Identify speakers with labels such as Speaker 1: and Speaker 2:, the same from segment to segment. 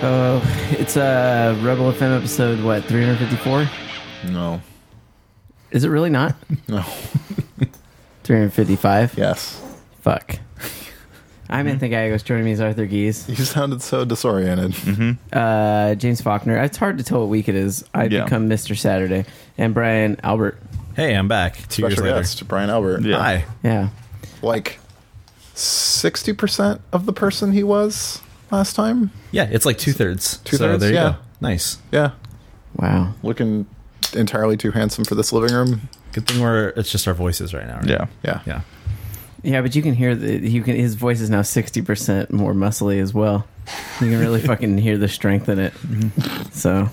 Speaker 1: Uh, It's a uh, Rebel FM episode, what, 354?
Speaker 2: No.
Speaker 1: Is it really not?
Speaker 2: No.
Speaker 1: 355?
Speaker 2: Yes.
Speaker 1: Fuck. I'm Anthony Gallegos. Joining me is Arthur Gies,
Speaker 2: You sounded so disoriented.
Speaker 1: uh, James Faulkner. It's hard to tell what week it is. I
Speaker 3: Yeah.
Speaker 1: become Mr. Saturday. And Brian Albert.
Speaker 3: Hey, I'm back. Two
Speaker 2: Special
Speaker 3: years later.
Speaker 2: guest, Brian Albert.
Speaker 3: Hi.
Speaker 1: Yeah.
Speaker 2: Like 60% of the person he was last time.
Speaker 3: Yeah, it's like two thirds. So
Speaker 2: Two-thirds,
Speaker 3: there you
Speaker 2: yeah.
Speaker 3: go. Nice.
Speaker 2: Yeah.
Speaker 1: Wow.
Speaker 2: Looking entirely too handsome for this living room.
Speaker 3: Good thing we're it's just our voices right now. Right?
Speaker 4: Yeah.
Speaker 2: Yeah.
Speaker 3: Yeah.
Speaker 1: Yeah, but you can hear the, you can his voice is now 60% more muscly as well. You can really fucking hear the strength in it. So,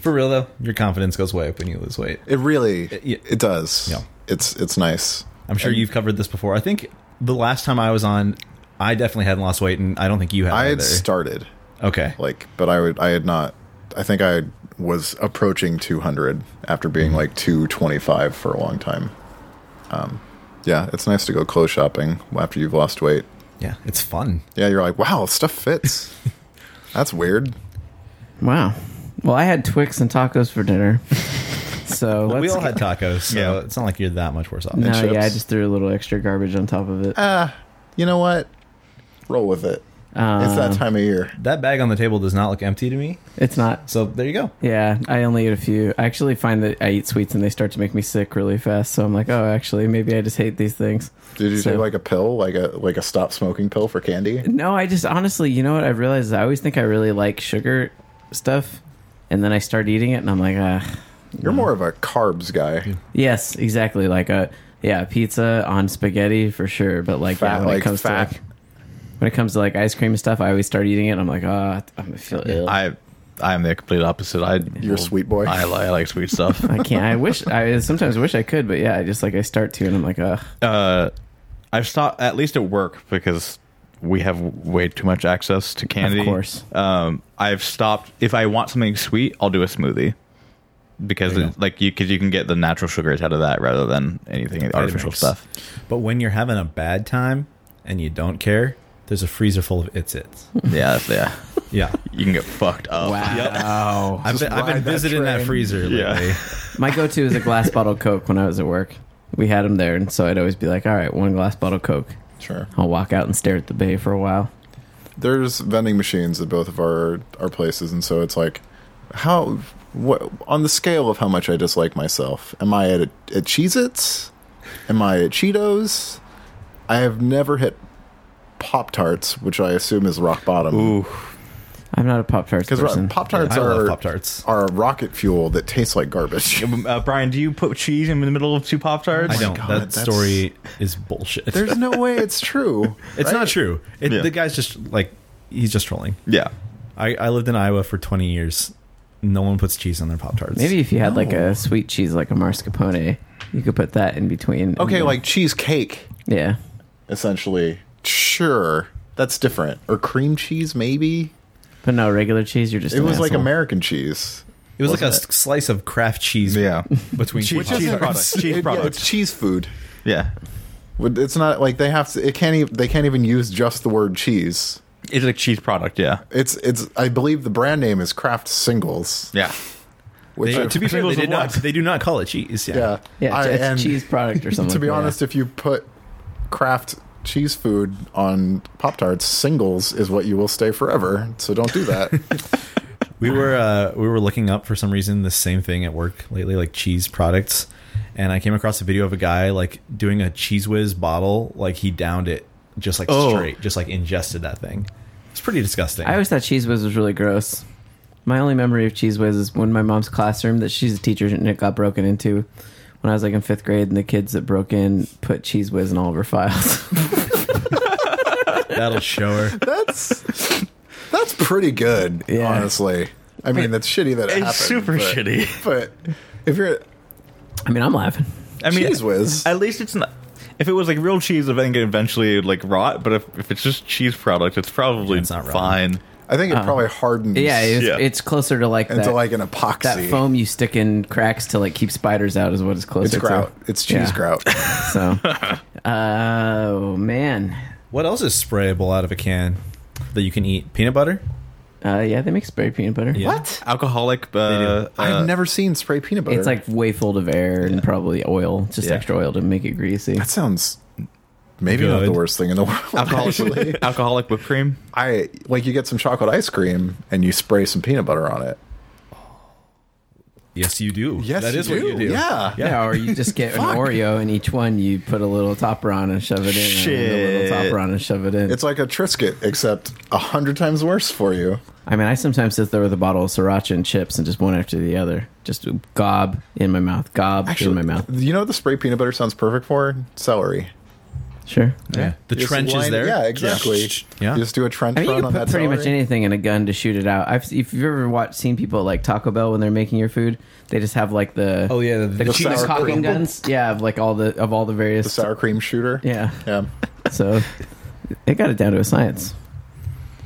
Speaker 3: For real though, your confidence goes way up when you lose weight.
Speaker 2: It really
Speaker 3: yeah.
Speaker 2: it does.
Speaker 3: Yeah.
Speaker 2: It's it's nice.
Speaker 3: I'm sure
Speaker 2: And
Speaker 3: you've covered this before. I think the last time I was on, I definitely hadn't lost weight, and I don't think you had.
Speaker 2: I had
Speaker 3: either.
Speaker 2: started
Speaker 3: okay.
Speaker 2: like but I would I had not I think I was approaching 200 after
Speaker 3: Mm-hmm.
Speaker 2: being like 225 for a long time. Um yeah, it's nice to go clothes shopping after you've lost weight.
Speaker 3: Yeah, it's fun.
Speaker 2: Yeah, you're like, wow, stuff fits. That's weird.
Speaker 1: wow. Well, I had Twix and tacos for dinner. So, let's
Speaker 3: we all had tacos, so
Speaker 2: Yeah.
Speaker 3: it's not like you're that much worse off.
Speaker 1: No,
Speaker 2: chips.
Speaker 1: yeah, I just threw a little extra garbage on top of it.
Speaker 2: Ah, you know what? Roll with it. it's
Speaker 3: Uh-huh.
Speaker 2: that time of year.
Speaker 3: That bag on the table does not look empty to me.
Speaker 1: Um, It's not.
Speaker 3: So there you go.
Speaker 1: Yeah, I only eat a few. I actually find that I eat sweets and they start to make me sick really fast. So I'm like, oh, actually, maybe I just hate these things.
Speaker 2: Did you
Speaker 1: So-
Speaker 2: take like a pill, like a like a stop smoking pill for candy?
Speaker 1: No, I just honestly, you know what? I realized is I always think I really like sugar stuff, and then I start eating it, and I'm like, ah,
Speaker 2: You're more of a carbs guy.
Speaker 1: yes, exactly. Like a yeah, pizza on spaghetti for sure. But like,
Speaker 2: Fat-
Speaker 1: yeah, when
Speaker 2: like
Speaker 1: it comes
Speaker 2: fat.
Speaker 1: to like, when it comes to like ice cream and stuff, I always start eating it, and I'm like, ah, I'm gonna feel ill.
Speaker 4: I I am the complete opposite. I
Speaker 2: You're a sweet boy.
Speaker 4: I, li- I like sweet stuff.
Speaker 1: I can't. I wish. I sometimes wish I could, but yeah, I just like I start to, and I'm like, ugh.
Speaker 4: uh, I've stopped at least at work because we have way too much access to candy.
Speaker 1: course.
Speaker 4: Um, I've stopped. If I want something sweet, I'll do a smoothie because
Speaker 3: There you
Speaker 4: it, like you because you can get the natural sugars out of that rather than anything artificial
Speaker 3: mix.
Speaker 4: stuff.
Speaker 3: But when you're having a bad time and you don't care, there's a freezer full of it's it's.
Speaker 4: yeah, that's- yeah.
Speaker 3: Yeah.
Speaker 4: You can get fucked up.
Speaker 1: Wow.
Speaker 3: I've been, I've been
Speaker 2: ride that
Speaker 3: visiting that
Speaker 2: train.
Speaker 3: freezer lately.
Speaker 4: Yeah.
Speaker 1: My go-to is a glass bottle Coke when I was at work. We had them there, and so I'd always be like, all right, one glass bottle Coke.
Speaker 2: Sure.
Speaker 1: I'll walk out and stare at the bay for a while.
Speaker 2: There's vending machines at both of our our places, and so it's like, how what on the scale of how much I dislike myself? Am I at a, at Cheez-Its? Am I at Cheetos? I have never hit Pop Tarts, which I assume is rock bottom.
Speaker 4: Ooh,
Speaker 1: I'm not a Pop Tarts
Speaker 2: Because
Speaker 1: person.
Speaker 2: Pop Tarts
Speaker 3: I love
Speaker 2: are
Speaker 3: Pop-Tarts.
Speaker 2: are rocket fuel that tastes like garbage.
Speaker 4: uh, Brian, do you put cheese in the middle of two pop tarts?
Speaker 3: I don't.
Speaker 2: God,
Speaker 3: that
Speaker 2: that's-
Speaker 3: story is bullshit.
Speaker 2: There's no way it's true.
Speaker 3: it's
Speaker 2: right?
Speaker 3: not true. It,
Speaker 4: Yeah.
Speaker 3: The guy's just like he's just trolling.
Speaker 4: Yeah.
Speaker 3: I, I lived in Iowa for 20 years. No one puts cheese on their pop tarts.
Speaker 1: Maybe if you had like a sweet cheese, like a mascarpone, you could put that in between.
Speaker 2: Okay,
Speaker 1: And-
Speaker 2: like cheesecake,
Speaker 1: yeah,
Speaker 2: essentially. Sure, that's different. Or cream cheese, maybe.
Speaker 1: but no regular cheese. You're just
Speaker 2: It
Speaker 1: an
Speaker 2: was like
Speaker 1: asshole.
Speaker 2: American cheese.
Speaker 3: it was like a
Speaker 2: Wasn't
Speaker 3: s- slice of Kraft cheese.
Speaker 4: Yeah.
Speaker 3: between two
Speaker 4: Which
Speaker 3: Pop-Tarts.
Speaker 4: isn't- products. Cheese
Speaker 2: It- yeah,
Speaker 4: products.
Speaker 2: it's cheese food.
Speaker 4: Yeah.
Speaker 2: But It's not like they have to. It can't. Even, they can't even use just the word cheese.
Speaker 4: It's a cheese product. Yeah.
Speaker 2: It's. It's. I believe the brand name is Kraft Singles.
Speaker 4: Yeah.
Speaker 2: Which
Speaker 3: They-
Speaker 2: I-
Speaker 3: to be fair, they
Speaker 4: Singles
Speaker 3: did
Speaker 4: of
Speaker 3: not.
Speaker 4: what?
Speaker 3: They do not call it cheese. Yeah.
Speaker 2: yeah,
Speaker 1: Yeah, it's,
Speaker 2: I-
Speaker 1: it's
Speaker 2: and-
Speaker 1: a cheese product or something.
Speaker 2: to be
Speaker 1: yeah.
Speaker 2: honest, if you put Kraft cheese food on Pop Tarts, singles is what you will stay forever. So don't do that.
Speaker 3: We were uh, we were looking up for some reason the same thing at work lately, like cheese products, and I came across a video of a guy like doing a cheese whiz bottle, like he downed it just like
Speaker 4: Oh.
Speaker 3: straight, just like ingested that thing. It's pretty disgusting.
Speaker 1: I always thought Cheese Whiz was really gross. My only memory of Cheese Whiz is when my mom's classroom that she's a teacher and it got broken into when I was like in fifth grade, and the kids that broke in put Cheese Whiz in all of her files.
Speaker 3: That'll show her.
Speaker 2: that's that's pretty good,
Speaker 1: Yeah.
Speaker 2: honestly. I mean, that's shitty that it
Speaker 4: It's
Speaker 2: happened,
Speaker 4: super
Speaker 2: but-
Speaker 4: shitty.
Speaker 2: But if you're
Speaker 1: I mean, I'm laughing.
Speaker 4: I mean,
Speaker 2: Cheese Whiz.
Speaker 4: At least it's not. If it was like real cheese, I think it eventually would like rot. But if, if it's just cheese product, it's probably
Speaker 3: Yeah, it's not rotten.
Speaker 4: fine.
Speaker 2: I think it probably hardens.
Speaker 1: Yeah, it's,
Speaker 4: Yeah.
Speaker 1: it's closer to like
Speaker 2: into
Speaker 1: that,
Speaker 2: like an epoxy.
Speaker 1: that foam you stick in cracks to like keep spiders out is what it's closer
Speaker 2: it's grout.
Speaker 1: to.
Speaker 2: It's cheese
Speaker 1: Yeah.
Speaker 2: grout.
Speaker 1: So, oh man,
Speaker 3: What else is sprayable out of a can that you can eat? Peanut butter?
Speaker 1: Uh, yeah, they make spray peanut butter.
Speaker 3: Yeah.
Speaker 2: What?
Speaker 4: Alcoholic. Uh, uh,
Speaker 2: I've never seen spray peanut butter.
Speaker 1: It's like way full of air and probably oil, just
Speaker 4: Yeah.
Speaker 1: extra oil to make it greasy.
Speaker 2: that sounds maybe not the
Speaker 3: Good.
Speaker 2: worst thing in the world. Actually,
Speaker 4: alcoholic, alcoholic whipped cream.
Speaker 2: I like you get some chocolate ice cream and you spray some peanut butter on it.
Speaker 3: Yes, you do.
Speaker 2: Yes,
Speaker 3: that
Speaker 2: you
Speaker 3: is what you
Speaker 2: do.
Speaker 3: do.
Speaker 2: Yeah.
Speaker 1: Yeah. or you just get an
Speaker 2: Fuck.
Speaker 1: Oreo and each one you put a little topper on and shove it in. And a
Speaker 4: Shit.
Speaker 1: little topper on and shove it in.
Speaker 2: It's like a Triscuit, except a hundred times worse for you.
Speaker 1: I mean, I sometimes just throw the bottle of sriracha and chips and just one after the other. Just gob in my mouth, gob in my mouth.
Speaker 2: You know what the spray peanut butter sounds perfect for? Celery.
Speaker 1: Sure.
Speaker 3: Yeah. The
Speaker 2: Just
Speaker 3: trench is
Speaker 2: line-
Speaker 3: there.
Speaker 2: Yeah, exactly.
Speaker 3: Yeah.
Speaker 2: You just do a trench
Speaker 1: I mean, you
Speaker 2: run
Speaker 1: can
Speaker 2: on
Speaker 1: put
Speaker 2: that
Speaker 1: pretty much
Speaker 2: celery.
Speaker 1: anything in a gun to shoot it out. I've, if you've ever watched, seen people like Taco Bell when they're making your food, they just have like the
Speaker 3: Oh, yeah, the-
Speaker 1: the,
Speaker 3: the
Speaker 1: cheese
Speaker 2: sour
Speaker 1: caulking
Speaker 2: cream.
Speaker 1: guns yeah of like all the of all the various
Speaker 2: The sour cream shooter.
Speaker 1: yeah
Speaker 2: Yeah.
Speaker 1: so they got it down to a science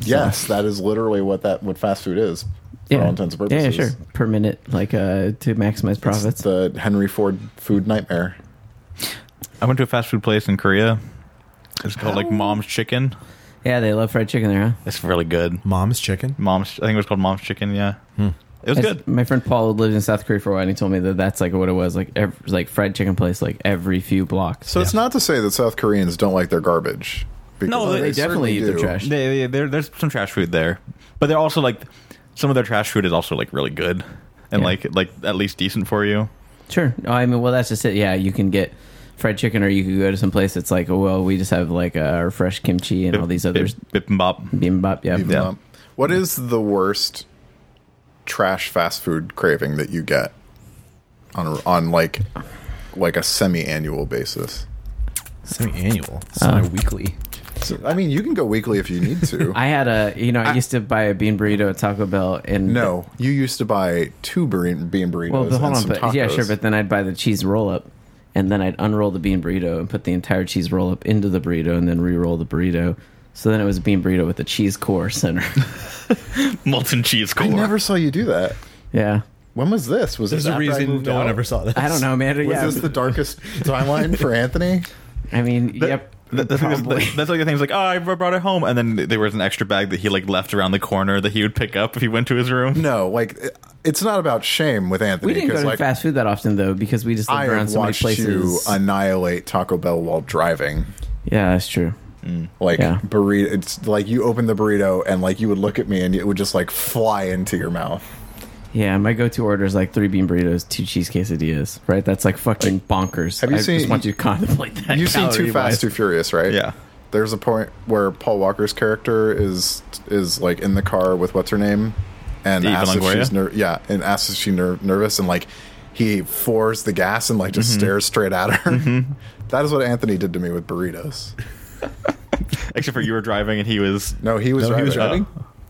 Speaker 2: Yes, that is literally what that what fast food is. For
Speaker 1: yeah
Speaker 2: all intents and purposes.
Speaker 1: yeah sure per minute like uh to maximize
Speaker 2: It's
Speaker 1: profits
Speaker 2: the Henry Ford food nightmare.
Speaker 4: I went to a fast food place in Korea. It's called like Mom's Chicken.
Speaker 1: yeah they love fried chicken there huh
Speaker 4: It's really good.
Speaker 3: Mom's chicken.
Speaker 4: Mom's. I think it was called Mom's Chicken. Yeah, it was
Speaker 1: That's-
Speaker 4: good.
Speaker 1: My friend Paul lived in South Korea for a while, and he told me that that's like what it was like ev like fried chicken place like every few blocks.
Speaker 2: So it's not to say that South Koreans don't like their garbage. because
Speaker 4: No, they
Speaker 1: definitely
Speaker 2: certainly
Speaker 1: eat their
Speaker 2: do.
Speaker 1: trash.
Speaker 4: They, they, there, there's some trash food there, but they're also like some of their trash food is also like really good and
Speaker 1: Yeah.
Speaker 4: like like at least decent for you.
Speaker 1: Sure. Oh, I mean, well, that's just it. Yeah, you can get fried chicken, or you could go to some place that's like, oh, well, we just have like uh, our fresh kimchi and all these other
Speaker 4: bip, bip and bop.
Speaker 1: bibimbap. Yeah.
Speaker 2: Even
Speaker 4: Yeah.
Speaker 2: though- What is the worst trash fast food craving that you get on a, on like like a semi-annual basis?
Speaker 3: Semi-annual.
Speaker 2: Oh.
Speaker 1: Uh,
Speaker 3: Semi-weekly.
Speaker 2: So, I mean, you can go weekly if you need to.
Speaker 1: I had a, you know, I, used to buy a bean burrito at Taco Bell, and
Speaker 2: no, you used to buy two burri- bean burritos
Speaker 1: well, but hold
Speaker 2: and
Speaker 1: on,
Speaker 2: some
Speaker 1: but
Speaker 2: tacos.
Speaker 1: yeah, sure, but then I'd buy the cheese roll up, and then I'd unroll the bean burrito and put the entire cheese roll up into the burrito, and then re-roll the burrito. So then it was a bean burrito with a cheese core center.
Speaker 4: Molten cheese core.
Speaker 2: I never saw you do that.
Speaker 1: yeah.
Speaker 2: When was this? Was
Speaker 3: There's
Speaker 2: this
Speaker 3: a
Speaker 2: after I
Speaker 3: reason
Speaker 2: moved
Speaker 3: no one
Speaker 2: out?
Speaker 3: ever saw this.
Speaker 1: I don't know, man.
Speaker 2: Was
Speaker 1: yeah.
Speaker 2: this the darkest timeline for Anthony?
Speaker 1: I mean, yep.
Speaker 4: That- that's, like,
Speaker 1: probably.
Speaker 4: that's like the things like oh I brought it home and then there was an extra bag that he like left around the corner that he would pick up if he went to his room.
Speaker 2: No, like it- it's not about shame with Anthony.
Speaker 1: we didn't go
Speaker 2: 'cause,
Speaker 1: to
Speaker 2: like,
Speaker 1: fast food that often though, because we just lived
Speaker 2: I
Speaker 1: around
Speaker 2: have
Speaker 1: so many
Speaker 2: watched you
Speaker 1: places.
Speaker 2: annihilate Taco Bell while driving.
Speaker 1: yeah, that's true.
Speaker 2: Like
Speaker 1: Yeah.
Speaker 2: burrito, it's like you open the burrito and like you would look at me and it would just like fly into your mouth.
Speaker 1: Yeah, my go-to order is like three bean burritos, two cheese quesadillas. Right? That's like fucking bonkers.
Speaker 2: Have you
Speaker 1: I
Speaker 2: seen-
Speaker 1: just want you to contemplate that.
Speaker 2: You've seen Too
Speaker 1: calorie-wise.
Speaker 2: Fast, Too Furious, right?
Speaker 4: Yeah.
Speaker 2: There's a point where Paul Walker's character is is like in the car with what's her name, and
Speaker 4: Eva
Speaker 2: asks if
Speaker 4: Longoria?
Speaker 2: she's ner- yeah, and asks if she's ner- nervous, and like he fours the gas and like just stares straight at her. That is what Anthony did to me with burritos.
Speaker 4: Except for you were driving and he was
Speaker 2: No, he was
Speaker 3: No, he
Speaker 2: driving.
Speaker 3: was driving?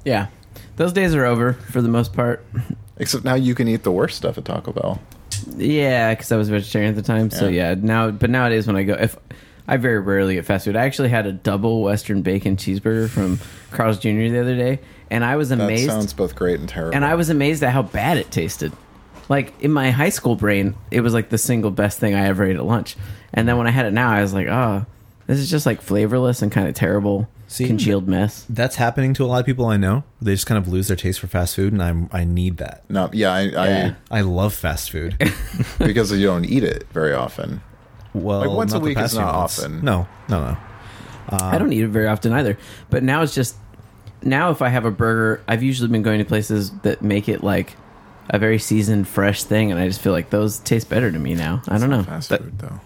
Speaker 1: Yeah, those days are over for the most part.
Speaker 2: Except now you can eat the worst stuff at Taco Bell.
Speaker 1: Yeah, because I was vegetarian at the time. So
Speaker 2: Yeah.
Speaker 1: yeah, now but nowadays when I go, if I very rarely get fast food. I actually had a double Western bacon cheeseburger from Carl's Jr. the other day, and I was
Speaker 2: That
Speaker 1: amazed.
Speaker 2: sounds both great and terrible.
Speaker 1: and I was amazed at how bad it tasted. Like in my high school brain, it was like the single best thing I ever ate at lunch. And then when I had it now, I was like, oh, this is just like flavorless and kind of terrible
Speaker 3: See?
Speaker 1: congealed mess.
Speaker 3: That's happening to a lot of people I know. They just kind of lose their taste for fast food, and I'm I need that.
Speaker 2: no, yeah, I,
Speaker 1: Yeah.
Speaker 3: I love fast food.
Speaker 2: I because you don't eat it very often.
Speaker 3: Well,
Speaker 2: Like, once a
Speaker 3: not the
Speaker 2: week is
Speaker 3: past few
Speaker 2: not
Speaker 3: months.
Speaker 2: often.
Speaker 3: No, no, no.
Speaker 1: I don't eat it very often either. But now it's just now if I have a burger, I've usually been going to places that make it like a very seasoned, fresh thing, and I just feel like those taste better to me now. I don't know.
Speaker 2: Fast
Speaker 4: That-
Speaker 2: food though.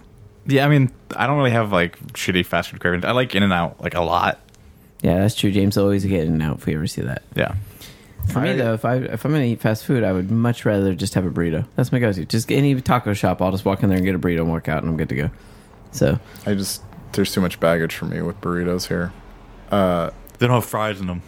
Speaker 4: Yeah, I mean, I don't really have like shitty fast food cravings. I like In and Out like a lot.
Speaker 1: Yeah, that's true. James always getting out if we ever see that.
Speaker 4: Yeah.
Speaker 1: For me
Speaker 2: I-
Speaker 1: though, if I if I'm gonna eat fast food, I would much rather just have a burrito. That's my go-to. Just any taco shop, I'll just walk in there and get a burrito and walk out, and I'm good to go. So
Speaker 2: I just there's too much baggage for me with burritos here.
Speaker 4: They don't have fries in them.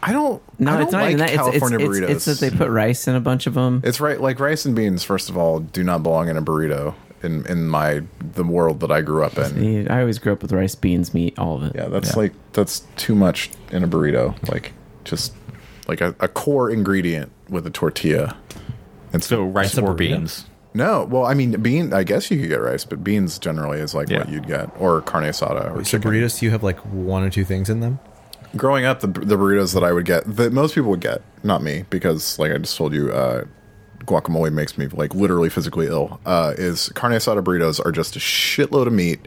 Speaker 2: I don't.
Speaker 1: no,
Speaker 2: I don't
Speaker 1: it's not
Speaker 2: like
Speaker 1: even that. It's, it's,
Speaker 2: California
Speaker 1: it's,
Speaker 2: burritos.
Speaker 1: it's that they put rice in a bunch of them.
Speaker 2: It's right, like rice and beans. First of all, do not belong in a burrito in in my the world that I grew up in.
Speaker 1: I always grew up with rice, beans, meat, all of it.
Speaker 2: Yeah, that's like that's too much in a burrito. Like just like a, a core ingredient with a tortilla. And
Speaker 4: So rice
Speaker 3: That's a
Speaker 4: or
Speaker 3: burrito?
Speaker 4: beans.
Speaker 2: no, well, I mean, bean. I guess you could get rice, but beans generally is like what
Speaker 4: Yeah.
Speaker 2: you'd get, or carne asada, or
Speaker 3: So
Speaker 2: chicken.
Speaker 3: burritos, do you have like one or two things in them?
Speaker 2: growing up, the, the burritos that I would get, that most people would get, not me, because like I just told you, uh, guacamole makes me like literally physically ill. Uh, is carne asada burritos are just a shitload of meat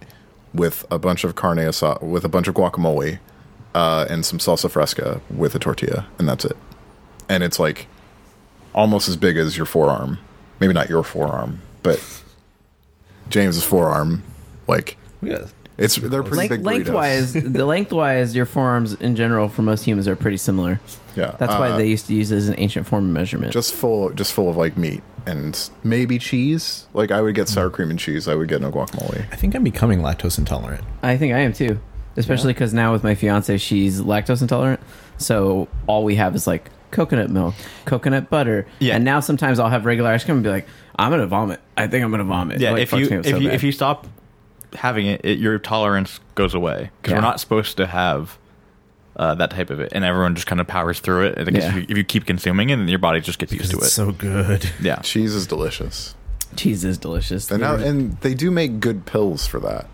Speaker 2: with a bunch of carne asada with a bunch of guacamole uh, and some salsa fresca with a tortilla, and that's it. And it's like almost as big as your forearm, maybe not your forearm, but James's forearm, like.
Speaker 3: Look at this.
Speaker 2: It's they're pretty
Speaker 1: Length,
Speaker 2: big burritos.
Speaker 1: lengthwise, the lengthwise, your forearms in general for most humans are pretty similar.
Speaker 2: Yeah,
Speaker 1: That's why
Speaker 2: uh,
Speaker 1: they used to use it as an ancient form of measurement.
Speaker 2: just full just full of like meat and maybe cheese. Like I would get sour cream and cheese. I would get no guacamole.
Speaker 3: I think I'm becoming lactose intolerant.
Speaker 1: I think I am too, especially because now with my fiance, she's lactose intolerant. So all we have is like coconut milk, coconut butter,
Speaker 4: Yeah.
Speaker 1: And now sometimes I'll have regular ice cream and be like, I'm gonna vomit. I think I'm gonna vomit.
Speaker 4: Yeah,
Speaker 1: Like,
Speaker 4: if
Speaker 1: fucks
Speaker 4: you
Speaker 1: me
Speaker 4: if
Speaker 1: up so
Speaker 4: you
Speaker 1: bad.
Speaker 4: if you stop having it, it your tolerance goes away because
Speaker 1: Yeah.
Speaker 4: we're not supposed to have uh, that type of it, and everyone just kind of powers through it. And I guess
Speaker 1: Yeah.
Speaker 4: if, you, if you keep consuming it, then your body just gets used to it.
Speaker 3: It's so good.
Speaker 4: yeah,
Speaker 2: Cheese is delicious,
Speaker 1: cheese is delicious.
Speaker 2: and now
Speaker 1: They're-
Speaker 2: and they do make good pills for that.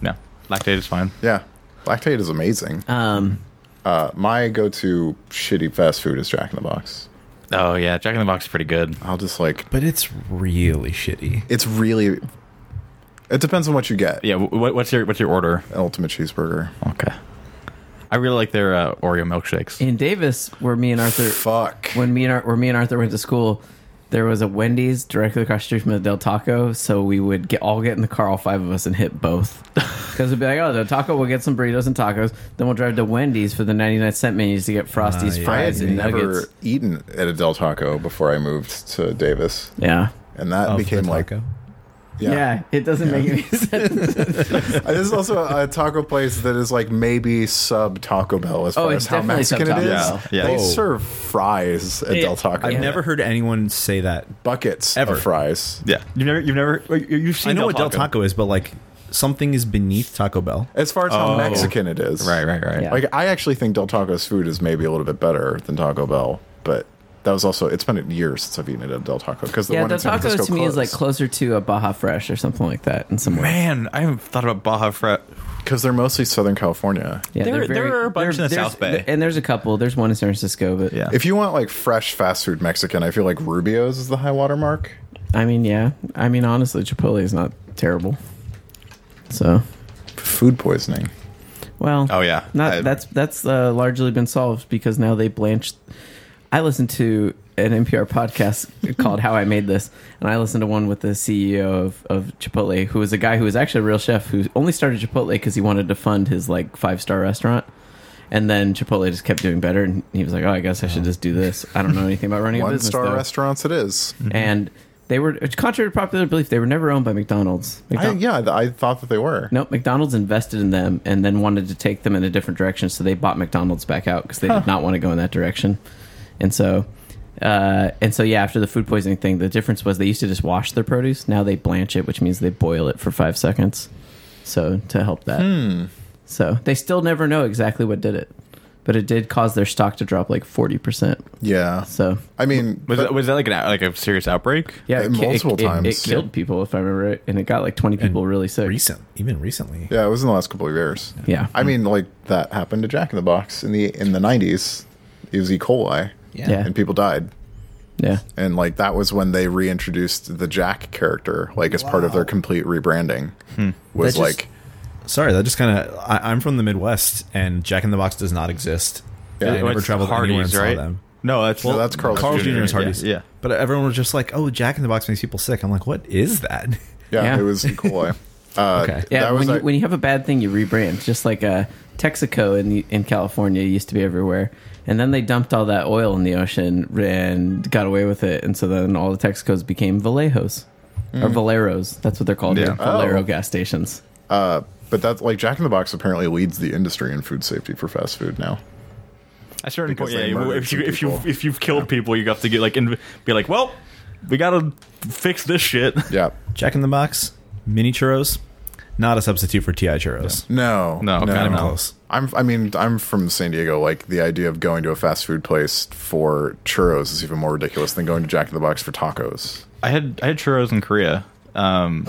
Speaker 4: no, lactate is fine.
Speaker 2: Yeah, lactate is amazing.
Speaker 1: um,
Speaker 2: Uh, my go-to shitty fast food is Jack in the Box.
Speaker 4: Oh yeah, Jack in the Box is pretty good.
Speaker 2: I'll just like
Speaker 3: But it's really shitty.
Speaker 2: it's really. It depends on what you get.
Speaker 4: Yeah, wh- what's your what's your order?
Speaker 2: Ultimate cheeseburger. Oh,
Speaker 4: Okay, I really like their uh, Oreo milkshakes.
Speaker 1: in Davis, where me and Arthur
Speaker 2: Fuck.
Speaker 1: when me and Ar- where me and Arthur went to school, there was a Wendy's directly across the street from the Del Taco. So we would get all get in the car, all five of us, and hit both. Because we'd be like, oh, Del Taco, we'll get some burritos and tacos. Then we'll drive to Wendy's for the ninety nine cent menus to get frosties,
Speaker 3: yeah.
Speaker 2: I
Speaker 1: fries,
Speaker 2: had
Speaker 1: and
Speaker 2: never
Speaker 1: nuggets.
Speaker 2: eaten at a Del Taco before I moved to Davis,
Speaker 1: Yeah.
Speaker 2: and that
Speaker 3: Of the
Speaker 2: became like
Speaker 3: Oh, taco.
Speaker 1: yeah, It doesn't make any sense.
Speaker 2: Uh, This is also a taco place that is like maybe sub Taco Bell as
Speaker 1: Oh,
Speaker 2: far
Speaker 1: it's
Speaker 2: as how
Speaker 1: definitely sub
Speaker 2: Mexican it
Speaker 1: Taco
Speaker 2: is.
Speaker 4: Bell. Yeah, yeah.
Speaker 2: They
Speaker 3: Whoa.
Speaker 2: serve fries at
Speaker 1: Yeah.
Speaker 2: Del Taco.
Speaker 3: I've
Speaker 1: Yeah.
Speaker 3: never heard anyone say that.
Speaker 2: buckets
Speaker 3: Ever.
Speaker 2: of fries.
Speaker 4: Yeah, you've never you've never you- you've seen.
Speaker 3: I know what Del Taco is, but like something is beneath Taco Bell.
Speaker 2: As far as how
Speaker 4: Oh.
Speaker 2: Mexican it is,
Speaker 4: Right, right, right.
Speaker 1: Yeah.
Speaker 2: Like I actually think Del Taco's food is maybe a little bit better than Taco Bell, but that was also it's been years since I've eaten at a Del Taco because the
Speaker 1: yeah,
Speaker 2: one
Speaker 1: Del
Speaker 2: in San
Speaker 1: Taco to
Speaker 2: Francisco
Speaker 1: me is like
Speaker 2: closed
Speaker 1: closer to a Baja Fresh or something like that in some way.
Speaker 4: Man, I haven't thought about Baja Fre
Speaker 2: because they're mostly Southern California.
Speaker 1: Yeah,
Speaker 4: There-
Speaker 1: they're
Speaker 4: there
Speaker 1: very-
Speaker 4: are a bunch
Speaker 1: they're-
Speaker 4: in the
Speaker 1: there's-
Speaker 4: South Bay.
Speaker 1: and there's a couple. There's one in San Francisco, but
Speaker 4: Yeah.
Speaker 2: If you want like fresh fast food Mexican, I feel like Rubio's is the high water mark.
Speaker 1: I mean, yeah. I mean, honestly, Chipotle is not terrible. So,
Speaker 2: Food poisoning.
Speaker 1: well,
Speaker 4: Oh, yeah.
Speaker 1: not
Speaker 4: I-
Speaker 1: that's that's uh, largely been solved because now they blanch. I listened to an NPR podcast called "How I Made This," and I listened to one with the CEO of, of Chipotle, who was a guy who was actually a real chef who only started Chipotle because he wanted to fund his like five star restaurant. And then Chipotle just kept doing better, and he was like, "Oh, I guess I should just do this. I don't know anything about running a
Speaker 2: One
Speaker 1: business."
Speaker 2: star
Speaker 1: though."
Speaker 2: restaurants it is.
Speaker 1: and they were contrary to popular belief they were never owned by mcdonald's
Speaker 2: I,
Speaker 1: McDon-
Speaker 2: yeah, I thought that they were.
Speaker 1: no mcdonald's invested in them and then wanted to take them in a different direction so they bought mcdonald's back out because they did not want to go in that direction and so uh, and so yeah after the food poisoning thing the difference was they used to just wash their produce now they blanch it which means they boil it for five seconds so to help that
Speaker 2: Hmm.
Speaker 1: so they still never know exactly what did it but it did cause their stock to drop like 40%
Speaker 2: Yeah.
Speaker 1: so
Speaker 2: I mean,
Speaker 4: was
Speaker 2: but-
Speaker 4: that, was that like an out- like a serious outbreak?
Speaker 1: Yeah,
Speaker 2: Uh,
Speaker 1: ki-
Speaker 2: multiple
Speaker 1: it,
Speaker 2: times.
Speaker 1: It, it killed people, if I remember right, and it got like twenty people really sick.
Speaker 3: Recent, even recently.
Speaker 2: yeah, it was in the last couple of years.
Speaker 1: Yeah.
Speaker 2: I mean, like that happened to Jack in the Box in the in the nineties. It was E. coli,
Speaker 1: Yeah.
Speaker 2: and people died.
Speaker 1: yeah,
Speaker 2: And like that was when they reintroduced the Jack character, like as part of their complete rebranding. Was
Speaker 3: That just-
Speaker 2: like
Speaker 3: Sorry, that just kind of. I'm from the Midwest, and Jack in the Box does not exist.
Speaker 2: Yeah,
Speaker 3: I
Speaker 2: well,
Speaker 3: never
Speaker 4: It's
Speaker 3: traveled anywhere and
Speaker 4: Hardee's,
Speaker 3: saw
Speaker 4: right?
Speaker 3: them.
Speaker 4: No, that's
Speaker 2: No, that's Carl's
Speaker 3: Carl's Jr.
Speaker 2: Jr.
Speaker 3: is
Speaker 4: yeah,
Speaker 3: Hardee's.
Speaker 4: Yeah,
Speaker 3: But everyone was just like, "Oh, Jack in the Box makes people sick." I'm like, "What is that?"
Speaker 2: yeah,
Speaker 1: Yeah.
Speaker 2: it was E. coli. Uh,
Speaker 3: Okay.
Speaker 1: yeah.
Speaker 2: that was
Speaker 1: when, you,
Speaker 2: a-
Speaker 1: when you have a bad thing, you rebrand. Just like uh, Texaco in in California used to be everywhere, and then they dumped all that oil in the ocean and got away with it, and so then all the Texacos became Vallejos or Valeros. That's what they're called.
Speaker 4: Mm. Yeah.
Speaker 1: Yeah. Valero
Speaker 2: Oh.
Speaker 1: gas stations.
Speaker 2: uh, but that's like Jack in the Box apparently leads the industry in food safety for fast food now.
Speaker 4: At a certain
Speaker 2: Because
Speaker 4: point,
Speaker 2: they
Speaker 4: yeah. you-
Speaker 2: murdered
Speaker 4: If you
Speaker 2: some
Speaker 4: if you
Speaker 2: people.
Speaker 4: if you've killed people, you have to get like and be like, well, we gotta fix this shit.
Speaker 2: Yeah.
Speaker 3: Jack in the Box, mini churros, not a substitute for Ti churros.
Speaker 2: No.
Speaker 4: No,
Speaker 3: Not
Speaker 4: God,
Speaker 3: even
Speaker 4: no.
Speaker 3: close.
Speaker 2: I'm. I mean, I'm from San Diego. Like the idea of going to a fast food place for churros is even more ridiculous than going to Jack in the Box for tacos.
Speaker 4: I had I had churros in Korea. Um,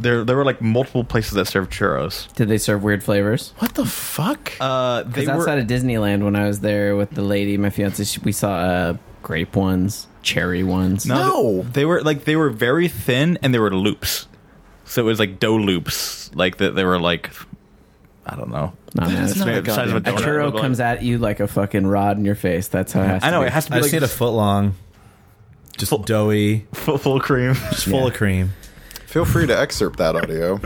Speaker 4: there there were like multiple places that served churros.
Speaker 1: Did they serve weird flavors?
Speaker 2: What the fuck?
Speaker 4: Uh, they
Speaker 1: Because
Speaker 4: were
Speaker 1: outside of Disneyland, when I was there with the lady, my fiance, she- we saw uh, grape ones, cherry ones.
Speaker 2: No.
Speaker 4: They, they were like they were very thin and they were loops. So it was like dough loops, like that they were like I don't know.
Speaker 1: Not mad.
Speaker 2: is not-
Speaker 4: the size of a
Speaker 1: Oh a
Speaker 4: donut.
Speaker 1: churro
Speaker 4: Like-
Speaker 1: comes at you like a fucking rod in your face. That's how it has to
Speaker 4: I know
Speaker 1: be.
Speaker 4: it has to be
Speaker 3: I just
Speaker 4: like
Speaker 3: need a foot long, just doughy,
Speaker 4: full, full cream.
Speaker 3: just full of cream.
Speaker 2: Feel free to excerpt that audio.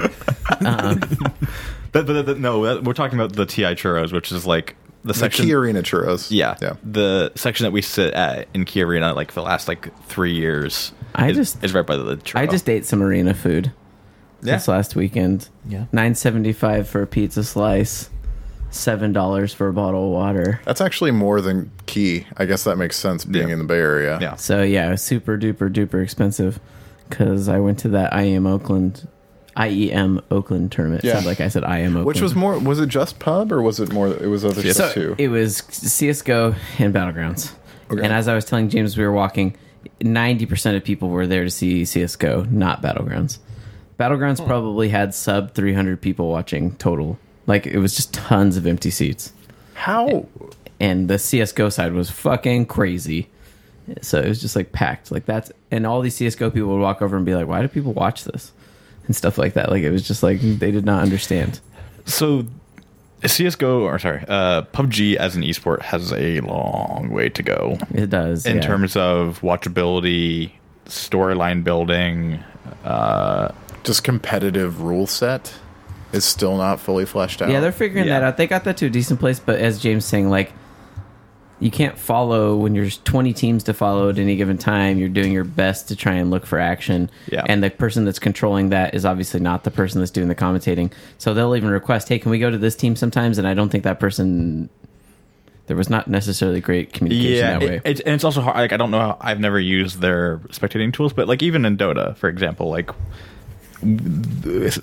Speaker 4: but, but, but no, that, we're talking about the Ti churros, which is like the
Speaker 2: the
Speaker 4: section.
Speaker 2: Key Arena churros.
Speaker 4: yeah,
Speaker 2: Yeah.
Speaker 4: the section that we sit at in Key Arena, like the last like three years,
Speaker 1: I
Speaker 4: is,
Speaker 1: just-
Speaker 4: is right by the churro.
Speaker 1: I just ate some arena food
Speaker 4: Oh. Yeah.
Speaker 1: this last weekend.
Speaker 3: Yeah.
Speaker 1: nine seventy five for a pizza slice, seven dollars for a bottle of water.
Speaker 2: That's actually more than Key. I guess that makes sense being
Speaker 4: Yeah.
Speaker 2: in the Bay Area.
Speaker 4: yeah.
Speaker 1: So yeah, it was super duper duper expensive because I went to that IEM Oakland, IEM Oakland tournament.
Speaker 2: Yeah.
Speaker 1: So, like I said, IEM Oakland,
Speaker 2: Which was more? Was it just pub or was it more? It was other
Speaker 1: so
Speaker 2: stuff too.
Speaker 1: it was CS:GO and Battlegrounds.
Speaker 2: Okay.
Speaker 1: And as I was telling James, we were walking. Ninety percent of people were there to see CS:GO, not Battlegrounds. Battlegrounds probably had sub three hundred people watching total. Like it was just tons of empty seats.
Speaker 2: How?
Speaker 1: and the CS:GO side was fucking crazy. So it was just like packed. Like that's and all these CS:GO people would walk over and be like, "Why do people watch this?" and stuff like that. Like it was just like they did not understand.
Speaker 4: So CS:GO, or sorry, uh, PUBG as an esport has a long way to go
Speaker 1: It does
Speaker 4: in
Speaker 1: yeah.
Speaker 4: terms of watchability, storyline building.
Speaker 2: Just competitive rule set is still not fully fleshed out.
Speaker 1: Yeah, they're figuring
Speaker 4: Yeah.
Speaker 1: that out. They got that to a decent place, but as James saying, like you can't follow when there's 20 teams to follow at any given time. You're doing your best to try and look for action,
Speaker 4: Yeah.
Speaker 1: and the person that's controlling that is obviously not the person that's doing the commentating. So they'll even request, "Hey, can we go to this team sometimes?" And I don't think that person. There was not necessarily great communication that way.
Speaker 4: it, it's and it's also hard. Like I don't know. How, I've never used their spectating tools, but like even in Dota, for example, like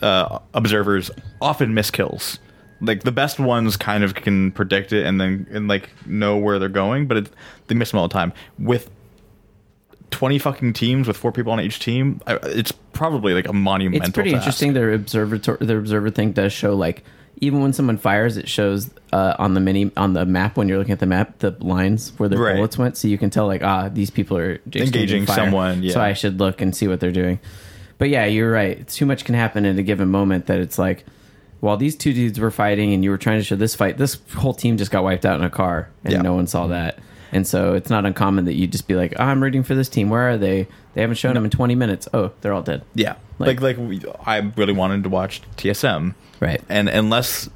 Speaker 4: uh, observers often miss kills. Like the best ones kind of can predict it and then and like know where they're going, but it, they miss them all the time. With twenty fucking teams with four people on each team, I, it's probably like a monumental.
Speaker 1: it's pretty
Speaker 4: task.
Speaker 1: interesting. Their observer their observer thing does show like even when someone fires, it shows uh, on the mini on the map when you're looking at the map the lines where their
Speaker 4: Right.
Speaker 1: bullets went, so you can tell like ah these people are exchanging
Speaker 4: Engaging
Speaker 1: fire,
Speaker 4: someone, yeah.
Speaker 1: So I should look and see what they're doing. But yeah, you're right. Too much can happen at a given moment that it's like. While these two dudes were fighting and you were trying to show this fight, this whole team just got wiped out in a car and
Speaker 4: Yeah.
Speaker 1: no one saw that. And so it's not uncommon that you just be like, "Ah, I'm rooting for this team. Where are they? They haven't shown them in 20 minutes. Oh, they're all dead.
Speaker 4: Yeah,
Speaker 1: Like-
Speaker 4: like like, we, I really wanted to watch TSM,
Speaker 1: Right.
Speaker 4: and unless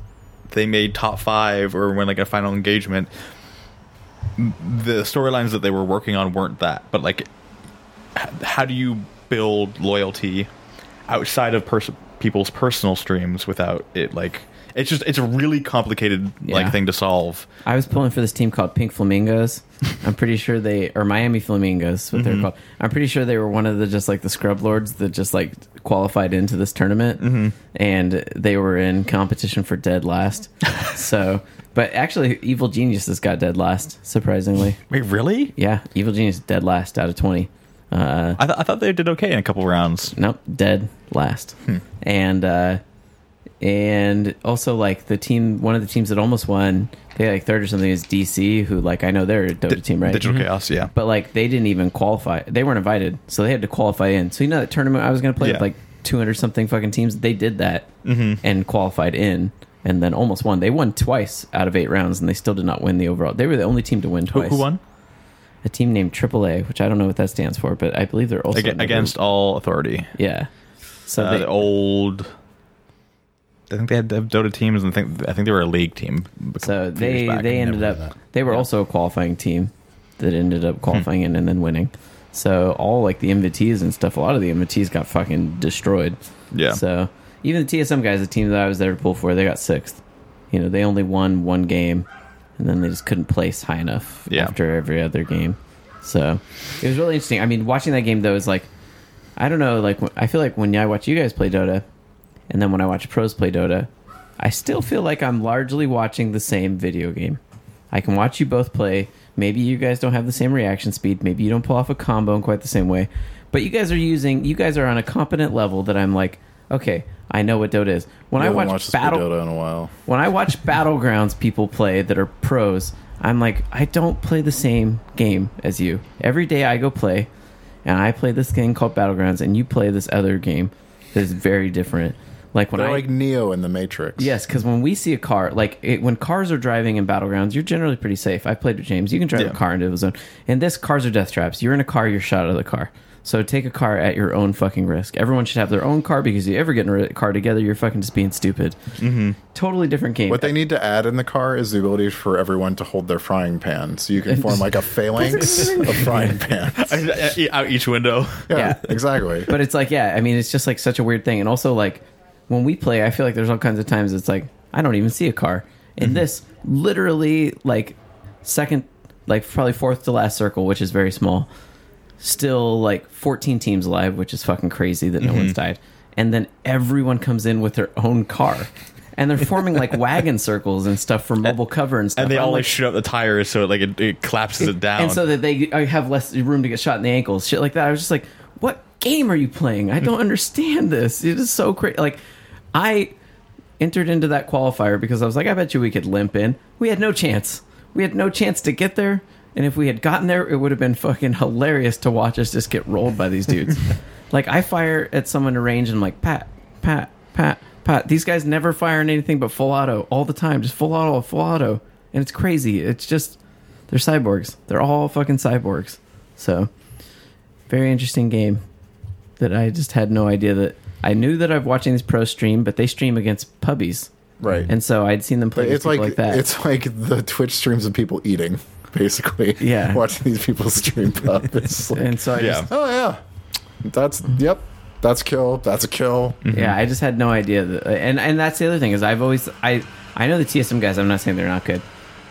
Speaker 4: they made top five or win like a final engagement, m- the storylines that they were working on weren't that. But like, h- how do you build loyalty outside of pers- people's personal streams without it? Like, it's just it's a really complicated
Speaker 1: Yeah.
Speaker 4: like thing to solve.
Speaker 1: I was pulling for this team called Pink Flamingos. I'm pretty sure they or Miami Flamingos, what they're called. I'm pretty sure they were one of the just like the scrub lords that just like qualified into this tournament, and they were in competition for dead last. so, but actually, Evil Geniuses got dead last, surprisingly.
Speaker 4: Wait, really?
Speaker 1: Yeah, Evil Genius dead last out of twenty. Uh,
Speaker 4: I, th- I thought they did okay in a couple rounds.
Speaker 1: nope, dead last, and uh, and also like the team, one of the teams that almost won, they like third or something is DC, who like I know they're a Dota team, right? Mm-hmm.
Speaker 4: Digital chaos, yeah.
Speaker 1: but like they didn't even qualify. They weren't invited, so they had to qualify in. So you know that tournament I was going to play with
Speaker 4: Yeah. Mm-hmm.
Speaker 1: like two hundred something fucking teams. They did that and qualified in, and then almost won. They won twice out of eight rounds, and they still did not win the overall. They were the only team to win
Speaker 4: Who,
Speaker 1: twice.
Speaker 4: who won?
Speaker 1: A team named AAA, which I don't know what that stands for, but I believe they're also
Speaker 4: Aga-
Speaker 1: another-
Speaker 4: against all authority.
Speaker 1: Yeah. So
Speaker 4: uh,
Speaker 1: they,
Speaker 4: the old. I think they had they have Dota teams, and I think I think they were a league team.
Speaker 1: so
Speaker 4: few years
Speaker 1: they
Speaker 4: back,
Speaker 1: they
Speaker 4: I
Speaker 1: ended
Speaker 3: never did
Speaker 1: up they were also a qualifying team that ended
Speaker 4: Hmm.
Speaker 1: up qualifying in and then winning. So all like the invitees and stuff, a lot of the invitees got fucking destroyed.
Speaker 4: Yeah.
Speaker 1: So even the TSM guys, the team that I was there to pull for, they got sixth. You know, they only won one game, and then they just couldn't place high enough
Speaker 4: Yeah.
Speaker 1: after every other game. So it was really interesting. I mean, watching that game though is like, I don't know. Like wh- I feel like when I watch you guys play Dota, and then when I watch pros play Dota, I still feel like I'm largely watching the same video game. I can watch you both play. Maybe you guys don't have the same reaction speed. Maybe you don't pull off a combo in quite the same way. But you guys are using, you guys are on a competent level that I'm like, okay, I know what Dota is. When I
Speaker 2: haven't
Speaker 1: watch
Speaker 2: watched
Speaker 1: battle,
Speaker 2: this Dota in a while.
Speaker 1: when I watch battlegrounds people play that are pros, I'm like, I don't play the same game as you. Every day I go play, and I play this game called battlegrounds, and you play this other game that is very different. Like when
Speaker 2: They're
Speaker 1: I
Speaker 2: like Neo in the Matrix.
Speaker 1: Yes, because when we see a car, like it, when cars are driving in battlegrounds, you're generally pretty safe. I played with James; you can drive
Speaker 4: Yeah.
Speaker 1: a car into a zone. And this, cars are death traps. You're in a car, you're shot out of the car. So take a car at your own fucking risk. Everyone should have their own car because you ever get in a ri- car together, you're fucking just being stupid. Mm-hmm. Totally different game.
Speaker 2: What they need to add in the car is the ability for everyone to hold their frying pan, so you can form like a phalanx of frying pans.
Speaker 4: uh, out each window.
Speaker 2: Yeah,
Speaker 1: Yeah.
Speaker 2: exactly.
Speaker 1: but it's like, yeah, I mean, it's just like such a weird thing. And also, like when we play, I feel like there's all kinds of times it's like I don't even see a car. And this literally, like second, like probably fourth to last circle, which is very small. Still like 14 teams alive, which is fucking crazy that no one's died. And then everyone comes in with their own car. And they're forming like wagon circles and stuff for mobile cover and stuff.
Speaker 4: And they
Speaker 1: I'm
Speaker 4: all
Speaker 1: like,
Speaker 4: like shoot up the tires so it like it, it collapses it down.
Speaker 1: and so that they uh, have less room to get shot in the ankles, shit like that. I was just like, what game are you playing? I don't understand this. It is so crazy. Like, I entered into that qualifier because I was like, I bet you we could limp in. We had no chance. We had no chance to get there. And if we had gotten there, it would have been fucking hilarious to watch us just get rolled by these dudes. like, I fire at someone to range and I'm like, pat, pat, pat, pat. These guys never fire in anything but full auto all the time. Just full auto, full auto. And it's crazy. It's just. They're cyborgs. They're all fucking cyborgs. So, very interesting game that I just had no idea that I knew that I've watching these pro stream, but they stream against pubbies,
Speaker 2: Right.
Speaker 1: and so I'd seen them play against
Speaker 2: it's like,
Speaker 1: people like, that.
Speaker 2: it's like the Twitch streams of people eating, basically.
Speaker 1: Yeah.
Speaker 2: watching these people stream up. It's like,
Speaker 1: and so I
Speaker 4: yeah.
Speaker 1: just
Speaker 2: oh yeah, that's yep, that's kill, that's a kill.
Speaker 4: Mm-hmm.
Speaker 1: yeah, I just had no idea. That, and and that's the other thing is I've always I I know the TSM guys. I'm not saying they're not good,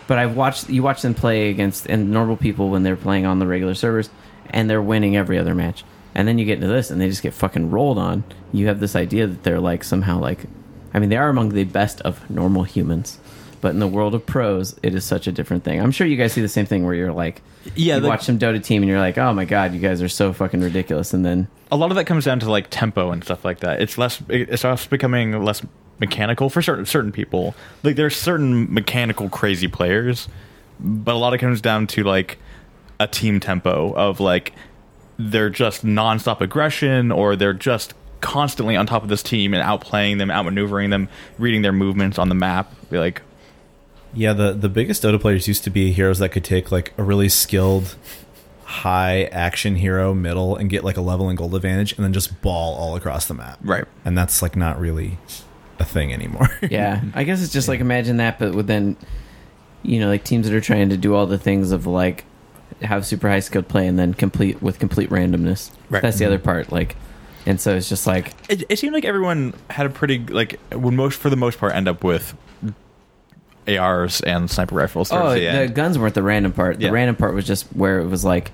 Speaker 1: but I've watched you watch them play against and normal people when they're playing on the regular servers, and they're winning every other match. And then you get into this, and they just get fucking rolled on. You have this idea that they're like somehow like, I mean, they are among the best of normal humans, but in the world of pros, it is such a different thing. I'm sure you guys see the same thing where you're like,
Speaker 4: Yeah,
Speaker 1: you
Speaker 4: the-
Speaker 1: watch some Dota team, and you're like, oh my god, you guys are so fucking ridiculous, and then
Speaker 4: a lot of that comes down to like tempo and stuff like that. It's less. It starts becoming less mechanical for certain certain people. Like there's certain mechanical crazy players, but a lot of it comes down to like a team tempo of like they're just nonstop aggression or they're just constantly on top of this team and outplaying them, outmaneuvering them, reading their movements on the map. Be like,
Speaker 3: Yeah, the the biggest Dota players used to be heroes that could take like a really skilled high action hero middle and get like a level and gold advantage and then just ball all across the map.
Speaker 4: Right.
Speaker 3: And that's like not really a thing anymore.
Speaker 1: yeah i guess it's just like imagine that but within you know like teams that are trying to do all the things of like have super high skilled play and then complete with complete randomness
Speaker 4: Right.
Speaker 1: that's the other part like and so it's just like
Speaker 4: it, it seemed like everyone had a pretty like would most for the most part end up with ARs and sniper rifles. towards
Speaker 1: oh
Speaker 4: the
Speaker 1: the,
Speaker 4: end.
Speaker 1: guns weren't the random part the
Speaker 4: Yeah.
Speaker 1: random part was just where it was like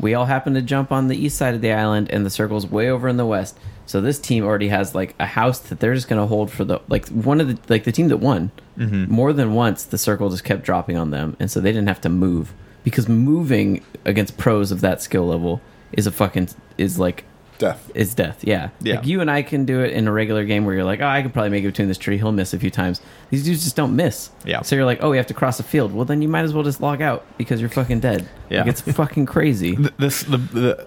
Speaker 1: we all happen to jump on the east side of the island and the circle's way over in the west so this team already has like a house that they're just going to hold for the like one of the like the team that won
Speaker 4: Mm-hmm.
Speaker 1: more than once the circle just kept dropping on them and so they didn't have to move because moving against pros of that skill level is a fucking is like
Speaker 2: Death.
Speaker 1: is death. Yeah.
Speaker 4: Yeah.
Speaker 1: Like you and I can do it in a regular game where you're like, oh, I can probably make it between this tree. He'll miss a few times. These dudes just don't miss.
Speaker 4: Yeah.
Speaker 1: So you're like, oh, we have to cross a field. Well, then you might as well just log out because you're fucking dead.
Speaker 4: Yeah.
Speaker 1: Like, it's fucking crazy.
Speaker 4: Th- this the, the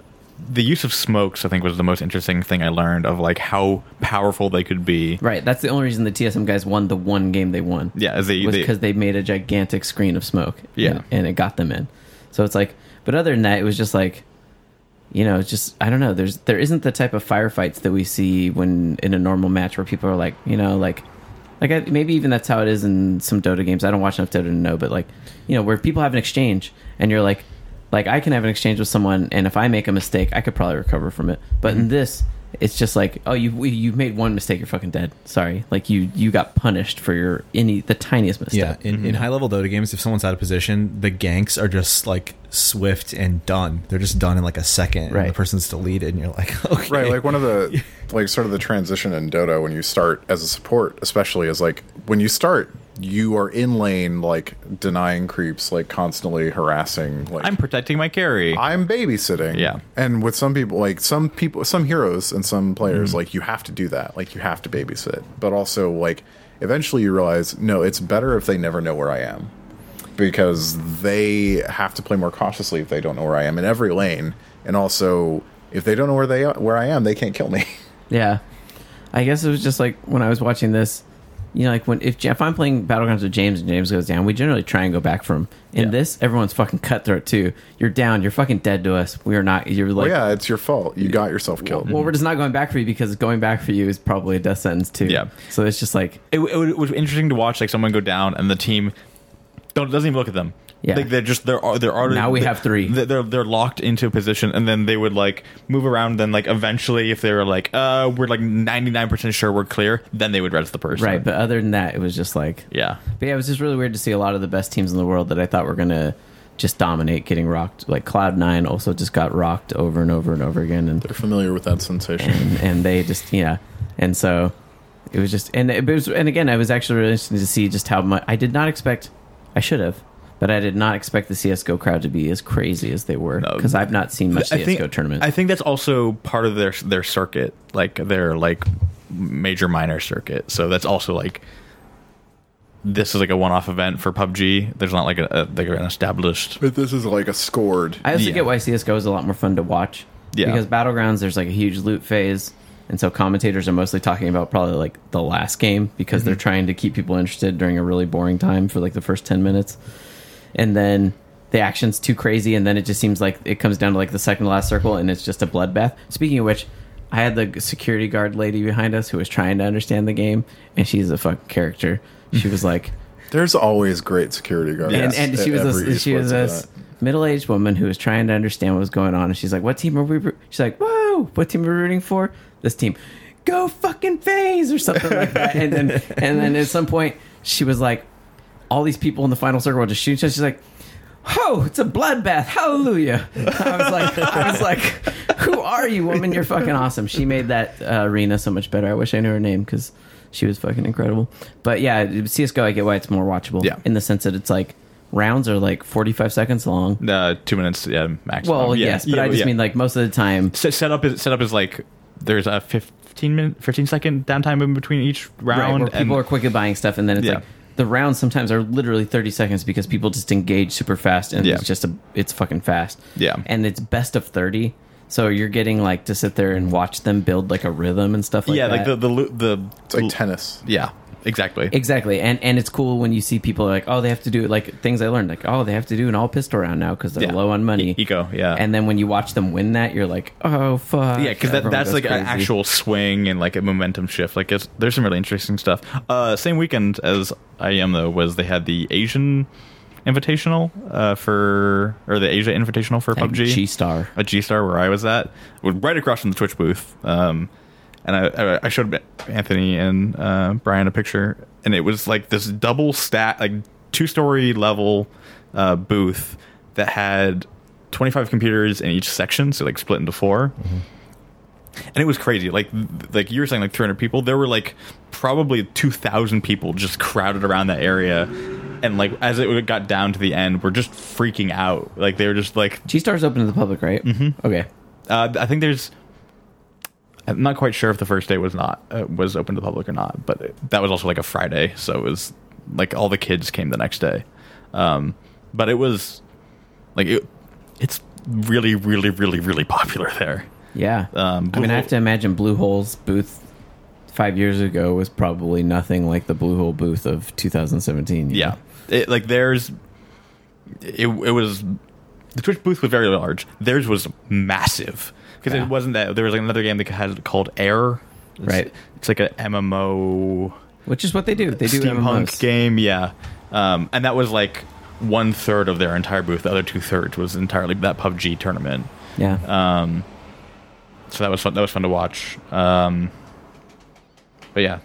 Speaker 4: the use of smokes I think was the most interesting thing I learned of like how powerful they could be.
Speaker 1: right. That's the only reason the TSM guys won the one game they won.
Speaker 4: Yeah, as they,
Speaker 1: was
Speaker 4: they
Speaker 1: because they made a gigantic screen of smoke.
Speaker 4: Yeah.
Speaker 1: and, and it got them in. So it's like, but other than that, it was just like, you know, it's just I don't know. There's there isn't the type of firefights that we see when in a normal match where people are like, you know, like. Like I, maybe even that's how it is in some Dota games. I don't watch enough Dota to know, but like, you know, where people have an exchange and you're like, like I can have an exchange with someone, and if I make a mistake, I could probably recover from it. But in this, it's just like, oh, you you made one mistake, you're fucking dead. Sorry, like you you got punished for your any the tiniest mistake.
Speaker 3: Yeah, in,
Speaker 2: Mm-hmm.
Speaker 3: in high level Dota games, if someone's out of position, the ganks are just like swift and done. They're just done in like a second. And
Speaker 1: Right.
Speaker 3: the person's deleted, and you're like, okay,
Speaker 2: Right, like one of the like sort of the transition in Dota when you start as a support, especially is like when you start, you are in lane like denying creeps, like constantly harassing. Like
Speaker 4: I'm protecting my carry.
Speaker 2: I'm babysitting.
Speaker 4: Yeah.
Speaker 2: And with some people, like some people, some heroes and some players,
Speaker 1: Mm-hmm.
Speaker 2: like you have to do that. Like you have to babysit. But also, like, eventually you realize, no, it's better if they never know where I am because they have to play more cautiously if they don't know where I am in every lane. And also, if they don't know where they are, where I am, they can't kill me.
Speaker 1: Yeah, I guess it was just like when I was watching this. You know, like when if, if I'm playing battlegrounds with James and James goes down, we generally try and go back from. In
Speaker 4: Yeah.
Speaker 1: this, everyone's fucking cutthroat too. You're down. You're fucking dead to us. We are not. You're like,
Speaker 2: well, yeah, it's your fault. You got yourself
Speaker 1: well,
Speaker 2: killed.
Speaker 1: well, we're just not going back for you because going back for you is probably a death sentence too.
Speaker 4: Yeah.
Speaker 1: So it's just like
Speaker 4: it, it, was interesting to watch like someone go down and the team don't doesn't even look at them.
Speaker 1: Yeah.
Speaker 4: Like, they're just they're al- they're already
Speaker 1: Now we
Speaker 4: they-
Speaker 1: have three.
Speaker 4: They're, they're they're locked into a position, and then they would like move around. Then like eventually, if they were like, uh, we're like ninety nine percent sure we're clear, then they would rest the person.
Speaker 1: right. But other than that, it was just like
Speaker 4: yeah.
Speaker 1: But yeah, it was just really weird to see a lot of the best teams in the world that I thought were gonna just dominate getting rocked. Like Cloud Nine also just got rocked over and over and over again, and
Speaker 2: They're familiar with that sensation.
Speaker 1: and, and they just yeah, and so it was just and it was and again, I was actually really interested to see just how much I did not expect. I should have. But I did not expect the CS:GO crowd to be as crazy as they were because I've not seen much CS:GO tournament.
Speaker 4: I think that's also part of their their circuit, like their like major minor circuit. So that's also like this is like a one off event for PUBG. There's not like a, a like an established
Speaker 2: But this is like a scored.
Speaker 1: I also
Speaker 4: Yeah.
Speaker 1: get why CSGO is a lot more fun to watch.
Speaker 4: Yeah.
Speaker 1: Because Battlegrounds, there's like a huge loot phase. And so commentators are mostly talking about probably like the last game because
Speaker 4: Mm-hmm.
Speaker 1: they're trying to keep people interested during a really boring time for like the first 10 minutes. And then the action's too crazy. And then it just seems like it comes down to like the second to last circle and it's just a bloodbath. Speaking of which, I had the security guard lady behind us who was trying to understand the game. And she's a fucking character. She was like,
Speaker 2: There's always great security guards.
Speaker 1: and, and she was
Speaker 2: at every
Speaker 1: a, she was
Speaker 2: esports
Speaker 1: a
Speaker 2: event.
Speaker 1: middle aged woman who was trying to understand what was going on, and she's like, "What team are we?" roo-" She's like, "Whoa, what team are we rooting for?" This team, go fucking phase or something like that. And then and then at some point, she was like, "All these people in the final circle are just shooting." each other." She's like. Oh, it's a bloodbath! Hallelujah! I was like, I was like, who are you, woman? You're fucking awesome. She made that uh, arena so much better. I wish I knew her name because she was fucking incredible. But yeah, CS:GO, I get why it's more watchable.
Speaker 4: Yeah.
Speaker 1: in the sense that it's like rounds are like 45 seconds long.
Speaker 4: uh, two minutes yeah, maximum.
Speaker 1: Well,
Speaker 4: Yeah.
Speaker 1: yes, but
Speaker 4: Yeah,
Speaker 1: I just
Speaker 4: yeah.
Speaker 1: mean like most of the time.
Speaker 4: set, setup is setup is like there's a 15 minute 15 second downtime in between each
Speaker 1: right,
Speaker 4: round
Speaker 1: where people are quick at buying stuff, and then it's
Speaker 4: Yeah.
Speaker 1: like the rounds sometimes are literally thirty seconds because people just engage super fast, and
Speaker 4: Yeah.
Speaker 1: it's just a it's fucking fast.
Speaker 4: Yeah.
Speaker 1: and it's best of thirty, so you're getting like to sit there and watch them build like a rhythm and stuff. like
Speaker 4: yeah like
Speaker 1: that.
Speaker 4: the the lo- the
Speaker 2: It's like tennis.
Speaker 4: yeah exactly
Speaker 1: Exactly, and and it's cool when you see people like, oh, they have to do like things I learned, like oh, they have to do an all pistol round now because they're
Speaker 4: Yeah.
Speaker 1: low on money.
Speaker 4: E- eco, yeah.
Speaker 1: And then when you watch them win that, you're like, oh fuck.
Speaker 4: yeah because that,
Speaker 1: Everyone
Speaker 4: that's
Speaker 1: goes
Speaker 4: like
Speaker 1: crazy.
Speaker 4: an actual swing and like a momentum shift like it's, there's some really interesting stuff uh same weekend as i am though was they had the asian invitational uh for or the asia invitational for
Speaker 1: Like,
Speaker 4: pubg
Speaker 1: G star.
Speaker 4: a G Star where I was at, was right across from the Twitch booth. Um, and I- I, I showed Anthony and uh, Brian a picture, and it was like this double stat, like two story level uh, booth that had 25 computers in each section, so like split into 4 And it was crazy. Like, th- like you were saying, like 300 people. There were like probably 2,000 people just crowded around that area. And like as it got down to the end, we're just freaking out. Like they were just like
Speaker 1: G star's open to the public, right? Mm-hmm. Okay.
Speaker 4: uh, I think there's. I'm not quite sure if the first day was not uh, was open to the public or not, but it, that was also like a Friday, so it was like all the kids came the next day. Um, but it was like it, it's really, really, really, really popular there.
Speaker 1: Yeah.
Speaker 4: Um,
Speaker 1: I
Speaker 4: Blue
Speaker 1: mean, I
Speaker 4: Hole-
Speaker 1: have to imagine Blue Hole's booth five years ago was probably nothing like the Blue Hole booth of 2017. you
Speaker 4: Yeah,
Speaker 1: know?
Speaker 4: it, like there's it. It was the Twitch booth was very large. Theirs was massive because
Speaker 1: Yeah.
Speaker 4: it wasn't that there was like another game that had called Air. It's-
Speaker 1: Right.
Speaker 4: it's like a MMO.
Speaker 1: Which is what they do. They do
Speaker 4: steampunk
Speaker 1: MMOs.
Speaker 4: game, yeah. Um, and that was like one third of their entire booth. The other two thirds was entirely that PUBG tournament.
Speaker 1: Yeah.
Speaker 4: Um, so that was fun. That was fun to watch. Um, but yeah,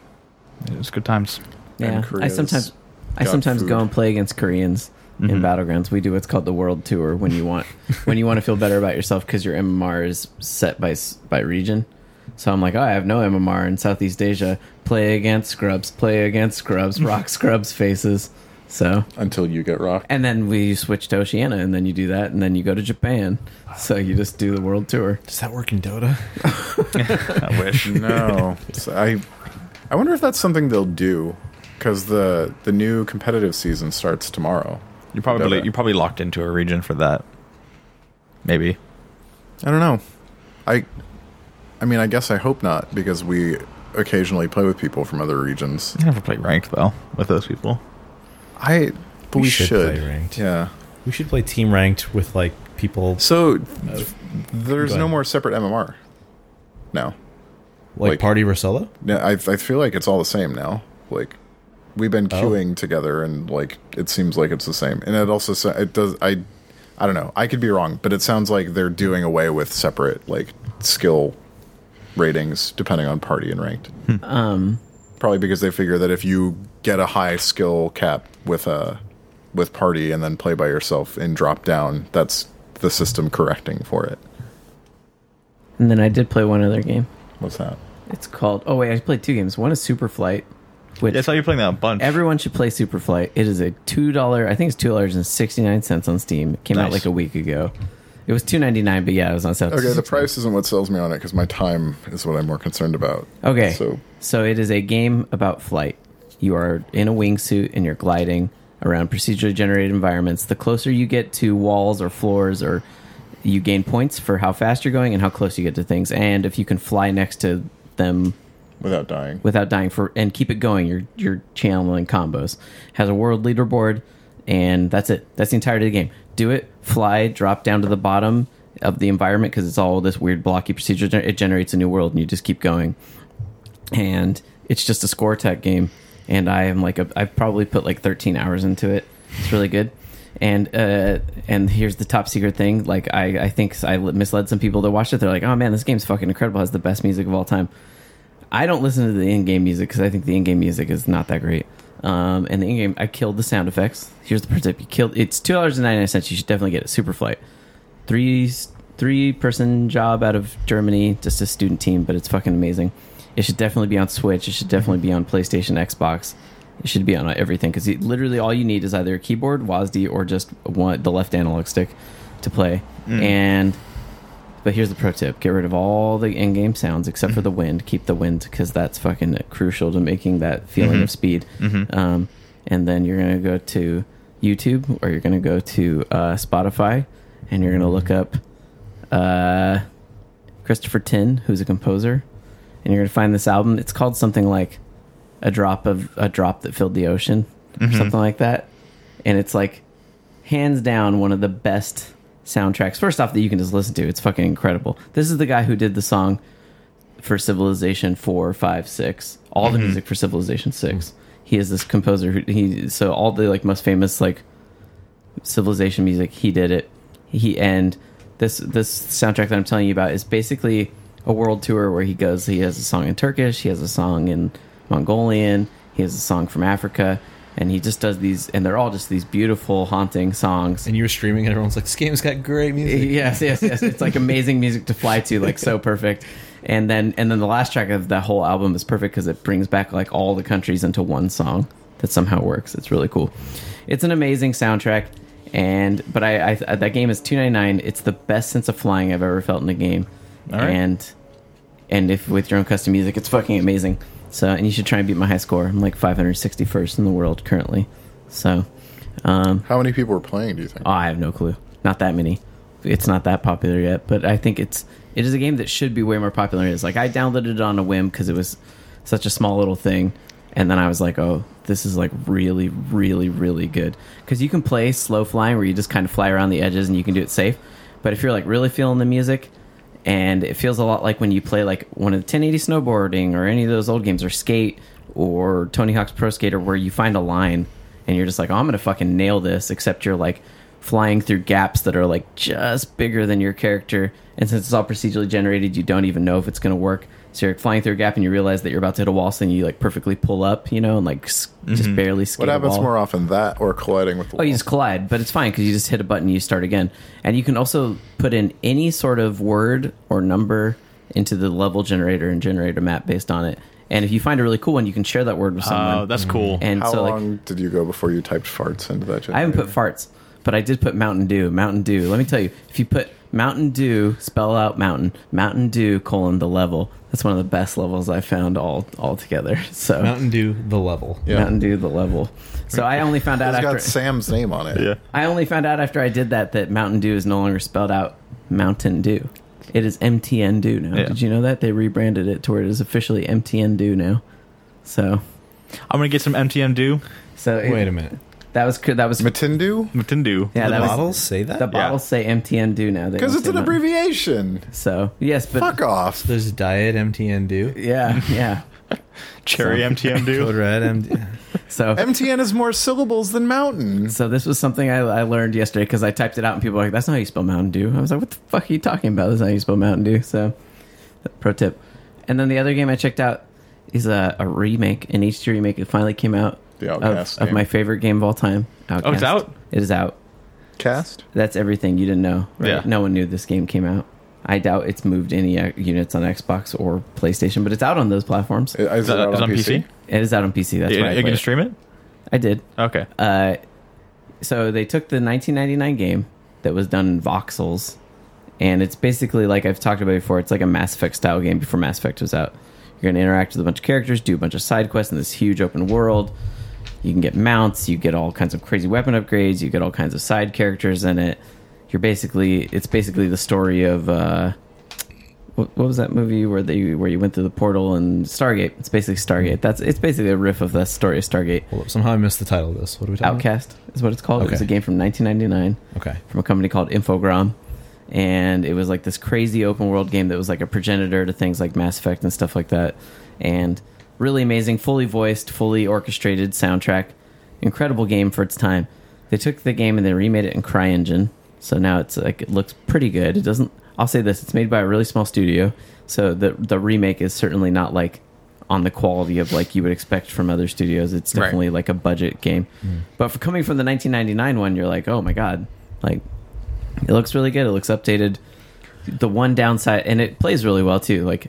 Speaker 4: it was good times.
Speaker 1: yeah. I
Speaker 2: Korea's
Speaker 1: sometimes I
Speaker 2: got
Speaker 1: sometimes go
Speaker 2: food.
Speaker 1: and play against Koreans in battlegrounds. We do what's called the world tour when you want when you want to feel better about yourself because your MMR is set by s- by region. So I'm like, oh, I have no MMR in Southeast Asia. Play against scrubs, play against scrubs, rock scrubs faces. So,
Speaker 2: until you get rocked.
Speaker 1: and then we switch to Oceania, and then you do that, and then you go to Japan. So you just do the world tour.
Speaker 3: Does that work in Dota?
Speaker 4: I wish.
Speaker 2: No, So I I wonder if that's something they'll do because the the new competitive season starts tomorrow.
Speaker 4: You probably
Speaker 2: Dota.
Speaker 4: you probably locked into a region for that. Maybe.
Speaker 2: I don't know. I I mean, I guess I hope not because we occasionally play with people from other regions.
Speaker 4: I never play ranked though with those people.
Speaker 2: I but
Speaker 3: We
Speaker 2: we,
Speaker 3: should
Speaker 2: should,
Speaker 3: play ranked.
Speaker 2: Yeah.
Speaker 3: We should play team ranked with like people
Speaker 2: So there's
Speaker 3: go
Speaker 2: no
Speaker 3: ahead.
Speaker 2: more separate MMR. No.
Speaker 3: like,
Speaker 2: like-
Speaker 3: party versus solo.
Speaker 2: No, I I feel like it's all the same now. Like we've been
Speaker 3: Oh.
Speaker 2: queuing together, and like it seems like it's the same. And it also sa- it does I I don't know. I could be wrong, but it sounds like they're doing away with separate like skill ratings depending on party and ranked. Um, probably because they figure that if you get a high skill cap with a with party and then play by yourself and drop down, that's the system correcting for it.
Speaker 1: And then I did play one other game.
Speaker 2: What's that?
Speaker 1: It's called. Oh wait, I played two games. One is Superflight, which
Speaker 4: Yeah, I saw you playing that a bunch.
Speaker 1: everyone should play Superflight. It is a two dollar. I think it's two dollars and sixty nine cents on Steam. It came out
Speaker 4: Nice.
Speaker 1: like a week ago. It was two ninety nine, but yeah, it was on sale.
Speaker 2: Okay, the price isn't what sells me on it because my time is what I'm more concerned about.
Speaker 1: Okay.
Speaker 2: So
Speaker 1: So it is a game about flight. You are in a wingsuit and you're gliding around procedurally generated environments. The closer you get to walls or floors or you gain points for how fast you're going and how close you get to things and if you can fly next to them
Speaker 2: without dying.
Speaker 1: without dying for and keep it going. You're you're channeling combos. Has a world leaderboard, and that's it. That's the entirety of the game. Do it. Fly. Drop down to the bottom of the environment because it's all this weird blocky procedure. It generates a new world, and you just keep going. And it's just a score tech game. And I am like a, I've probably put like 13 hours into it. It's really good. And uh, and here's the top secret thing. Like I, I think I misled some people that watched it. They're like, oh man, this game's fucking incredible. It Has the best music of all time. I don't listen to the in-game music because I think the in-game music is not that great. Um, and the in-game, I killed the sound effects. Here's the pro tip: you killed. It's two dollars and ninety nine cents. You should definitely get it. Superflight, three three person job out of Germany, just a student team, but it's fucking amazing. It should definitely be on Switch. It should definitely be on PlayStation, Xbox. It should be on everything because literally all you need is either a keyboard, WASD, or just one the left analog stick to play. And but here's the pro tip: get rid of all the in-game sounds except for the wind. Keep the wind because that's fucking crucial to making that feeling of speed. Um, and then you're gonna go to YouTube or you're gonna go to uh, Spotify, and you're gonna look up uh, Christopher Tin, who's a composer, and you're gonna find this album. It's called something like "A Drop of a Drop That Filled the Ocean" or something like that, and it's like hands down one of the best soundtracks. First off, that you can just listen to. It's fucking incredible. This is the guy who did the song for Civilization Four, Five, Six, all the music for Civilization Six. He is this composer who he so all the like most famous like civilization music. He did it. He and this this soundtrack that I'm telling you about is basically a world tour where he goes. He has a song in Turkish. He has a song in Mongolian. He has a song from Africa, and he just does these. And they're all just these beautiful, haunting songs.
Speaker 3: And you were streaming, and everyone's like, "This game's got great music."
Speaker 1: Yes, yes, yes. It's like amazing music to fly to, like so perfect. And then and then the last track of that whole album is perfect because it brings back like all the countries into one song that somehow works. It's really cool. It's an amazing soundtrack. And but I, I that game is two ninety nine. It's the best sense of flying I've ever felt in a game.
Speaker 4: right.
Speaker 1: And and if with your own custom music, it's fucking amazing. So and you should try and beat my high score. I'm like five hundred sixty first in the world currently. So um,
Speaker 2: How many people were playing? Do you think?
Speaker 1: Oh, I have no clue. Not that many. It's not that popular yet, but I think it's it is a game that should be way more popular. than It is like I downloaded it on a whim because it was such a small little thing, and then I was like, oh, this is like really, really, really good because you can play slow flying where you just kind of fly around the edges and you can do it safe. But if you're like really feeling the music, and it feels a lot like when you play like one of the 1080 snowboarding or any of those old games or skate or Tony Hawk's Pro Skater where you find a line and you're just like, oh, I'm gonna fucking nail this. Except you're like flying through gaps that are like just bigger than your character, and since it's all procedurally generated, you don't even know if it's gonna work. So you're flying through a gap and you realize that you're about to hit a wall, so then you like perfectly pull up, you know, and like s- just barely skate.
Speaker 2: What
Speaker 1: a
Speaker 2: happens
Speaker 1: wall.
Speaker 2: more often, that or colliding with the
Speaker 1: Oh, you
Speaker 2: wall?
Speaker 1: just collide, but it's fine because you just hit a button, you start again, and you can also put in any sort of word or number into the level generator and generate a map based on it. And if you find a really cool one, you can share that word with someone.
Speaker 4: Oh, that's cool.
Speaker 1: and
Speaker 2: How
Speaker 1: so like
Speaker 2: long did you go before you typed farts into that?
Speaker 1: I haven't put farts, but I did put Mountain Dew. Mountain Dew. Let me tell you, if you put Mountain Dew, spell out mountain, Mountain Dew colon the level. That's one of the best levels I found all all together. So Mountain,
Speaker 3: Mountain Dew, the level.
Speaker 2: Yeah.
Speaker 1: Dew the level. So I only found out
Speaker 2: It's
Speaker 1: after
Speaker 2: got Sam's name on it.
Speaker 4: Yeah.
Speaker 1: I only found out after I did that that Mountain Dew is no longer spelled out Mountain Dew. It is MTN Dew now.
Speaker 4: Yeah.
Speaker 1: Did you know that they rebranded it to where it is officially MTN Dew now? So
Speaker 4: I'm gonna get some MTM Dew.
Speaker 1: so it-
Speaker 3: Wait a minute.
Speaker 1: that was that was
Speaker 2: Matindu?
Speaker 4: MTM Dew.
Speaker 1: yeah
Speaker 3: the
Speaker 1: that was
Speaker 3: bottles say that?
Speaker 1: the bottles say MTN Dew now They
Speaker 2: Because
Speaker 1: don't
Speaker 2: it's
Speaker 1: say
Speaker 2: an
Speaker 1: Mountain-
Speaker 2: abbreviation.
Speaker 1: So yes, but
Speaker 2: Fuck off.
Speaker 3: There's Diet MTN Dew.
Speaker 1: yeah, yeah.
Speaker 4: Cherry MTM
Speaker 3: Code
Speaker 4: Dew.
Speaker 3: Red MD.
Speaker 1: So
Speaker 2: MTN is more syllables than mountain.
Speaker 1: so this was something I, I learned yesterday because I typed it out and people were like, "That's not how you spell Mountain Dew." I was like, "What the fuck are you talking about? That's not how you spell Mountain Dew." So pro tip. And then the other game I checked out is a, a remake, an HD remake. It finally came out
Speaker 2: The
Speaker 1: of,
Speaker 2: Outcast
Speaker 1: of
Speaker 2: game.
Speaker 1: my favorite game of all time. Outcast.
Speaker 4: Oh, out?
Speaker 1: It is out.
Speaker 2: Cast?
Speaker 1: That's everything you didn't know. Right?
Speaker 4: Yeah.
Speaker 1: No one knew this game came out. I doubt it's moved any uh, units on Xbox or PlayStation, but it's out on those platforms. It,
Speaker 2: Is, is
Speaker 4: Is that
Speaker 2: it out
Speaker 4: is
Speaker 2: on PC?
Speaker 1: is out on PC. That's
Speaker 4: You-
Speaker 1: right.
Speaker 4: you gonna stream it?
Speaker 1: I did.
Speaker 4: Okay.
Speaker 1: Uh, so they took the 1999 game that was done in voxels, and it's basically like I've talked about before. It's like a Mass Effect style game before Mass Effect was out. You're going to interact with a bunch of characters, do a bunch of side quests in this huge open world. You can get mounts, you get all kinds of crazy weapon upgrades, you get all kinds of side characters in it. You're basically it's basically the story of uh, what, what was that movie where they where you went through the portal and Stargate. It's basically Stargate. That's it's basically a riff of the story of Stargate.
Speaker 3: Hold up, Somehow I missed the title of this. What are we talking
Speaker 1: Outcast is what it's called. It was
Speaker 3: Okay.
Speaker 1: a game from 1999
Speaker 3: about? Okay.
Speaker 1: from a company called Infogram, and it was like this crazy open world game that was like a progenitor to things like Mass Effect and stuff like that. And really amazing, fully voiced, fully orchestrated soundtrack. Incredible game for its time. They took the game and they remade it in CryEngine, so now it's like it looks pretty good. It doesn't. I'll say this: it's made by a really small studio, so the the remake is certainly not like on the quality of like you would expect from other studios. It's
Speaker 4: Right.
Speaker 1: definitely like a budget game.
Speaker 4: Mm.
Speaker 1: But for coming from the 1999 one, you're like, oh my god, like it looks really good. It looks updated. The one downside, and it plays really well too. Like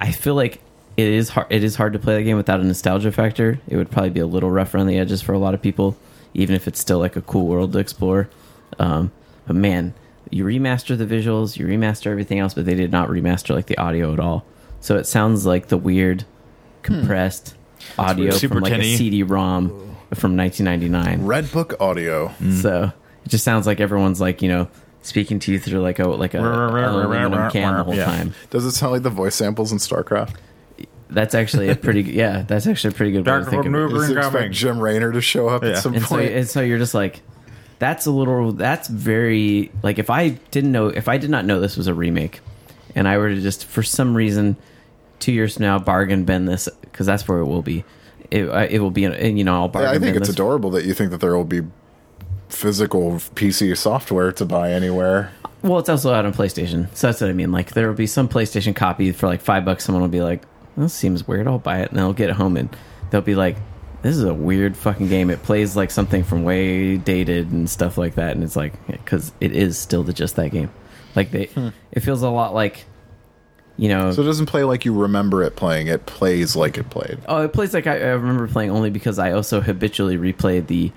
Speaker 1: I feel like it is hard. It is hard to play that game without a nostalgia factor. It would probably be a little rough around the edges for a lot of people, even if it's still like a cool world to explore. Um, but man, you remaster the visuals, you remaster everything else, but they did not remaster like the audio at all. So it sounds like the weird compressed audio
Speaker 4: Hmm. weird. Super
Speaker 1: from like a
Speaker 4: tinny.
Speaker 1: CD-ROM from 1999.
Speaker 2: Red Book Audio.
Speaker 1: So it just sounds like everyone's like you know speaking to you through like a like a, a aluminum can the whole
Speaker 4: Yeah.
Speaker 1: time.
Speaker 2: Does it sound like the voice samples in StarCraft?
Speaker 1: That's actually a pretty yeah. That's actually a pretty good. Way to
Speaker 4: Dark
Speaker 1: think of it.
Speaker 4: Lord
Speaker 2: Does it
Speaker 4: Incoming.
Speaker 2: expect Jim Raynor to show up
Speaker 4: Yeah.
Speaker 2: at some
Speaker 1: And so
Speaker 2: point?
Speaker 1: and so you're just like, that's a little that's very like if I didn't know if I did not know this was a remake, and I were to just for some reason two years from now bargain bend this because that's where it will be. It, I- it will be, and you know, I'll bargain.
Speaker 2: I think
Speaker 1: bin
Speaker 2: it's
Speaker 1: this.
Speaker 2: adorable that you think that there will be physical PC software to buy anywhere.
Speaker 1: Well, it's also out on PlayStation, so that's what I mean. Like, there will be some PlayStation copy for like five bucks. Someone will be like, "This seems weird. I'll buy it," and they'll get it home, and they'll be like, "This is a weird fucking game. It plays like something from way dated and stuff like that." And it's like, because it is still the, just that game. Like they, it feels a lot like, you know,
Speaker 2: So it doesn't play like you remember it playing. It plays like it played.
Speaker 1: Oh, it plays like I, I remember playing only because I also habitually replayed the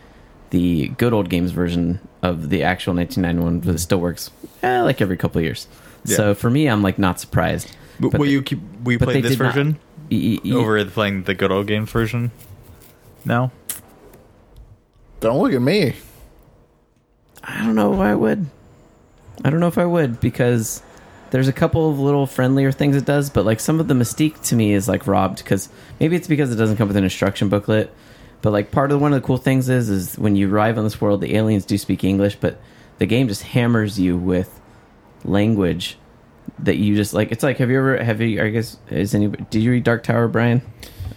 Speaker 1: the good old games version of the actual 1991 but it still works eh, like every couple of years. So for me, I'm like not surprised.
Speaker 4: W- will you keep? Will you
Speaker 1: but
Speaker 4: play
Speaker 1: they
Speaker 4: this
Speaker 1: did not-
Speaker 4: version
Speaker 1: y- y- y-
Speaker 4: over playing the good old games version? No.
Speaker 2: Don't look at me.
Speaker 1: I don't know if I would. I don't know if I would because there's a couple of little friendlier things it does, but like some of the mystique to me is like robbed because maybe it's because it doesn't come with an instruction booklet. But like part of one of the cool things is is when you arrive on this world, the aliens do speak English, but the game just hammers you with language that you just like. It's like have you ever have you? I guess is any? Did you read Dark Tower, Brian,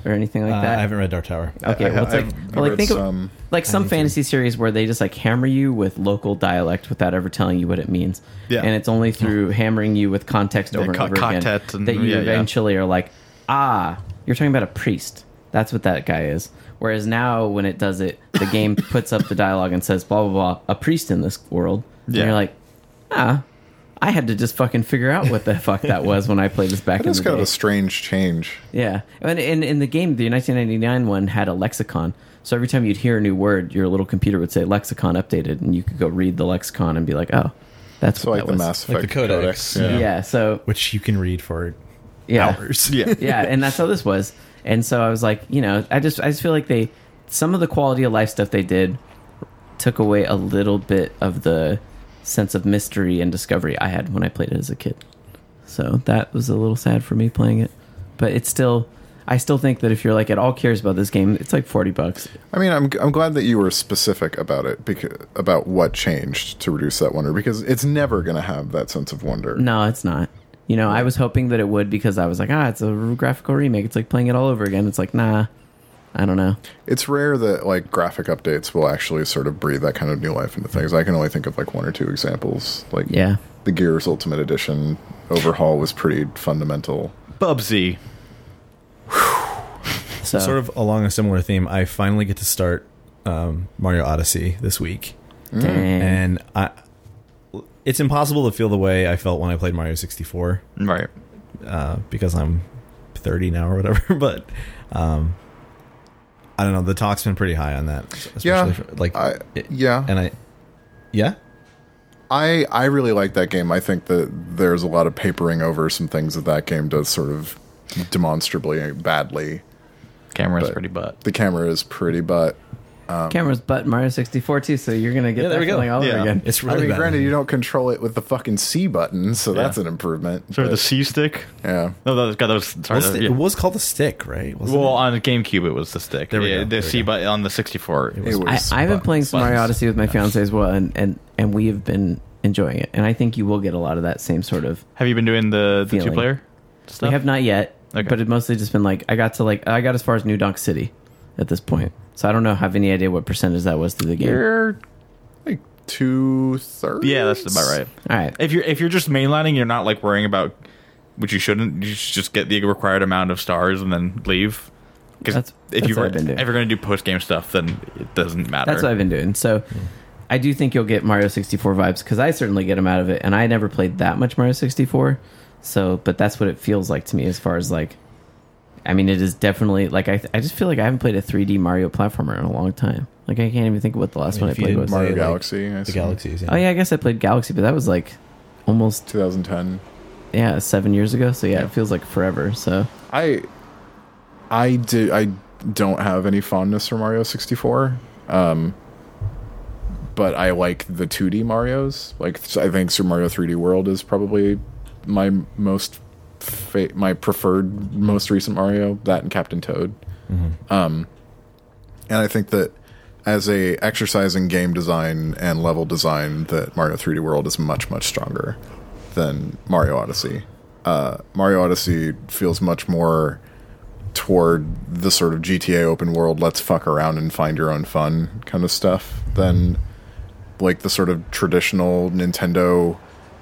Speaker 1: or anything like
Speaker 3: Uh,
Speaker 1: that?
Speaker 3: I haven't read Dark Tower.
Speaker 1: Okay, well, it's
Speaker 2: I-
Speaker 1: like,
Speaker 2: I've
Speaker 1: well, like
Speaker 2: read
Speaker 1: think of,
Speaker 2: some-
Speaker 1: like some fantasy series where they just like hammer you with local dialect without ever telling you what it means.
Speaker 4: Yeah.
Speaker 1: And it's only through hammering you with context over
Speaker 4: co-
Speaker 1: and over again
Speaker 4: content and-
Speaker 1: that you
Speaker 4: yeah, yeah.
Speaker 1: eventually are like, ah, you're talking about a priest. That's what that guy is. Whereas now, when it does it, the game puts up the dialogue and says, blah, blah, blah, a priest in this world. And
Speaker 4: Yeah.
Speaker 1: you're like, ah, I had to just fucking figure out what the fuck that was when I played this back
Speaker 2: That
Speaker 1: in
Speaker 2: is
Speaker 1: the
Speaker 2: kind
Speaker 1: day.
Speaker 2: of a strange change.
Speaker 1: Yeah, and in in the game, the 1999 one had a lexicon. So every time you'd hear a new word, your little computer would say "lexicon updated," and you could go read the lexicon and be like, "Oh, that's
Speaker 2: So
Speaker 1: what that
Speaker 2: like
Speaker 1: was."
Speaker 2: the Mass
Speaker 3: Like
Speaker 2: Effect
Speaker 3: the codex,
Speaker 1: Yeah.
Speaker 3: yeah.
Speaker 1: So
Speaker 3: which you can read for
Speaker 1: yeah,
Speaker 3: hours.
Speaker 4: Yeah.
Speaker 1: yeah, and that's how this was. And so I was like, you know, I just I just feel like they some of the quality of life stuff they did took away a little bit of the sense of mystery and discovery I had when I played it as a kid. So that was a little sad for me playing it. But it's still I still think that if you're like at all curious about this game, it's like 40 bucks.
Speaker 2: I mean, I'm I'm glad that you were specific about it because about what changed to reduce that wonder because it's never going to have that sense of wonder.
Speaker 1: No, it's not. You know, I was hoping that it would because I was like, ah, it's a graphical remake. It's like playing it all over again. It's like, nah, I don't know.
Speaker 2: It's rare that like graphic updates will actually sort of breathe that kind of new life into things. I can only think of like one or two examples. Like
Speaker 1: Yeah.
Speaker 2: the Gears Ultimate Edition overhaul was pretty fundamental.
Speaker 4: Bubsy.
Speaker 1: So
Speaker 3: Sort of along a similar theme, I finally get to start um, Mario Odyssey this week,
Speaker 1: dang.
Speaker 3: and I. It's impossible to feel the way I felt when I played Mario 64
Speaker 4: Right.
Speaker 3: uh, because I'm 30 now or whatever. But um, I don't know. The talk's been pretty high on that. Especially
Speaker 2: Yeah,
Speaker 3: for, like
Speaker 2: I,
Speaker 3: it-
Speaker 2: yeah,
Speaker 3: and I, yeah,
Speaker 2: I I really like that game. I think that there's a lot of papering over some things that that game does sort of demonstrably badly.
Speaker 4: Camera's
Speaker 2: But-
Speaker 4: pretty butt.
Speaker 2: The camera is pretty, but
Speaker 1: Camera's butt Mario 64 too, so you're gonna get
Speaker 3: Yeah,
Speaker 1: that
Speaker 3: there we go.
Speaker 1: feeling all over
Speaker 4: Yeah.
Speaker 1: again.
Speaker 3: it's
Speaker 2: I
Speaker 3: really
Speaker 2: mean,
Speaker 3: bad.
Speaker 2: granted, you don't control it with the fucking C button, so that's
Speaker 4: Yeah.
Speaker 2: an improvement.
Speaker 4: Sorry, the
Speaker 2: but-
Speaker 4: C stick.
Speaker 2: yeah,
Speaker 4: No, that was, God, that was sorry.
Speaker 3: What's
Speaker 4: that-
Speaker 3: the-
Speaker 4: yeah.
Speaker 3: It was called the stick, right? Wasn't
Speaker 4: well,
Speaker 3: it?
Speaker 4: on GameCube, it was the stick.
Speaker 3: There we
Speaker 4: yeah,
Speaker 3: go,
Speaker 4: The
Speaker 3: there we
Speaker 4: C
Speaker 3: go.
Speaker 4: button on the 64.
Speaker 2: it
Speaker 1: I,
Speaker 2: was.
Speaker 1: I've been playing some Mario
Speaker 4: buttons.
Speaker 1: Odyssey with my fiance as well, and, and and we have been enjoying it. And I think you will get a lot of that same sort of.
Speaker 4: Have you been doing the, the
Speaker 1: Feeling.
Speaker 4: two player
Speaker 1: We
Speaker 4: stuff?
Speaker 1: have not yet,
Speaker 4: Okay.
Speaker 1: but it mostly just been like I got to like I got as far as New Donk City at this point, so I don't know have any idea what percentage that was through the game.
Speaker 4: You're-
Speaker 2: like two thirds.
Speaker 4: yeah, that's about right.
Speaker 1: all right,
Speaker 4: If you're if you're just mainlining, you're not like worrying about which you shouldn't. You should just get the required amount of stars and then leave. Because
Speaker 1: That's-
Speaker 4: if
Speaker 1: that's
Speaker 4: you
Speaker 1: what
Speaker 4: were,
Speaker 1: I've been doing.
Speaker 4: if you're going to do post game stuff, then it doesn't matter.
Speaker 1: that's what I've been doing. So
Speaker 3: Hmm.
Speaker 1: I do think you'll get Mario 64 vibes because I certainly get them out of it, and I never played that much Mario 64. So, but that's what it feels like to me as far as like. I mean, it is definitely like I. I just feel like I haven't played a 3D Mario platformer in a long time. Like I can't even think of what the last
Speaker 3: mean,
Speaker 1: one I
Speaker 3: if you
Speaker 1: played
Speaker 3: didn't
Speaker 1: was.
Speaker 2: Mario
Speaker 3: Say, like,
Speaker 2: Galaxy. I
Speaker 3: the
Speaker 2: see.
Speaker 3: galaxies.
Speaker 1: oh yeah, I guess I played Galaxy, but that was like almost
Speaker 2: 2010.
Speaker 1: yeah seven years ago. So yeah, it feels like forever. So
Speaker 2: I I do I don't have any fondness for Mario 64. Um but I like the 2D Marios. Like I think Super Mario 3D World is probably my most fa- my preferred most recent Mario, that and Captain Toad. Um and I think that as a exercise in game design and level design that Mario 3D World is much much stronger than Mario Odyssey. Uh, Mario Odyssey feels much more toward the sort of GTA open world, let's fuck around and find your own fun kind of stuff than like the sort of traditional Nintendo.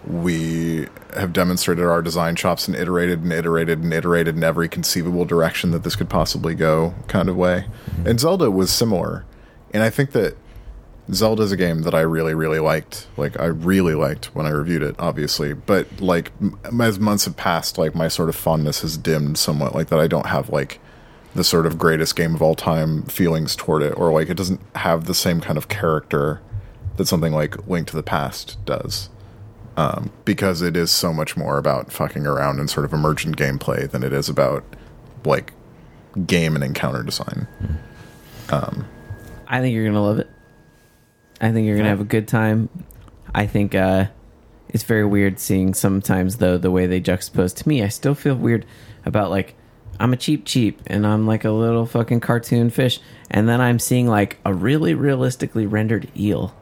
Speaker 2: We have demonstrated our design chops and iterated and iterated and iterated in every conceivable direction that this could possibly go kind of way. And Zelda was similar. And I think that Zelda's a game that I really, really liked. Like, I really liked when I reviewed it, obviously. But, like, m- as months have passed, like, my sort of fondness has dimmed somewhat. Like, that I don't have, like, the sort of greatest game of all time feelings toward it, or, like, it doesn't have the same kind of character that something like Link to the Past does. Um, because it is so much more about fucking around and sort of emergent gameplay than it is about, like, game and encounter design.
Speaker 1: I think you're gonna love it. I think you're gonna have a good time. I think uh, it's very weird seeing sometimes though the way they juxtapose. To me, I still feel weird about like I'm a cheap cheap and I'm like a little fucking cartoon fish, and then I'm seeing like a really realistically rendered eel,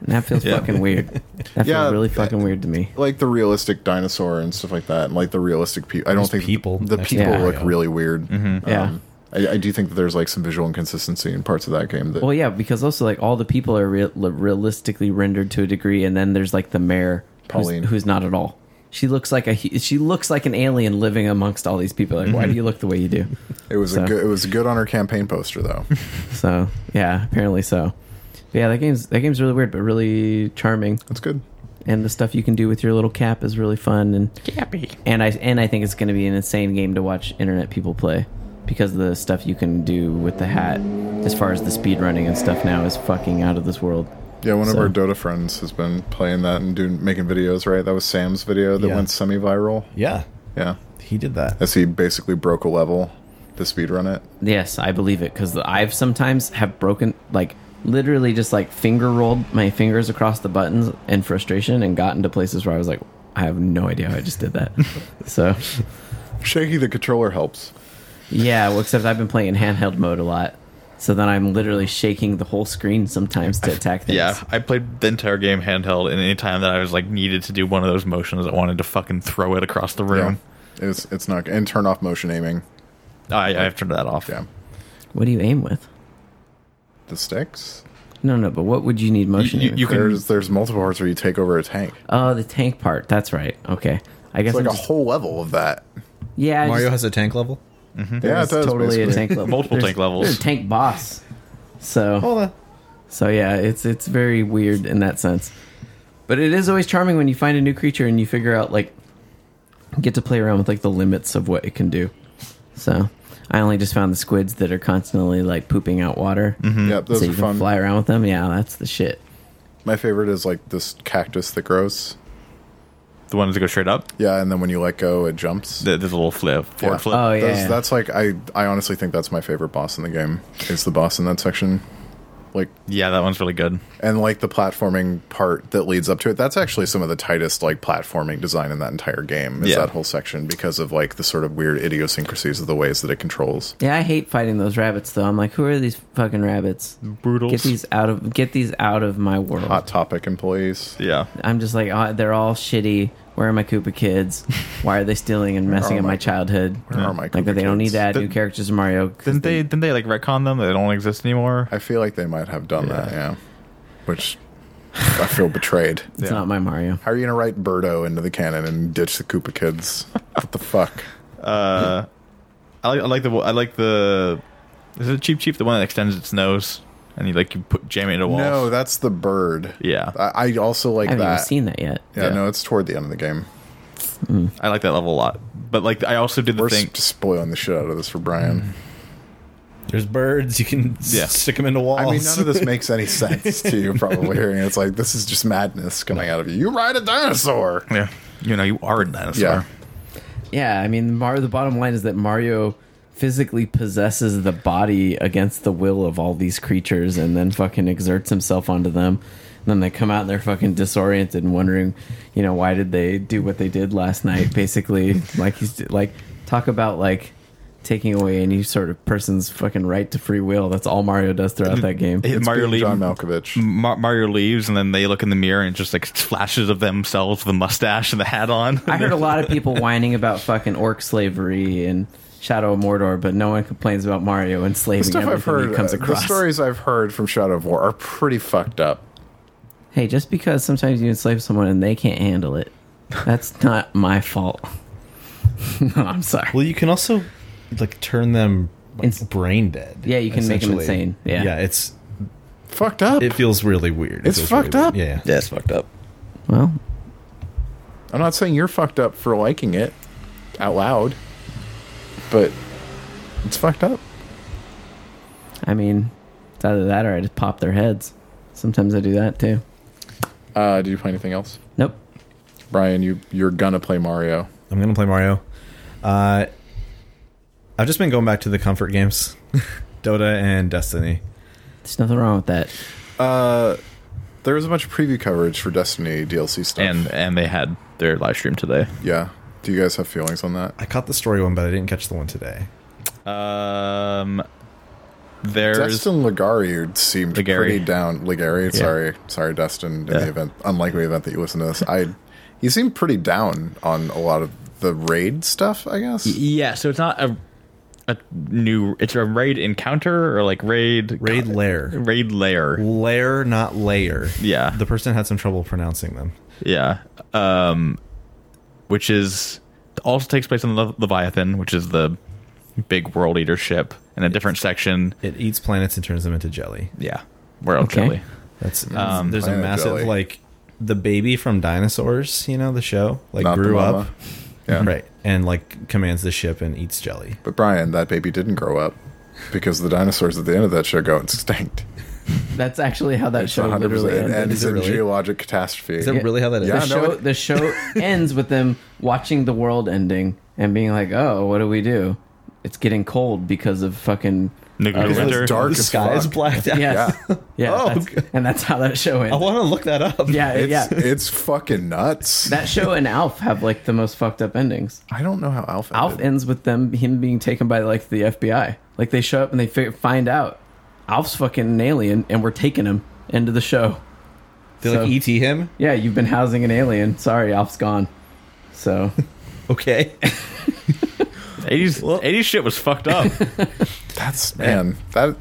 Speaker 1: and that feels fucking weird. That
Speaker 2: Yeah,
Speaker 1: feels really
Speaker 2: that-
Speaker 1: fucking weird to me.
Speaker 2: like the realistic dinosaur and stuff like that, and like the realistic people. I don't
Speaker 3: There's
Speaker 2: think
Speaker 3: people
Speaker 2: The,
Speaker 3: next
Speaker 1: to
Speaker 2: people
Speaker 1: Mario.
Speaker 2: look really weird. Um,
Speaker 1: Yeah.
Speaker 2: I, I do think that there's like some visual inconsistency in parts of that game. That
Speaker 1: Well, yeah, because also like all the people are real realistically rendered to a degree, and then there's like the mayor, who's-
Speaker 2: Pauline.
Speaker 1: who's, not at all. She looks like a hu- she looks like an alien living amongst all these people. Like, why do you look the way you do?
Speaker 2: it was
Speaker 1: so-
Speaker 2: a good, it was good on her campaign poster though.
Speaker 1: So yeah, apparently so. But yeah, that game's that game's really weird, but really charming.
Speaker 2: That's good.
Speaker 1: and the stuff you can do with your little cap is really fun and
Speaker 4: Cappy.
Speaker 1: and I and I think it's going to be an insane game to watch internet people play because the stuff you can do with the hat as far as the speed running and stuff now is fucking out of this world.
Speaker 2: Yeah, one of
Speaker 1: So-
Speaker 2: our Dota friends has been playing that and doing making videos. Right, that was Sam's video that
Speaker 3: Yeah.
Speaker 2: went semi-viral.
Speaker 3: Yeah,
Speaker 2: Yeah,
Speaker 3: he did that.
Speaker 2: as he basically broke a level to speedrun it.
Speaker 1: Yes, I believe it cuz I've sometimes have broken like literally just like finger rolled my fingers across the buttons in frustration and gotten to places where I was like I have no idea how I just did that. so
Speaker 2: Shaking the controller helps.
Speaker 1: Yeah, well, except I've been playing in handheld mode a lot. So then I'm literally shaking the whole screen sometimes to attack things.
Speaker 4: Yeah, I played the entire game handheld, and any time that I was like needed to do one of those motions, I wanted to fucking throw it across the room.
Speaker 2: Yeah, it's it's not and turn off motion aiming.
Speaker 4: I, I have turned that off.
Speaker 2: Yeah,
Speaker 1: What do you aim with?
Speaker 2: the sticks.
Speaker 1: No, no, but what would you need motion?
Speaker 4: You-
Speaker 1: aim
Speaker 4: you
Speaker 1: for?
Speaker 4: can-
Speaker 2: There's there's multiple parts where you take over a tank.
Speaker 1: oh, the tank part. That's right. Okay. I guess
Speaker 2: It's like
Speaker 1: I'm
Speaker 2: a
Speaker 1: just-
Speaker 2: whole level of that.
Speaker 1: yeah, I
Speaker 3: Mario
Speaker 1: just-
Speaker 3: has a tank level.
Speaker 2: yeah, it
Speaker 1: it's
Speaker 2: does
Speaker 1: totally
Speaker 2: basically.
Speaker 1: a tank level.
Speaker 4: Multiple
Speaker 1: There's-
Speaker 4: tank levels.
Speaker 1: There's a tank boss. So So yeah, it's it's very weird in that sense. But it is always charming when you find a new creature and you figure out like get to play around with like the limits of what it can do. So I only just found the squids that are constantly like pooping out water. Mm-hmm.
Speaker 2: Yep, those
Speaker 1: so
Speaker 2: are
Speaker 1: you can
Speaker 2: fun.
Speaker 1: fly around with them. Yeah, that's the shit.
Speaker 2: My favorite is like this cactus that grows.
Speaker 4: The ones that go straight up,
Speaker 2: Yeah, and then when you let go, it jumps.
Speaker 4: th- there's a little flip, forward
Speaker 2: Yeah.
Speaker 4: flip.
Speaker 1: Oh yeah,
Speaker 2: Those-
Speaker 1: yeah.
Speaker 2: That's like I I honestly think that's my favorite boss in the game. Is the boss in that section. Like
Speaker 4: yeah, that one's really good.
Speaker 2: and like the platforming part that leads up to it. That's actually some of the tightest like platforming design in that entire game. Is
Speaker 4: Yeah.
Speaker 2: that whole section because of like the sort of weird idiosyncrasies of the ways that it controls.
Speaker 1: yeah. I hate fighting those rabbits though. I'm like, who are these fucking rabbits?
Speaker 4: Brutal.
Speaker 1: Get these out of get these out of my world.
Speaker 2: Hot topic employees.
Speaker 4: Yeah.
Speaker 1: I'm just like, oh, they're all shitty. Where are my Koopa kids? Why are they stealing and messing
Speaker 2: are
Speaker 1: up
Speaker 2: my-
Speaker 1: my childhood?
Speaker 2: where are Oh my
Speaker 1: like
Speaker 2: Koopa
Speaker 1: they don't need
Speaker 2: kids?
Speaker 1: to add
Speaker 4: The-
Speaker 1: new characters to Mario. 'cause
Speaker 4: Didn't they? Didn't they like retcon them? They don't exist anymore.
Speaker 2: I feel like they might have done that. Yeah, which I feel betrayed.
Speaker 1: It's
Speaker 4: Yeah.
Speaker 1: not my Mario.
Speaker 2: How are you gonna write Birdo into the canon and ditch the Koopa kids? what the fuck?
Speaker 4: Uh, I like. I like the. I like the. Is it Cheap Chief the one that extends its nose and you like you put jam it into walls?
Speaker 2: No, that's the bird.
Speaker 4: Yeah,
Speaker 2: I, I also like
Speaker 1: I haven't
Speaker 2: that.
Speaker 1: even seen that yet.
Speaker 2: yeah,
Speaker 4: Yeah.
Speaker 2: no, it's toward the end of the game.
Speaker 4: I like that level a lot. But like, I also did the
Speaker 2: We're
Speaker 4: thing.
Speaker 2: sp- spoiling the shit out of this for Brian.
Speaker 3: There's birds. You can s-
Speaker 4: Yeah.
Speaker 3: stick them into walls.
Speaker 2: I mean, none of this makes any sense to you. Probably hearing it. it's like this is just madness coming out of you. You ride a dinosaur.
Speaker 4: yeah, you know, you are a dinosaur.
Speaker 2: Yeah.
Speaker 1: Yeah, I mean, Mario. The bottom line is that Mario physically possesses the body against the will of all these creatures, and then fucking exerts himself onto them. And then they come out and they're fucking disoriented and wondering, you know, why did they do what they did last night? Basically, like he's like talk about like taking away any sort of person's fucking right to free will. That's all Mario does throughout that game.
Speaker 4: It-
Speaker 2: It's
Speaker 4: Mario
Speaker 2: being John
Speaker 4: leaves.
Speaker 2: Malkovich.
Speaker 4: Mar- Mario leaves, and then they look in the mirror, and it's just like flashes of themselves, the mustache and the hat on.
Speaker 1: I heard a lot of people whining about fucking orc slavery and Shadow of Mordor, but no one complains about Mario enslaving
Speaker 2: Stuff
Speaker 1: everything
Speaker 2: I've heard.
Speaker 1: he comes
Speaker 2: uh, the
Speaker 1: across.
Speaker 2: stories I've heard from Shadow of War are pretty fucked up.
Speaker 1: Hey, just because sometimes you enslave someone and they can't handle it, that's not my fault. no, I'm sorry.
Speaker 3: Well, you can also like turn them like,
Speaker 1: Ins-
Speaker 3: brain dead.
Speaker 1: Yeah, you can make 'em
Speaker 3: essentially.
Speaker 1: insane. Yeah.
Speaker 3: yeah. It's
Speaker 2: Fucked up.
Speaker 3: it feels really weird. It
Speaker 2: It's
Speaker 3: feels
Speaker 2: fucked
Speaker 3: really
Speaker 2: up.
Speaker 3: weird. Yeah,
Speaker 4: yeah, it's fucked up.
Speaker 1: Well,
Speaker 2: I'm not saying you're fucked up for liking it out loud, but it's fucked up.
Speaker 1: I mean, it's either that or I just pop their heads. Sometimes I do that too.
Speaker 2: Uh, did you play anything else,
Speaker 1: Nope.
Speaker 2: Brian? You you're gonna play Mario.
Speaker 3: I'm gonna play Mario. Uh, I've just been going back to the comfort games, Dota and Destiny.
Speaker 1: There's nothing wrong with that.
Speaker 2: Uh, there was a bunch of preview coverage for Destiny DLC stuff.
Speaker 4: And and they had their live stream today.
Speaker 2: yeah, do you guys have feelings on that?
Speaker 3: I caught the story one, but I didn't catch the one today.
Speaker 4: Um, there's
Speaker 2: Destin Ligari seemed
Speaker 4: Ligari.
Speaker 2: pretty down. Ligari,
Speaker 4: Yeah.
Speaker 2: sorry, sorry, Destin. In
Speaker 4: Yeah.
Speaker 2: the event, unlikely event that you listen to this, I he seemed pretty down on a lot of the raid stuff. I guess
Speaker 4: yeah. So it's not a a new. It's a raid encounter or like raid
Speaker 3: Raid Lair,
Speaker 4: raid layer.
Speaker 3: Lair, not layer.
Speaker 4: Yeah.
Speaker 3: the person had some trouble pronouncing them.
Speaker 4: Yeah. Um, which is also takes place in the Leviathan, which is the big world eater ship in a different section.
Speaker 3: It eats planets and turns them into jelly.
Speaker 4: Yeah. World
Speaker 1: Okay.
Speaker 4: jelly.
Speaker 3: That's
Speaker 4: Um,
Speaker 3: there's a
Speaker 2: Planet
Speaker 3: massive
Speaker 2: jelly.
Speaker 3: like the baby from Dinosaurs, you know, the show, like
Speaker 2: Not the
Speaker 3: grew up,
Speaker 2: mama. Yeah.
Speaker 3: right, and like commands the ship and eats jelly.
Speaker 2: But Brian, that baby didn't grow up because the dinosaurs at the end of that show go extinct.
Speaker 1: That's actually how that
Speaker 2: It's
Speaker 1: show
Speaker 2: 100%
Speaker 1: literally
Speaker 2: it
Speaker 1: ended.
Speaker 2: ends
Speaker 3: Is it
Speaker 2: in
Speaker 3: really?
Speaker 2: geologic catastrophe.
Speaker 3: Is that really how that is?
Speaker 2: Yeah,
Speaker 1: the
Speaker 2: I know
Speaker 1: show
Speaker 2: it.
Speaker 1: the show ends with them watching the world ending and being like, "Oh, what do we do? It's getting cold because of fucking
Speaker 4: Nuclear
Speaker 2: Because it was
Speaker 4: winter.
Speaker 2: dark
Speaker 3: the
Speaker 2: as
Speaker 3: sky is
Speaker 2: fuck.
Speaker 3: blacked out.
Speaker 1: yeah,
Speaker 2: Yeah.
Speaker 1: yeah."
Speaker 3: Oh,
Speaker 1: that's-
Speaker 3: okay.
Speaker 1: and that's how that show
Speaker 3: I
Speaker 1: ends.
Speaker 3: want to look that up.
Speaker 1: Yeah, yeah.
Speaker 2: It's fucking nuts.
Speaker 1: That show and Alf have like the most fucked up endings.
Speaker 2: I don't know how Alf.
Speaker 1: Alf
Speaker 2: ended.
Speaker 1: ends with them him being taken by like the FBI. Like they show up and they fi- find out Alf's fucking an alien and we're taking him into the show.
Speaker 3: they
Speaker 1: So-
Speaker 3: like ET him.
Speaker 1: Yeah, you've been housing an alien. Sorry, Alf's gone. So
Speaker 3: Okay,
Speaker 4: 80s, 80s shit was fucked up.
Speaker 2: That's man. That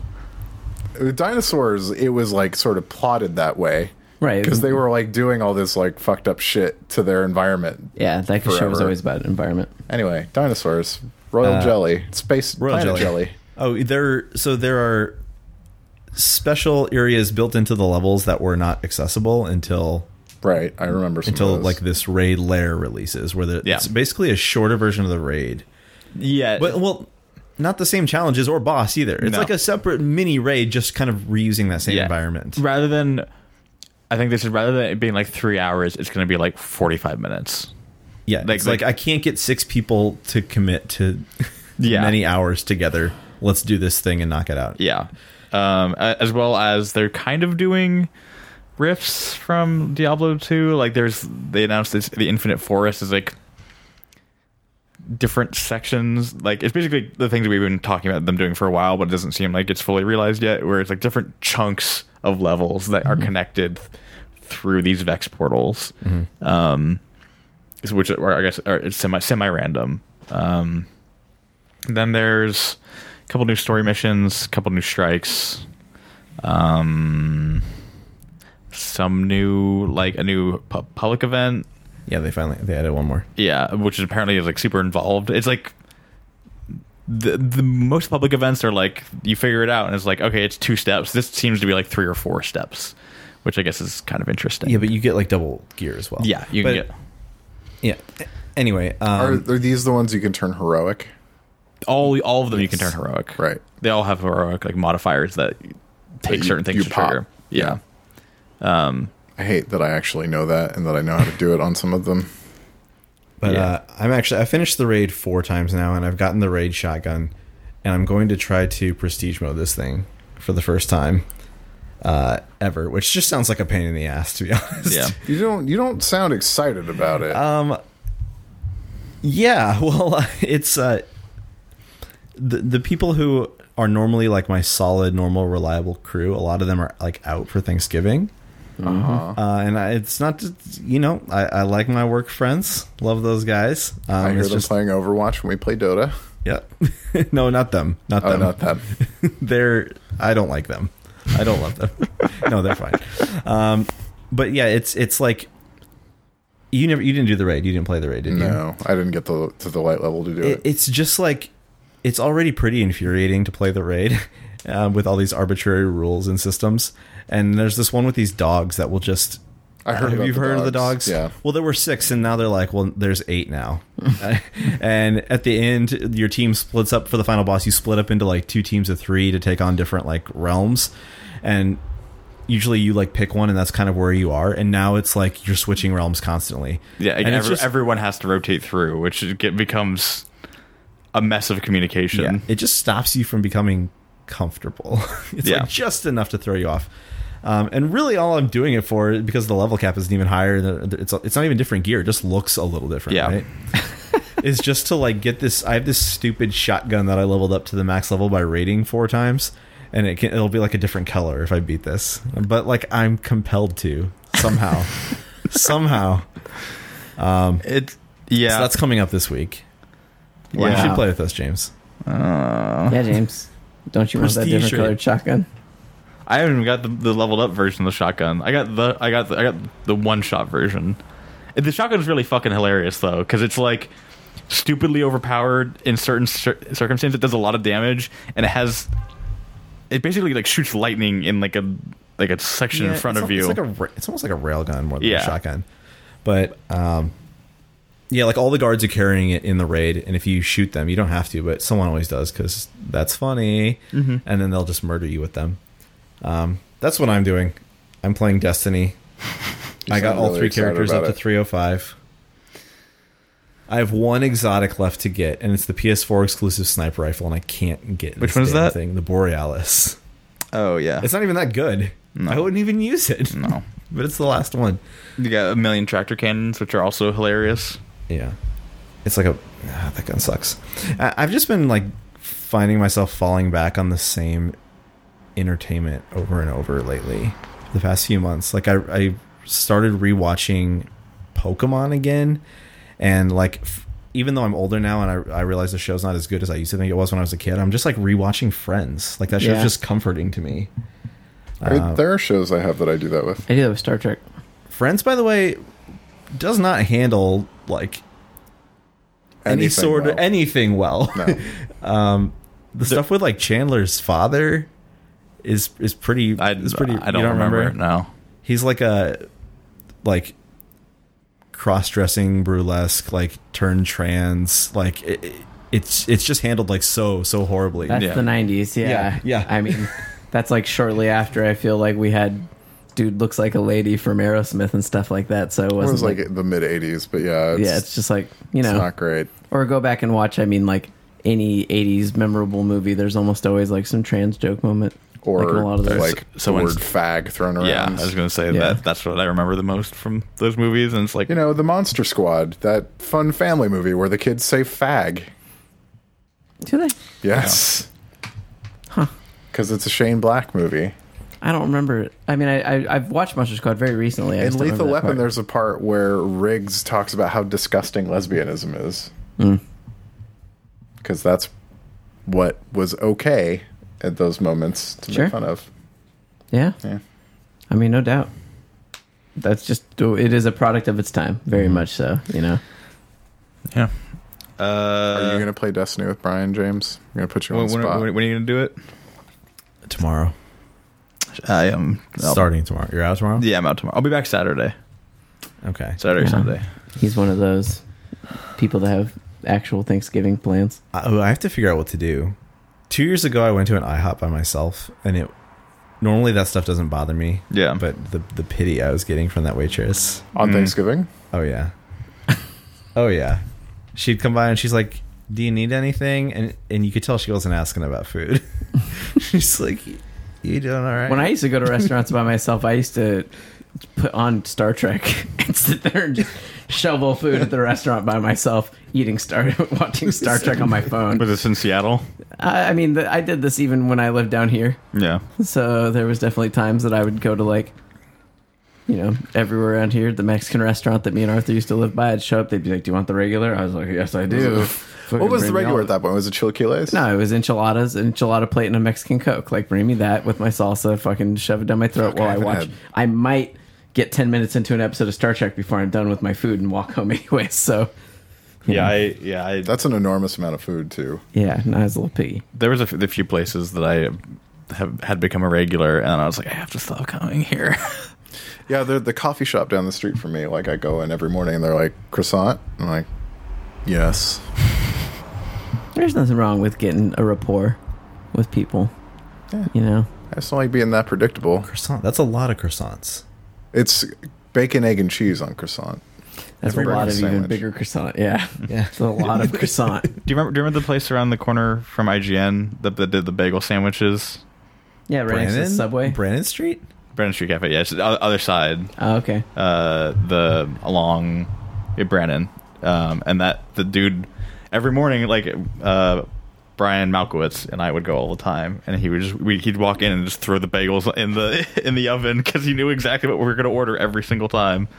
Speaker 2: the dinosaurs. It was like sort of plotted that way
Speaker 1: right
Speaker 2: because they were like doing all this like fucked up shit to their environment.
Speaker 1: yeah that show was
Speaker 2: forever.
Speaker 1: always about environment.
Speaker 2: Anyway, dinosaurs, royal
Speaker 3: Uh,
Speaker 2: jelly, space
Speaker 3: royal
Speaker 2: planet
Speaker 3: jelly.
Speaker 2: jelly.
Speaker 3: Oh, there. So there are special areas built into the levels that were not accessible until
Speaker 2: Right. I remember some
Speaker 3: until
Speaker 2: of those.
Speaker 3: like this raid layer releases, where the,
Speaker 4: Yeah.
Speaker 3: it's basically a shorter version of the raid.
Speaker 4: yeah.
Speaker 3: But well, not the same challenges or boss either. It's
Speaker 4: No.
Speaker 3: like a separate mini raid, just kind of reusing that same
Speaker 4: Yeah.
Speaker 3: environment.
Speaker 4: Rather than, I think this is rather than it being like three hours, it's going to be like 45 minutes.
Speaker 3: Yeah,
Speaker 4: Like-
Speaker 3: it's like,
Speaker 4: like-
Speaker 3: I can't get six people to commit to
Speaker 4: Yeah.
Speaker 3: many hours together. Let's do this thing and knock it out.
Speaker 4: Yeah. Um, a- as well as they're kind of doing riffs from Diablo 2. Like there's they announced this the Infinite Forest is like different sections. Like it's basically the things we've been talking about them doing for a while, but it doesn't seem like it's fully realized yet, where it's like different chunks of levels that are connected through these Vex portals. Um is- which are, I guess are it's semi semi random. Um, then there's a couple new story missions, a couple new strikes, um, some new like a new pu- public event.
Speaker 3: Yeah, they finally they added one more.
Speaker 4: Yeah, which is apparently is like super involved. It's like the the most public events are like you figure it out and it's like okay, it's two steps. This seems to be like three or four steps, which I guess is kind of interesting.
Speaker 3: Yeah, but you get like double gear as well.
Speaker 4: yeah, you
Speaker 3: but,
Speaker 4: can get
Speaker 3: yeah. Anyway, um,
Speaker 2: are, are these the ones you can turn heroic?
Speaker 4: all all of them you can turn
Speaker 3: Yes.
Speaker 4: heroic.
Speaker 2: Right.
Speaker 4: They all have heroic like modifiers that take
Speaker 2: you-
Speaker 4: certain things
Speaker 2: you
Speaker 4: to
Speaker 2: pop.
Speaker 4: trigger. Yeah. Um
Speaker 2: I hate that I actually know that and that I know how to do it on some of them.
Speaker 3: But
Speaker 4: Yeah.
Speaker 3: uh, I'm actually I finished the raid four times now, and I've gotten the raid shotgun, and I'm going to try to prestige mode this thing for the first time uh, ever, which just sounds like a pain in the ass to be honest.
Speaker 4: yeah.
Speaker 2: You don't. You don't sound excited about it.
Speaker 3: Um. Yeah. Well, it's uh, the the people who are normally like my solid, normal, reliable crew. A lot of them are like out for Thanksgiving.
Speaker 2: Uh-huh.
Speaker 3: Uh, and I, it's not, just- you know, I, I like my work friends, love those guys. Um,
Speaker 2: I hear
Speaker 3: it's
Speaker 2: them
Speaker 3: just-
Speaker 2: playing Overwatch when we play Dota.
Speaker 3: Yeah. no, not them. Not
Speaker 2: Oh,
Speaker 3: them.
Speaker 2: not them.
Speaker 3: they're I don't like them. I don't love them. no, they're fine. Um, but yeah, it's it's like you never you didn't do the raid. You didn't play the raid, did you?
Speaker 2: No, I didn't get the, to the light level to do
Speaker 3: It,
Speaker 2: it.
Speaker 3: it's just like it's already pretty infuriating to play the raid uh, with all these arbitrary rules and systems. And there's this one with these dogs that will just.
Speaker 2: I heard
Speaker 3: Have
Speaker 2: about
Speaker 3: you
Speaker 2: the
Speaker 3: heard of the dogs?
Speaker 2: dogs. Yeah.
Speaker 3: Well, there were six, and now they're like, well, there's eight now. and at the end, your team splits up for the final boss. You split up into like two teams of three to take on different like realms, and usually you like pick one, and that's kind of where you are. And now it's like you're switching realms constantly.
Speaker 4: Yeah,
Speaker 3: and
Speaker 4: and
Speaker 3: it's
Speaker 4: every, everyone has to rotate through, which it get, becomes a mess of communication.
Speaker 3: Yeah, it just stops you from becoming comfortable. it's
Speaker 4: Yeah.
Speaker 3: like just enough to throw you off. Um, and really, all I'm doing it for because the level cap isn't even higher. the- the- It's it's not even different gear. It just looks a little different.
Speaker 4: Yeah.
Speaker 3: Right? is just to like get this. I have this stupid shotgun that I leveled up to the max level by raiding four times, and it can, it'll be like a different color if I beat this. But like I'm compelled to somehow, somehow.
Speaker 4: It yeah,
Speaker 3: So that's coming up this week. You
Speaker 4: Wow.
Speaker 3: should play with us, James.
Speaker 1: Yeah, James, don't you want that
Speaker 3: Prestige
Speaker 1: different
Speaker 3: raid.
Speaker 1: colored shotgun?
Speaker 4: I haven't even got the, the leveled up version of the shotgun. I got the I got the, I got the one shot version. The shotgun's really fucking hilarious though, because it's like stupidly overpowered in certain cir- circumstances. It does a lot of damage, and it has it basically like shoots lightning in like a like a section in
Speaker 3: Yeah,
Speaker 4: front
Speaker 3: it's
Speaker 4: of
Speaker 3: al- It's,
Speaker 4: you.
Speaker 3: like a, ra- it's almost like a rail gun more than
Speaker 4: Yeah.
Speaker 3: a shotgun. But um, yeah, like all the guards are carrying it in the raid, and if you shoot them, you don't have to, but someone always does because that's funny,
Speaker 4: Mm-hmm.
Speaker 3: and then they'll just murder you with them. Um, that's what I'm doing. I'm playing Destiny. I got
Speaker 2: sound
Speaker 3: all
Speaker 2: really
Speaker 3: three
Speaker 2: excited
Speaker 3: characters up
Speaker 2: about
Speaker 3: to
Speaker 2: it.
Speaker 3: 305. I have one exotic left to get, and it's the PS4 exclusive sniper rifle, and I can't get
Speaker 4: Which
Speaker 3: this
Speaker 4: one is
Speaker 3: damn
Speaker 4: that?
Speaker 3: Thing, the Borealis.
Speaker 4: oh yeah,
Speaker 3: It's not even that good. I wouldn't even use it.
Speaker 4: no.
Speaker 3: But it's the last one.
Speaker 4: You got a million tractor cannons, which are also hilarious.
Speaker 3: Yeah. It's like a ah, that gun sucks. I, I've just been like finding myself falling back on the same entertainment over and over lately. The past few months, like I I started rewatching Pokemon again, and like f- even though I'm older now and I I realize the show's not as good as I used to think it was when I was a kid, I'm just like rewatching Friends. Like that show's
Speaker 1: Yeah.
Speaker 3: just comforting to me. Uh,
Speaker 2: I- there are shows I have that I do that with.
Speaker 1: I do that with Star Trek.
Speaker 3: Friends, by the way, does not handle like any
Speaker 2: Anything
Speaker 3: sort of
Speaker 2: well.
Speaker 3: anything well. Um,
Speaker 2: No.
Speaker 3: the stuff with like Chandler's father is is pretty.
Speaker 4: I,
Speaker 3: is pretty.
Speaker 4: I
Speaker 3: you
Speaker 4: don't, remember. No,
Speaker 3: He's like a like cross-dressing burlesque, like turned trans. Like it, it- it's it's just handled like so so horribly.
Speaker 1: That's
Speaker 4: Yeah.
Speaker 1: the '90s. Yeah.
Speaker 3: Yeah, yeah.
Speaker 1: I mean, that's like shortly after I feel like we had dude looks like a lady from Aerosmith and stuff like that. So it
Speaker 2: It
Speaker 1: wasn't
Speaker 2: was
Speaker 1: like,
Speaker 2: like the mid '80s, but yeah, it's,
Speaker 1: yeah, it's just like you
Speaker 2: it's
Speaker 1: know,
Speaker 2: not great.
Speaker 1: or go back and watch. I mean, like any '80s memorable movie, there's almost always like some trans joke moment.
Speaker 2: Or
Speaker 1: like a lot of those.
Speaker 2: like the word
Speaker 4: someone's-
Speaker 2: "fag" thrown around.
Speaker 4: yeah, I was gonna say
Speaker 1: Yeah.
Speaker 4: that. That's what I remember the most from those movies, and it's like
Speaker 2: you know, the Monster Squad, that fun family movie where the kids say "fag."
Speaker 1: do they?
Speaker 2: Yes. Because it's a Shane Black movie.
Speaker 1: I don't remember. it. I mean, I, I I've watched Monster Squad very recently. I
Speaker 2: In
Speaker 1: just don't
Speaker 2: Lethal
Speaker 1: remember that
Speaker 2: Weapon,
Speaker 1: part.
Speaker 2: there's a part where Riggs talks about how disgusting lesbianism is.
Speaker 1: Hmm.
Speaker 2: Because that's what was okay at those moments to
Speaker 1: Sure.
Speaker 2: make fun of.
Speaker 1: Yeah.
Speaker 2: Yeah.
Speaker 1: I mean, no doubt. That's just it is a product of its time, very much so. You know.
Speaker 4: yeah.
Speaker 2: Are you
Speaker 4: Uh,
Speaker 2: going to play Destiny with Brian James? I'm going to put you on
Speaker 4: when,
Speaker 2: the
Speaker 4: when,
Speaker 2: spot.
Speaker 4: when, when are you gonna do it?
Speaker 3: tomorrow,
Speaker 4: I am I'll-
Speaker 3: starting tomorrow. You're out tomorrow.
Speaker 4: Yeah, I'm out tomorrow. I'll be back Saturday,
Speaker 3: Okay. So,
Speaker 4: Saturday,
Speaker 1: Yeah.
Speaker 4: Sunday.
Speaker 1: He's one of those people that have actual Thanksgiving plans.
Speaker 3: I, I have to figure out what to do. Two years ago, I went to an IHOP by myself, and it normally that stuff doesn't bother me.
Speaker 4: Yeah,
Speaker 3: But the the pity I was getting from that waitress.
Speaker 2: on Thanksgiving?
Speaker 3: Oh yeah. oh yeah. She'd come by and she's like, "Do you need anything?" And and you could tell she wasn't asking about food. she's like, "You doing all right?"
Speaker 1: When I used to go to restaurants by myself, I used to put on Star Trek and sit there and just shovel food at the restaurant by myself, eating Star, watching Star Trek on my phone.
Speaker 4: was this in Seattle?
Speaker 1: I, I mean, the, I did this even when I lived down here.
Speaker 4: Yeah,
Speaker 1: So there was definitely times that I would go to like, you know, everywhere around here, the Mexican restaurant that me and Arthur used to live by. I'd show up, they'd be like, "Do you want the regular?" I was like, "Yes, I do."
Speaker 2: What was the
Speaker 1: Fucking bring me
Speaker 2: regular
Speaker 1: all-
Speaker 2: at that point? Was it chilaquiles?
Speaker 1: No, it was enchiladas, enchilada plate, and a Mexican Coke. Like, bring me that with my salsa. Fucking shove it down my throat
Speaker 2: Fuck, I
Speaker 1: while I,
Speaker 2: haven't
Speaker 1: watch.
Speaker 2: had-
Speaker 1: I might get ten minutes into an episode of Star Trek before I'm done with my food and walk home anyway. So, you
Speaker 4: yeah,
Speaker 1: know,
Speaker 4: I, yeah. I,
Speaker 2: That's an enormous amount of food, too.
Speaker 1: yeah, not as a little piggy.
Speaker 4: there was a, f- a few places that I have had become a regular, and I was like, I have to stop coming here.
Speaker 2: Yeah, they're the coffee shop down the street from me. Like I go in every morning and they're like, croissant? I'm like, yes.
Speaker 1: There's nothing wrong with getting a rapport with people.
Speaker 2: Yeah.
Speaker 1: You know,
Speaker 2: I just don't like being that predictable.
Speaker 3: croissant. That's a lot of croissants.
Speaker 2: It's bacon, egg, and cheese on croissant.
Speaker 1: that's
Speaker 2: Every
Speaker 1: a lot of
Speaker 2: breakfast
Speaker 1: even
Speaker 2: sandwich.
Speaker 1: bigger croissant. Yeah,
Speaker 3: Yeah.
Speaker 1: it's a lot of croissant.
Speaker 4: Do you remember? Do you remember the place around the corner from IGN that, that did the bagel sandwiches?
Speaker 1: Yeah, right next to the subway.
Speaker 3: Brandon Street.
Speaker 4: Brandon Street Cafe. Yeah, it's the o- other side.
Speaker 1: Oh, okay.
Speaker 4: Uh, the along yeah, Brandon, um, and that the dude every morning like uh. Brian Malkowitz and I would go all the time, and he would just we, he'd walk in and just throw the bagels in the in the oven because he knew exactly what we were going to order every single time.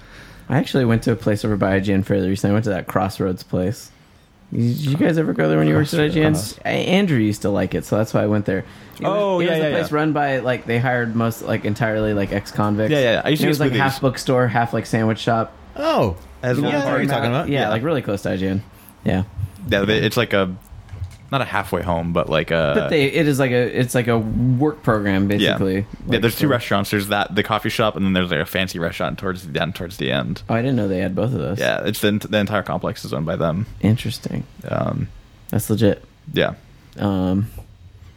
Speaker 1: I actually went to a place over by IGN fairly recently. I went to that Crossroads place. Did you guys ever go there when you worked at IGN? A- Andrew used to like it, so that's why I went there. It
Speaker 4: Oh,
Speaker 1: was, it
Speaker 4: yeah,
Speaker 1: was
Speaker 4: yeah,
Speaker 1: a place
Speaker 4: yeah.
Speaker 1: run by like they hired most like entirely like ex convicts.
Speaker 4: Yeah, yeah, yeah. I used to
Speaker 1: it was
Speaker 4: get
Speaker 1: like
Speaker 4: smoothies.
Speaker 1: half bookstore, half like sandwich shop.
Speaker 3: Oh,
Speaker 4: As
Speaker 3: yeah, I
Speaker 4: one
Speaker 3: know what
Speaker 4: part.
Speaker 3: you're talking about?
Speaker 4: Uh,
Speaker 1: Yeah, like really close to IGN. Yeah,
Speaker 4: Yeah, they, it's like a not a halfway home, but like a.
Speaker 1: But they, it is like a, it's like a work program
Speaker 4: yeah.
Speaker 1: basically.
Speaker 4: yeah,
Speaker 1: Like,
Speaker 4: there's two
Speaker 1: for-
Speaker 4: restaurants. There's that the coffee shop, and then there's like a fancy restaurant towards down towards the end.
Speaker 1: Oh, I didn't know they had both of those.
Speaker 4: Yeah, it's the, the entire complex is owned by them.
Speaker 1: Interesting.
Speaker 4: Um,
Speaker 1: That's legit.
Speaker 4: yeah,
Speaker 1: Um,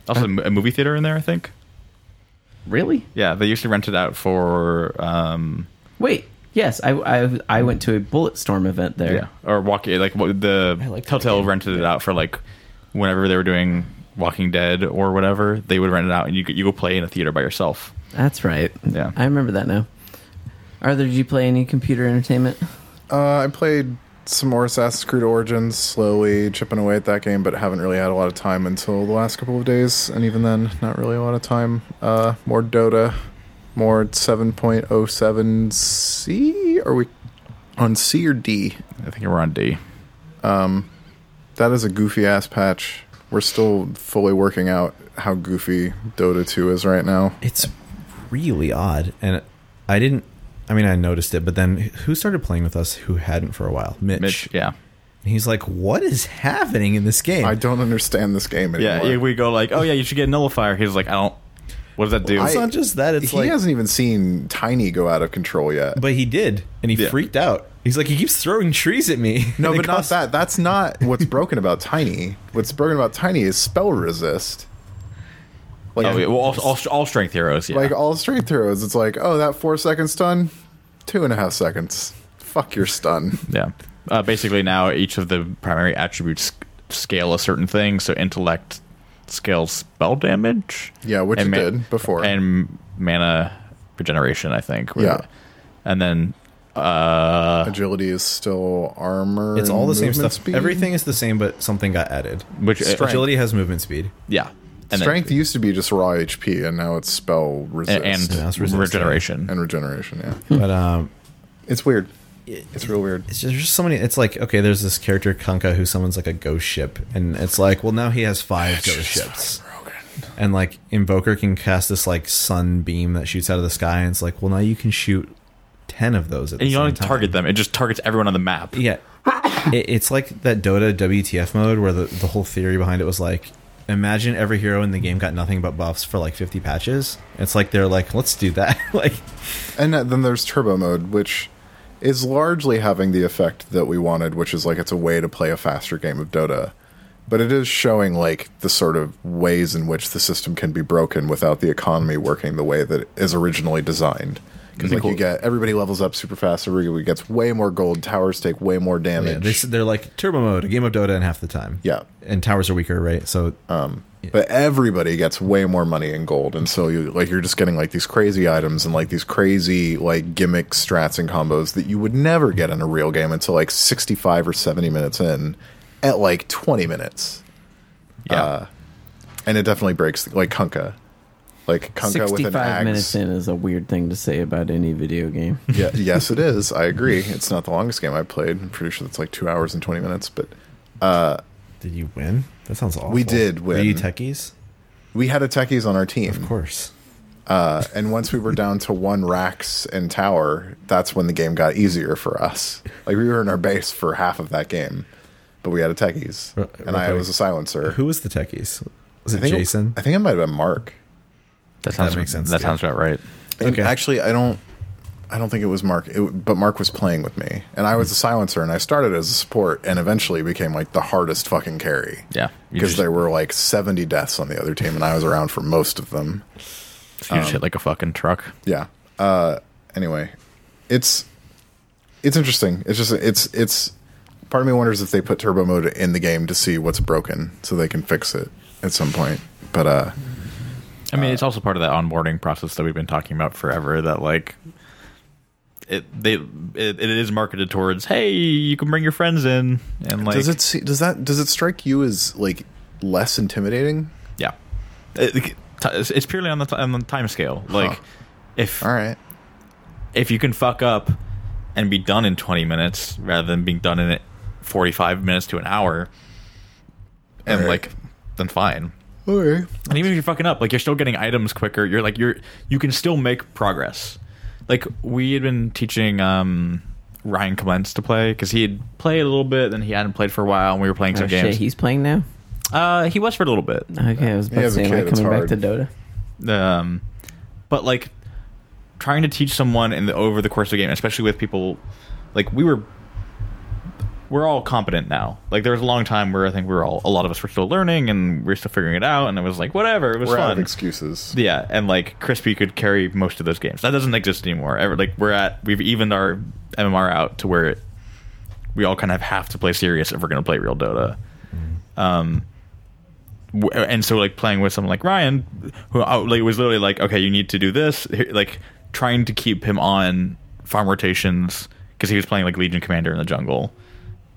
Speaker 4: also a mo- a movie theater in there, I think.
Speaker 1: really?
Speaker 4: Yeah, they used to rent it out for um,
Speaker 1: Wait. Yes, I, I, I went to a bullet storm event there.
Speaker 4: yeah, or walking like what the
Speaker 1: I like that
Speaker 4: Telltale
Speaker 1: game.
Speaker 4: rented it out for like whenever they were doing Walking Dead or whatever, they would rent it out and you could- you go play in a theater by yourself.
Speaker 1: That's right.
Speaker 4: Yeah.
Speaker 1: I remember that now. Arthur, did you play any computer entertainment?
Speaker 2: Uh, I played some more Assassin's Creed Origins, slowly chipping away at that game, but haven't really had a lot of time until the last couple of days, and even then, not really a lot of time. Uh, more Dota, more 7.07C. Are we on C or D?
Speaker 4: I think we're on D.
Speaker 2: That is a goofy ass patch. We're still fully working out how goofy Dota 2 is right now.
Speaker 3: It's really odd, and I didn't. I mean, I noticed it, but then who started playing with us? Who hadn't for a while? Mitch.
Speaker 4: Mitch, yeah.
Speaker 3: And he's like, "What is happening in this game?"
Speaker 2: I don't understand this game
Speaker 4: Yeah,
Speaker 2: anymore.
Speaker 4: yeah, we go like, oh yeah, you should get nullifier. He's like, I don't. What does that do?
Speaker 3: it's
Speaker 2: I-
Speaker 3: not just that. It's
Speaker 2: he
Speaker 3: like,
Speaker 2: hasn't even seen Tiny go out of control yet.
Speaker 3: but he did, and he
Speaker 4: Yeah.
Speaker 3: freaked out. He's like, he keeps throwing trees at me.
Speaker 2: No,
Speaker 3: They
Speaker 2: but not
Speaker 3: cost-
Speaker 2: that. That's not what's broken about Tiny. What's broken about Tiny is spell resist. Like,
Speaker 4: oh, yeah, well, all, all, all strength heroes. Yeah,
Speaker 2: like all straight throws, it's like, oh, that four second stun, two and a half seconds. Fuck your stun.
Speaker 4: yeah. Uh, basically, now each of the primary attributes sc- scale a certain thing. So intellect scales spell damage.
Speaker 2: Yeah, which
Speaker 4: and
Speaker 2: it
Speaker 4: ma-
Speaker 2: did before.
Speaker 4: and mana regeneration. I think. were-
Speaker 2: Yeah.
Speaker 4: and then uh,
Speaker 2: Agility is still armor.
Speaker 3: It's
Speaker 2: and
Speaker 3: all the same
Speaker 2: movement
Speaker 3: stuff.
Speaker 2: speed. uh,
Speaker 3: Everything is the same, but something got added.
Speaker 4: which
Speaker 2: Strength.
Speaker 3: Agility has movement speed.
Speaker 4: yeah, and
Speaker 2: Strength
Speaker 4: Then,
Speaker 2: used to be just raw HP, and now it's spell resist
Speaker 4: and, and
Speaker 3: Yeah, that's resist,
Speaker 4: regeneration.
Speaker 2: and regeneration. Yeah,
Speaker 3: But um,
Speaker 2: it's weird. Hmm. It's real weird.
Speaker 3: it's just, there's just so many. It's like okay, there's this character Kunkka who summons like a ghost ship, and it's like, well, now he has five ghost ships. And like Invoker can cast this like sunbeam that shoots out of the sky, and it's like, well, now you can shoot ten of those at
Speaker 4: And
Speaker 3: the
Speaker 4: you
Speaker 3: same
Speaker 4: don't
Speaker 3: time.
Speaker 4: target them; it just targets everyone on the map.
Speaker 3: Yeah, it, it's like that Dota WTF mode where the the whole theory behind it was like, imagine every hero in the game got nothing but buffs for like 50 patches. It's like they're like, let's do that. like,
Speaker 2: And that- then there's turbo mode, which is largely having the effect that we wanted, which is like it's a way to play a faster game of Dota. But it is showing like the sort of ways in which the system can be broken without the economy working the way that it is originally designed. Because like you get everybody levels up super fast, everybody gets way more gold, towers take way more
Speaker 3: yeah,
Speaker 2: damage.
Speaker 3: they, s- they're like turbo mode, a game of Dota in half the time.
Speaker 2: Yeah. Uh,
Speaker 3: and towers are weaker, right? So
Speaker 2: but everybody gets way more money in gold and so you like you're just getting like these crazy items and like these crazy like gimmick strats and combos that you would never get in a real game until like 65 or 70 minutes in at like 20 minutes Uh,
Speaker 4: Yeah,
Speaker 2: and it definitely breaks like kunka like kunka with an
Speaker 1: Sixty-five
Speaker 2: axe
Speaker 1: minutes in is a weird thing to say about any video game.
Speaker 2: yeah, yes, it is. I agree. It's not the longest game I played. I'm pretty sure it's like two hours and twenty minutes, but
Speaker 3: did you win? That sounds awful.
Speaker 2: We did
Speaker 3: Were
Speaker 2: win.
Speaker 3: you techies?
Speaker 2: we had a techies on our team.
Speaker 3: Of course.
Speaker 2: Uh, and once we were down to one racks and tower, that's when the game got easier for us. Like we were in our base for half of that game, but we had a techies,
Speaker 3: R-
Speaker 2: and I
Speaker 3: okay.
Speaker 2: was a silencer.
Speaker 3: Who was the techies? Was
Speaker 2: I
Speaker 3: it
Speaker 2: think
Speaker 3: Jason?
Speaker 2: I think it might have been Mark.
Speaker 4: that sounds
Speaker 3: makes sense,
Speaker 4: That
Speaker 3: yeah.
Speaker 4: sounds about right.
Speaker 2: And
Speaker 3: Okay.
Speaker 2: Actually, I don't. I don't think it was Mark, it, but Mark was playing with me, and I was a silencer, and I started as a support, and eventually became like the hardest fucking carry.
Speaker 4: Yeah, You
Speaker 2: because
Speaker 4: just-
Speaker 2: there were like seventy deaths on the other team, and I was around for most of them.
Speaker 4: You
Speaker 2: um,
Speaker 4: just hit like a fucking truck.
Speaker 2: yeah uh anyway it's it's interesting it's just it's it's part of me wonders if they put turbo mode in the game to see what's broken so they can fix it at some point but uh
Speaker 4: I mean, it's also part of that onboarding process that we've been talking about forever. That like, it they it, it is marketed towards. Hey, you can bring your friends in, and like,
Speaker 2: does it see, does that does it strike you as like less intimidating
Speaker 4: yeah, It- it- it's it's purely on the t- on the time scale. Like, if
Speaker 2: all right
Speaker 4: if you can fuck up and be done in twenty minutes rather than being done in it forty five minutes to an hour, and
Speaker 2: Alright.
Speaker 4: like, then fine.
Speaker 2: all right
Speaker 4: And even if you're fucking up, like you're still getting items quicker. You're like you're you can still make progress. Like we had been teaching um Ryan Clements to play because he had played a little bit, then he hadn't played for a while, and we were playing some
Speaker 1: Oh, shit,
Speaker 4: games.
Speaker 1: he's playing now.
Speaker 4: Uh, he was for a little bit.
Speaker 1: Okay, I was about
Speaker 2: Yeah,
Speaker 1: to
Speaker 2: as a
Speaker 1: say, am I
Speaker 2: kid, it's
Speaker 1: coming back to
Speaker 2: hard.
Speaker 1: Dota?
Speaker 4: um, but like trying to teach someone in the over the course of the game, especially with people like we were, we're all competent now. Like there was a long time where I think we were all a lot of us were still learning and we are still figuring it out, and it was like whatever, it was
Speaker 2: We're out of
Speaker 4: fun.
Speaker 2: excuses.
Speaker 4: Yeah, and like Crispy could carry most of those games. That doesn't exist anymore. Ever like we're at we've evened our MMR out to where it, we all kind of have to play serious if we're going to play real Dota. Um, w- and so like playing with someone like Ryan, who I, like was literally like, okay, you need to do this. Here- Like trying to keep him on farm rotations because he was playing like Legion Commander in the jungle.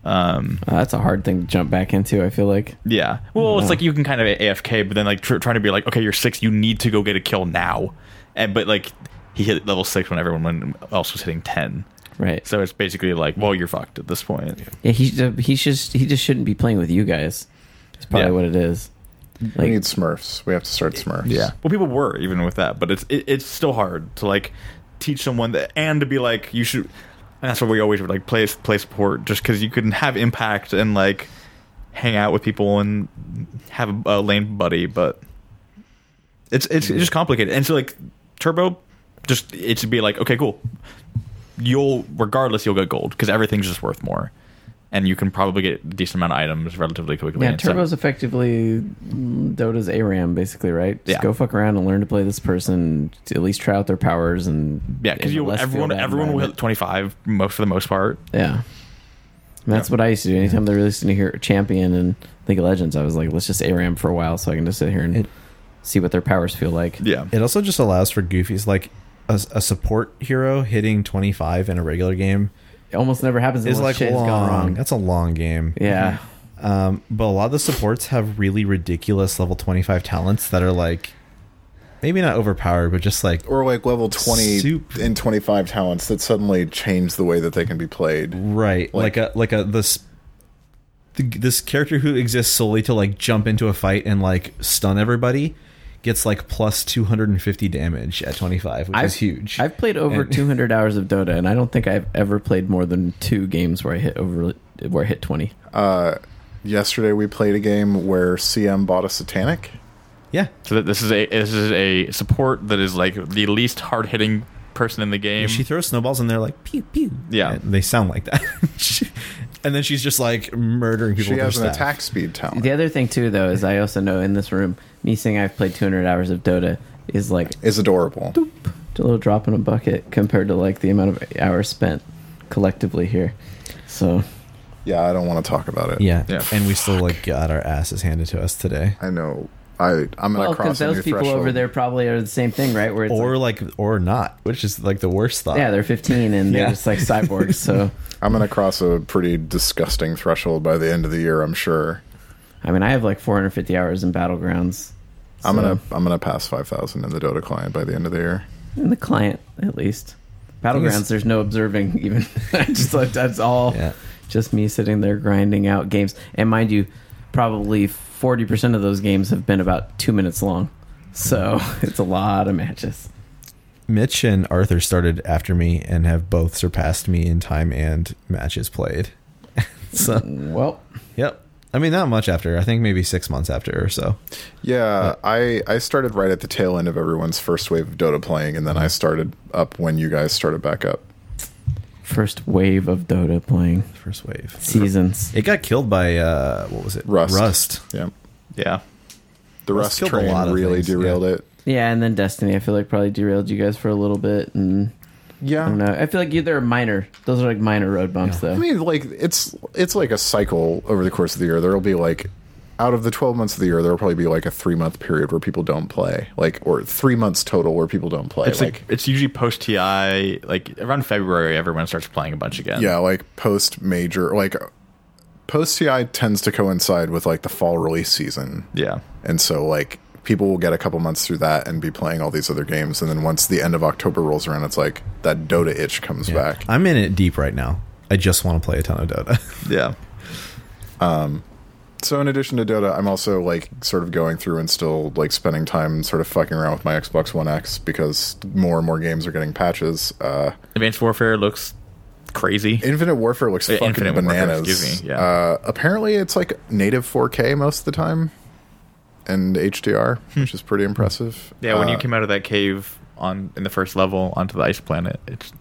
Speaker 4: Um,
Speaker 1: Uh, that's a hard thing to jump back into. I feel like
Speaker 4: yeah. Well,
Speaker 1: Wow.
Speaker 4: it's like you can kind of AFK, but then like tr- trying to be like, okay, you're six, you need to go get a kill now, and but like he hit level six when everyone else was hitting ten,
Speaker 1: right.
Speaker 4: so it's basically like, well, you're fucked at this point.
Speaker 1: Yeah, he should- he just he just shouldn't be playing with you guys. It's probably
Speaker 4: Yeah.
Speaker 1: what it is.
Speaker 2: we
Speaker 1: Like,
Speaker 2: need Smurfs. We have to start Smurfs.
Speaker 4: Well, people were even with that, but it's it, it's still hard to like teach someone that and to be like you should. And that's why we always would like play play support just because you can have impact and like hang out with people and have a, a lane buddy, but it's it's it's just complicated. And so like turbo, just it should be like okay, cool. You'll regardless you'll get gold because everything's just worth more, and you can probably get a decent amount of items relatively quickly.
Speaker 1: yeah,
Speaker 4: and stuff.
Speaker 1: Turbo's effectively mm, Dota's ARAM, basically, right? Just
Speaker 4: Yeah.
Speaker 1: go fuck around and learn to play this person. To at least try out their powers and
Speaker 4: Yeah, because
Speaker 1: in a
Speaker 4: you
Speaker 1: less
Speaker 4: everyone
Speaker 1: filled out
Speaker 4: everyone will hit
Speaker 1: environment.
Speaker 4: twenty five most for the most part.
Speaker 1: Yeah, And that's what I used to do. Anytime they released a new hero- champion in League of Legends, I was like, let's just ARAM for a while so I can just sit here and
Speaker 3: It-
Speaker 1: see what their powers feel like.
Speaker 4: Yeah,
Speaker 3: It also just allows for goofies like a, a support hero hitting 25 in a regular game
Speaker 1: It almost never happens
Speaker 3: is
Speaker 1: unless
Speaker 3: like
Speaker 1: shit has
Speaker 3: long.
Speaker 1: gone wrong.
Speaker 3: That's a long game.
Speaker 1: Yeah,
Speaker 3: Um, but a lot of the supports have really ridiculous level 25 talents that are like maybe not overpowered, but just like
Speaker 2: Or like level twenty
Speaker 3: Soup.
Speaker 2: and twenty five talents that suddenly change the way that they can be played.
Speaker 3: right like, a like a this the, this character who exists solely to like jump into a fight and like stun everybody gets like plus 250 damage at 25 which is huge
Speaker 1: I've played over
Speaker 3: And-
Speaker 1: 200 hours of Dota, and I don't think I've ever played more than two games where I hit over where I hit 20.
Speaker 2: Uh, yesterday we played a game where CM bought a satanic.
Speaker 3: yeah
Speaker 4: so that this is a this is a support that is like the least hard hitting person in the game.
Speaker 3: she throws snowballs and they're like pew pew
Speaker 4: Yeah.
Speaker 3: And they sound like that She- and then she's just like murdering people
Speaker 2: She
Speaker 3: with
Speaker 2: has
Speaker 3: her
Speaker 2: an
Speaker 3: staff.
Speaker 2: attack speed talent.
Speaker 1: The other thing too, though, is I also know in this room, me saying I've played 200 hours of Dota is like
Speaker 2: Is adorable.
Speaker 1: a little drop in a bucket compared to like the amount of hours spent collectively here. So
Speaker 2: Yeah, I don't want to talk about it.
Speaker 3: yeah.
Speaker 4: Yeah.
Speaker 3: and we still like got our asses handed to us today
Speaker 2: I know. I I'm gonna
Speaker 1: well,
Speaker 2: cross
Speaker 1: because
Speaker 2: a
Speaker 1: Oh, those
Speaker 2: new
Speaker 1: people
Speaker 2: threshold.
Speaker 1: over there probably are the same thing, right? Where it's
Speaker 3: or
Speaker 1: like,
Speaker 3: like or not which is like the worst thought
Speaker 1: yeah, they're 15 and they're
Speaker 3: Yeah.
Speaker 1: just like cyborgs. So
Speaker 2: I'm gonna cross a pretty disgusting threshold by the end of the year. I'm sure.
Speaker 1: I mean, I have like 450 hours in battlegrounds.
Speaker 2: I'm
Speaker 1: So-
Speaker 2: gonna I'm gonna pass five thousand in the Dota client by the end of the year.
Speaker 1: in the client at least.
Speaker 3: it's-
Speaker 1: Battlegrounds, there's no observing even. I just like that's all
Speaker 3: Yeah.
Speaker 1: just me sitting there grinding out games. And mind you, probably forty percent of those games have been about two minutes long. So it's a lot of matches.
Speaker 3: Mitch and Arthur started after me and have both surpassed me in time and matches played. so,
Speaker 1: Well,
Speaker 3: yep. I mean, not much after. I think maybe six months after or so.
Speaker 2: Yeah, I I started right at the tail end of everyone's first wave of Dota playing, and then I started up when you guys started back up.
Speaker 1: first wave of Dota playing
Speaker 3: First wave.
Speaker 1: seasons.
Speaker 3: It got killed by uh, what was it?
Speaker 2: Rust.
Speaker 3: Rust.
Speaker 2: Yeah,
Speaker 4: yeah,
Speaker 2: the
Speaker 3: That's
Speaker 2: Rust
Speaker 3: killed a
Speaker 2: train
Speaker 3: lot of
Speaker 2: really
Speaker 3: things,
Speaker 2: derailed
Speaker 3: yeah.
Speaker 2: it.
Speaker 1: Yeah, and then Destiny. I feel like probably derailed you guys for a little bit, and I don't
Speaker 2: Yeah,
Speaker 1: know. I feel like you they're minor. Those are like minor road bumps,
Speaker 2: I
Speaker 1: though.
Speaker 2: mean, like it's it's like a cycle over the course of the year. There'll be like out of the 12 months of the year there'll probably be like a 3 month period where people don't play like or 3 months total where people don't play
Speaker 4: it's like, it's usually post TI like around February everyone starts playing a bunch again.
Speaker 2: yeah like post major like post ci tends to coincide with like the fall release season
Speaker 4: yeah,
Speaker 2: and so like people will get a couple months through that and be playing all these other games and then once the end of october rolls around it's like that dota itch comes back
Speaker 3: I'm in it deep right now. I just want to play a ton of Dota.
Speaker 4: yeah.
Speaker 2: so in addition to dota i'm also like sort of going through and still like spending time sort of fucking around with my xbox one x because more and more games are getting patches uh
Speaker 4: Advanced Warfare looks crazy.
Speaker 2: Infinite Warfare looks
Speaker 4: Yeah,
Speaker 2: fucking
Speaker 4: Infinite Warfare,
Speaker 2: bananas.
Speaker 4: excuse me, yeah.
Speaker 2: Uh, apparently, it's like native 4K most of the time, and HDR, which is pretty impressive.
Speaker 4: Hmm. yeah, when
Speaker 2: Uh,
Speaker 4: you came out of that cave on in the first level onto the ice planet, it's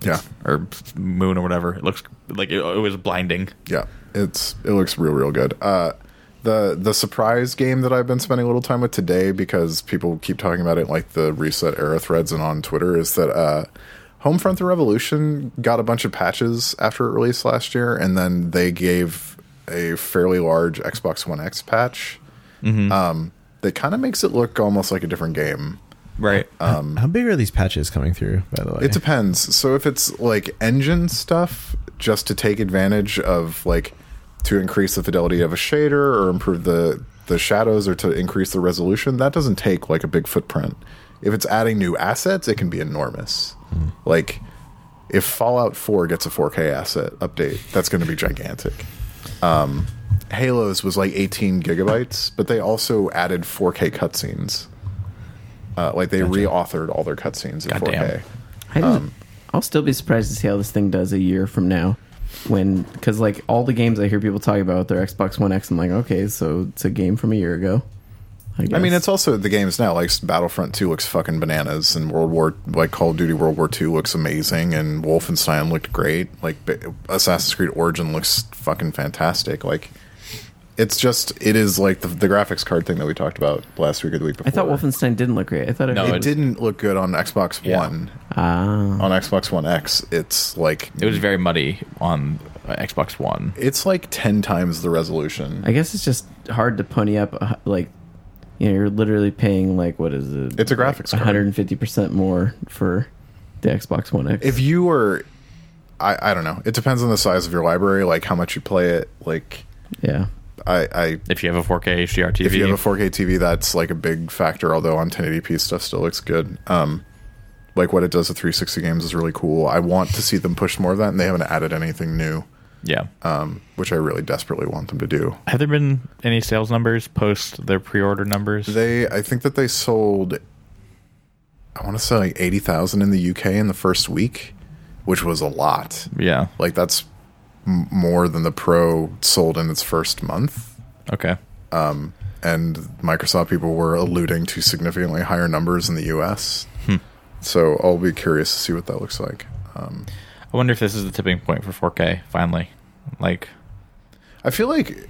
Speaker 2: yeah,
Speaker 4: or moon or whatever, it looks like it, it was blinding.
Speaker 2: yeah, it's it looks real, real good. Uh, the the surprise game that I've been spending a little time with today because people keep talking about it in, like the reset era threads and on Twitter is that uh, Homefront: The Revolution got a bunch of patches after it released last year, and then they gave a fairly large Xbox One X patch. Um, that kind of makes it look almost like a different game.
Speaker 4: Right.
Speaker 2: Uh, Mm.
Speaker 3: How big are these patches coming through? By the way,
Speaker 2: It depends. So if it's like engine stuff, just to take advantage of like to increase the fidelity of a shader or improve the the shadows or to increase the resolution, that doesn't take like a big footprint. If it's adding new assets, it can be enormous. Like if Fallout 4 gets a 4K asset update, that's going to be gigantic. Um, Halos was like 18 gigabytes, but they also added 4K cutscenes. Uh, like they reauthored all their cutscenes in 4K.
Speaker 4: Goddamn.
Speaker 1: I didn't-
Speaker 2: um,
Speaker 1: I'll still be surprised to see how this thing does a year from now. When, because like all the games I hear people talk about with their Xbox One X, I'm like, okay, so it's a game from a year ago. guess.
Speaker 2: I mean, it's also the games now. Like Battlefront Two looks fucking bananas, and World War like Call of Duty World War Two looks amazing, and Wolfenstein looked great. Like ba- Assassin's Creed Origin looks fucking fantastic. Like it's just it is like the, the graphics card thing that we talked about last week or the week before.
Speaker 1: I thought Wolfenstein didn't look great. I thought it,
Speaker 4: No,
Speaker 2: it
Speaker 4: was-
Speaker 2: didn't look good on Xbox
Speaker 4: Oh, Yeah.
Speaker 2: One.
Speaker 1: Ah,
Speaker 2: On Xbox One X, it's like
Speaker 4: it was very muddy on uh, Xbox One.
Speaker 2: it's like ten times the resolution.
Speaker 1: I guess it's just hard to pony up. uh, Like, you know, you're literally paying like what is it?
Speaker 2: It's a graphics card.
Speaker 1: 150 percent more for the Xbox One X.
Speaker 2: if you were I, I don't know. It depends on the size of your library, like how much you play it. Like
Speaker 1: yeah,
Speaker 2: I, I
Speaker 4: If you have a 4K HDR TV,
Speaker 2: if you have a 4K TV, that's like a big factor. Although on 1080p stuff still looks good. Um, like what it does with 360 games is really cool. I want to see them push more of that, and they haven't added anything new,
Speaker 4: yeah.
Speaker 2: um, which I really desperately want them to do.
Speaker 4: have there been any sales numbers post their pre-order numbers?
Speaker 2: They, I think that they sold, I want to say like 80,000 in the UK in the first week, which was a lot.
Speaker 4: yeah.
Speaker 2: Like that's m- more than the Pro sold in its first month.
Speaker 4: Okay.
Speaker 2: and Microsoft people were alluding to significantly higher numbers in the U.S. So I'll be curious to see what that looks like. Um,
Speaker 4: I wonder if this is the tipping point for 4K finally. Like,
Speaker 2: I feel like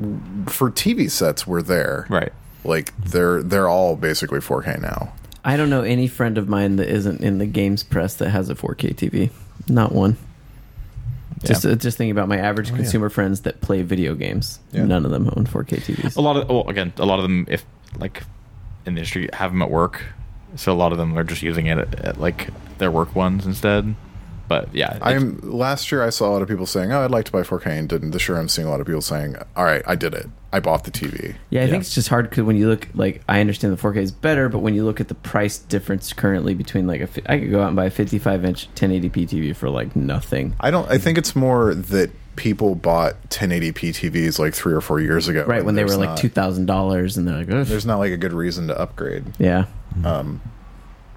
Speaker 2: w- for TV sets, we're there.
Speaker 4: right.
Speaker 2: Like they're they're all basically 4K now.
Speaker 1: I don't know any friend of mine that isn't in the games press that has a 4K TV. Not one. Just uh, just thinking about my average consumer friends that play video games.
Speaker 2: Oh, Yeah.
Speaker 1: None of them own 4K TVs.
Speaker 4: A lot of well, again, a lot of them if like in the industry have them at work. So a lot of them are just using it at, at like their work ones instead. But yeah, it's-
Speaker 2: I'm last year I saw a lot of people saying, "Oh, I'd like to buy 4K," and didn't. This year I'm seeing a lot of people saying, "All right, I did it. I bought the TV."
Speaker 1: Yeah, I
Speaker 3: Yeah.
Speaker 1: think it's just hard because when you look, like, I understand the 4K is better, but when you look at the price difference currently between, like, a, fi- I could go out and buy a 55 inch 1080p TV for, like, nothing.
Speaker 2: I don't. I think it's more that people bought 1080p TVs like three or four years ago.
Speaker 1: Right
Speaker 2: and
Speaker 1: when they were,
Speaker 2: there's
Speaker 1: like,
Speaker 2: not-
Speaker 1: $2,000 and they're like, Ugh.
Speaker 2: There's not like a good reason to upgrade.
Speaker 1: yeah.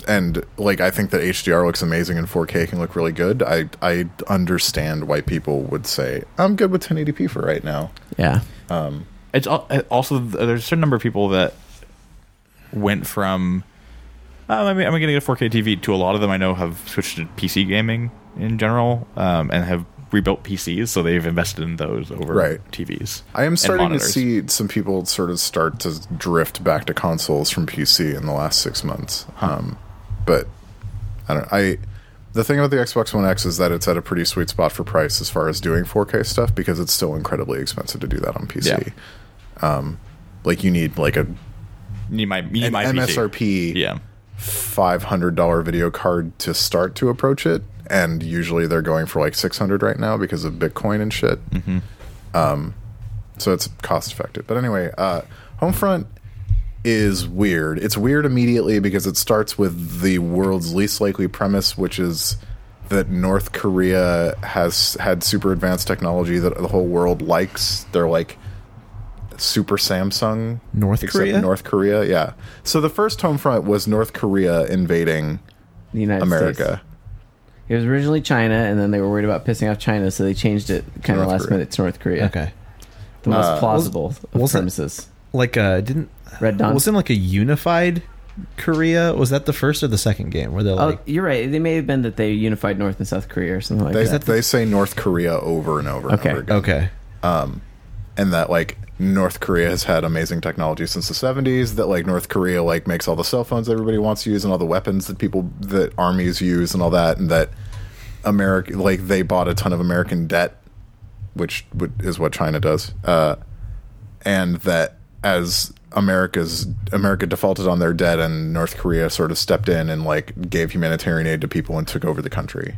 Speaker 2: and like I think that HDR looks amazing and 4K can look really good. I I understand why people would say I'm good with 1080p for right now.
Speaker 1: Yeah.
Speaker 4: it's al- uh, also there's a certain number of people that went from um, I mean, I'm going to get a 4K TV to a lot of them I know have switched to PC gaming in general um, and have rebuilt PCs, so they've invested in those over
Speaker 2: Right.
Speaker 4: TVs.
Speaker 2: I am
Speaker 4: and
Speaker 2: starting to
Speaker 4: monitors.
Speaker 2: see some people sort of start to drift back to consoles from PC in the last six months. Um, but I don't. I the thing about the Xbox One X is that it's at a pretty sweet spot for price as far as doing 4K stuff because it's still incredibly expensive to do that on PC.
Speaker 4: Yeah.
Speaker 2: Um, like you need like a
Speaker 4: you need my, you need
Speaker 2: an
Speaker 4: my PC.
Speaker 2: MSRP
Speaker 4: Yeah.
Speaker 2: five hundred dollar video card to start to approach it, and usually they're going for like six hundred right now because of Bitcoin and shit.
Speaker 3: Mm-hmm.
Speaker 2: Um, so it's cost effective. But anyway, uh, Homefront is weird. It's weird immediately because it starts with the world's least likely premise, which is that North Korea has had super advanced technology that the whole world likes. They're like super Samsung
Speaker 3: North
Speaker 2: except
Speaker 3: Korea?
Speaker 2: North Korea, yeah. So the first home front was North Korea invading
Speaker 1: The United States.
Speaker 2: America.
Speaker 1: It was originally China, and then they were worried about pissing off China, so they changed it kind of
Speaker 2: North
Speaker 1: last
Speaker 2: Korea.
Speaker 1: minute to North Korea.
Speaker 3: Okay.
Speaker 1: The most
Speaker 2: Uh,
Speaker 1: plausible of
Speaker 3: wasn't-
Speaker 1: premises.
Speaker 3: Like uh didn't
Speaker 1: Red Dawn.
Speaker 3: wasn't like a unified Korea? Was that the first or the second game where they're
Speaker 1: Oh,
Speaker 3: like
Speaker 1: you're right. They may have been that they unified North and South Korea or something like
Speaker 2: They,
Speaker 1: that.
Speaker 2: they say North Korea over and over and
Speaker 1: Okay.
Speaker 2: over again.
Speaker 3: Okay.
Speaker 2: and that like North Korea has had amazing technology since the 70s that like North Korea like makes all the cell phones everybody wants to use and all the weapons that people that armies use and all that and that America like they bought a ton of American debt which would, is what China does uh and that as America's America defaulted on their debt and North Korea sort of stepped in and like gave humanitarian aid to people and took over the country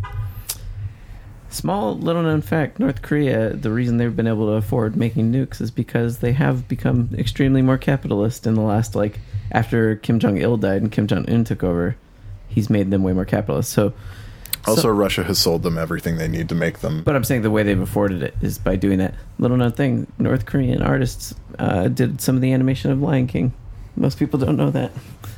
Speaker 1: Small little known fact: North Korea. The reason they've been able to afford making nukes is because they have become extremely more capitalist in the last like after Kim Jong Il died and Kim Jong Un took over. He's made them way more capitalist. So,
Speaker 2: also Russia has sold them everything they need to make them
Speaker 1: but I'm saying the way they've afforded it is by doing that little known thing. North Korean artists uh, did some of the animation of Lion King. Most people don't know that.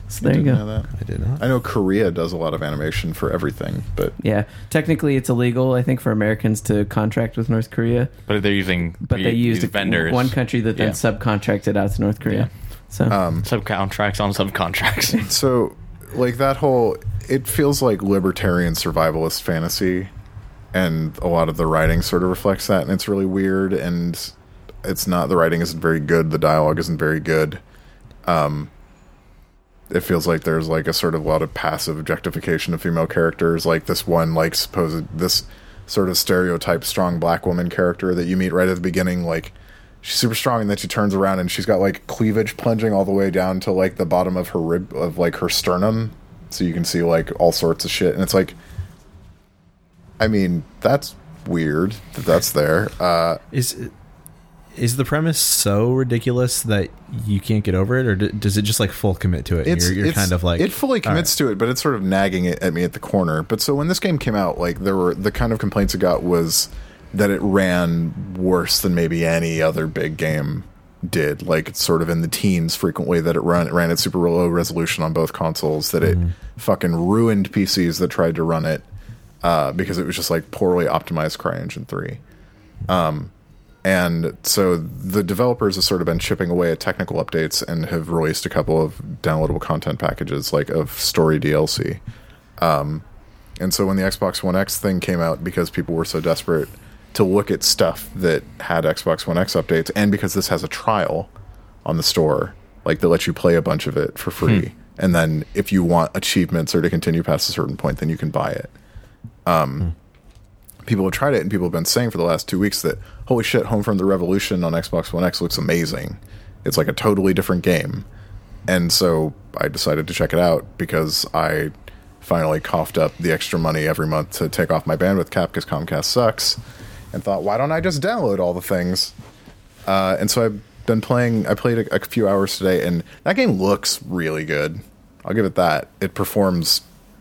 Speaker 1: So there you
Speaker 2: Didn't
Speaker 1: go.
Speaker 2: know that.
Speaker 3: I did not.
Speaker 2: I know Korea does a lot of animation for everything, but
Speaker 1: Yeah, technically it's illegal, I think, for Americans to contract with North Korea,
Speaker 4: But they're using
Speaker 1: but they
Speaker 4: the-
Speaker 1: used
Speaker 4: these vendors
Speaker 1: one country that then
Speaker 4: Yeah.
Speaker 1: subcontracted out to North Korea. So
Speaker 2: Um,
Speaker 4: subcontracts on subcontracts.
Speaker 2: so like that whole it feels like libertarian survivalist fantasy and a lot of the writing sort of reflects that and it's really weird and it's not the writing isn't very good, the dialogue isn't very good. Um it feels like there's like a sort of lot of passive objectification of female characters, like this one like supposed this sort of stereotype strong black woman character that you meet right at the beginning like she's super strong and then she turns around and she's got like cleavage plunging all the way down to like the bottom of her rib of like her sternum so you can see like all sorts of shit and it's like i mean that's weird that that's there uh
Speaker 3: Is is the premise so ridiculous that you can't get over it, or d- does it just like full commit to it? and
Speaker 2: it's,
Speaker 3: you're you're
Speaker 2: it's-
Speaker 3: kind of like
Speaker 2: it fully
Speaker 3: all right.
Speaker 2: commits to it but it's sort of nagging it at me at the corner but so when this game came out like there were the kind of complaints it got was that it ran worse than maybe any other big game did like it's sort of in the teens frequently that it run it ran at super low resolution on both consoles that
Speaker 3: Mm-hmm.
Speaker 2: it fucking ruined PCs that tried to run it uh, because it was just like poorly optimized CryEngine 3 and so the developers have sort of been chipping away at technical updates and have released a couple of downloadable content packages like of story DLC. Um, and so when the Xbox One X thing came out, because people were so desperate to look at stuff that had Xbox One X updates, and because this has a trial on the store, like that lets you play a bunch of it for free, and then if you want achievements or to continue past a certain point, then you can buy it people have tried it and people have been saying for the last two weeks that holy shit home from the revolution on xbox one x looks amazing it's like a totally different game and so i decided to check it out because i finally coughed up the extra money every month to take off my bandwidth cap because comcast sucks and thought why don't i just download all the things uh, and so i've been playing i played a, a few hours today and that game looks really good i'll give it that it performs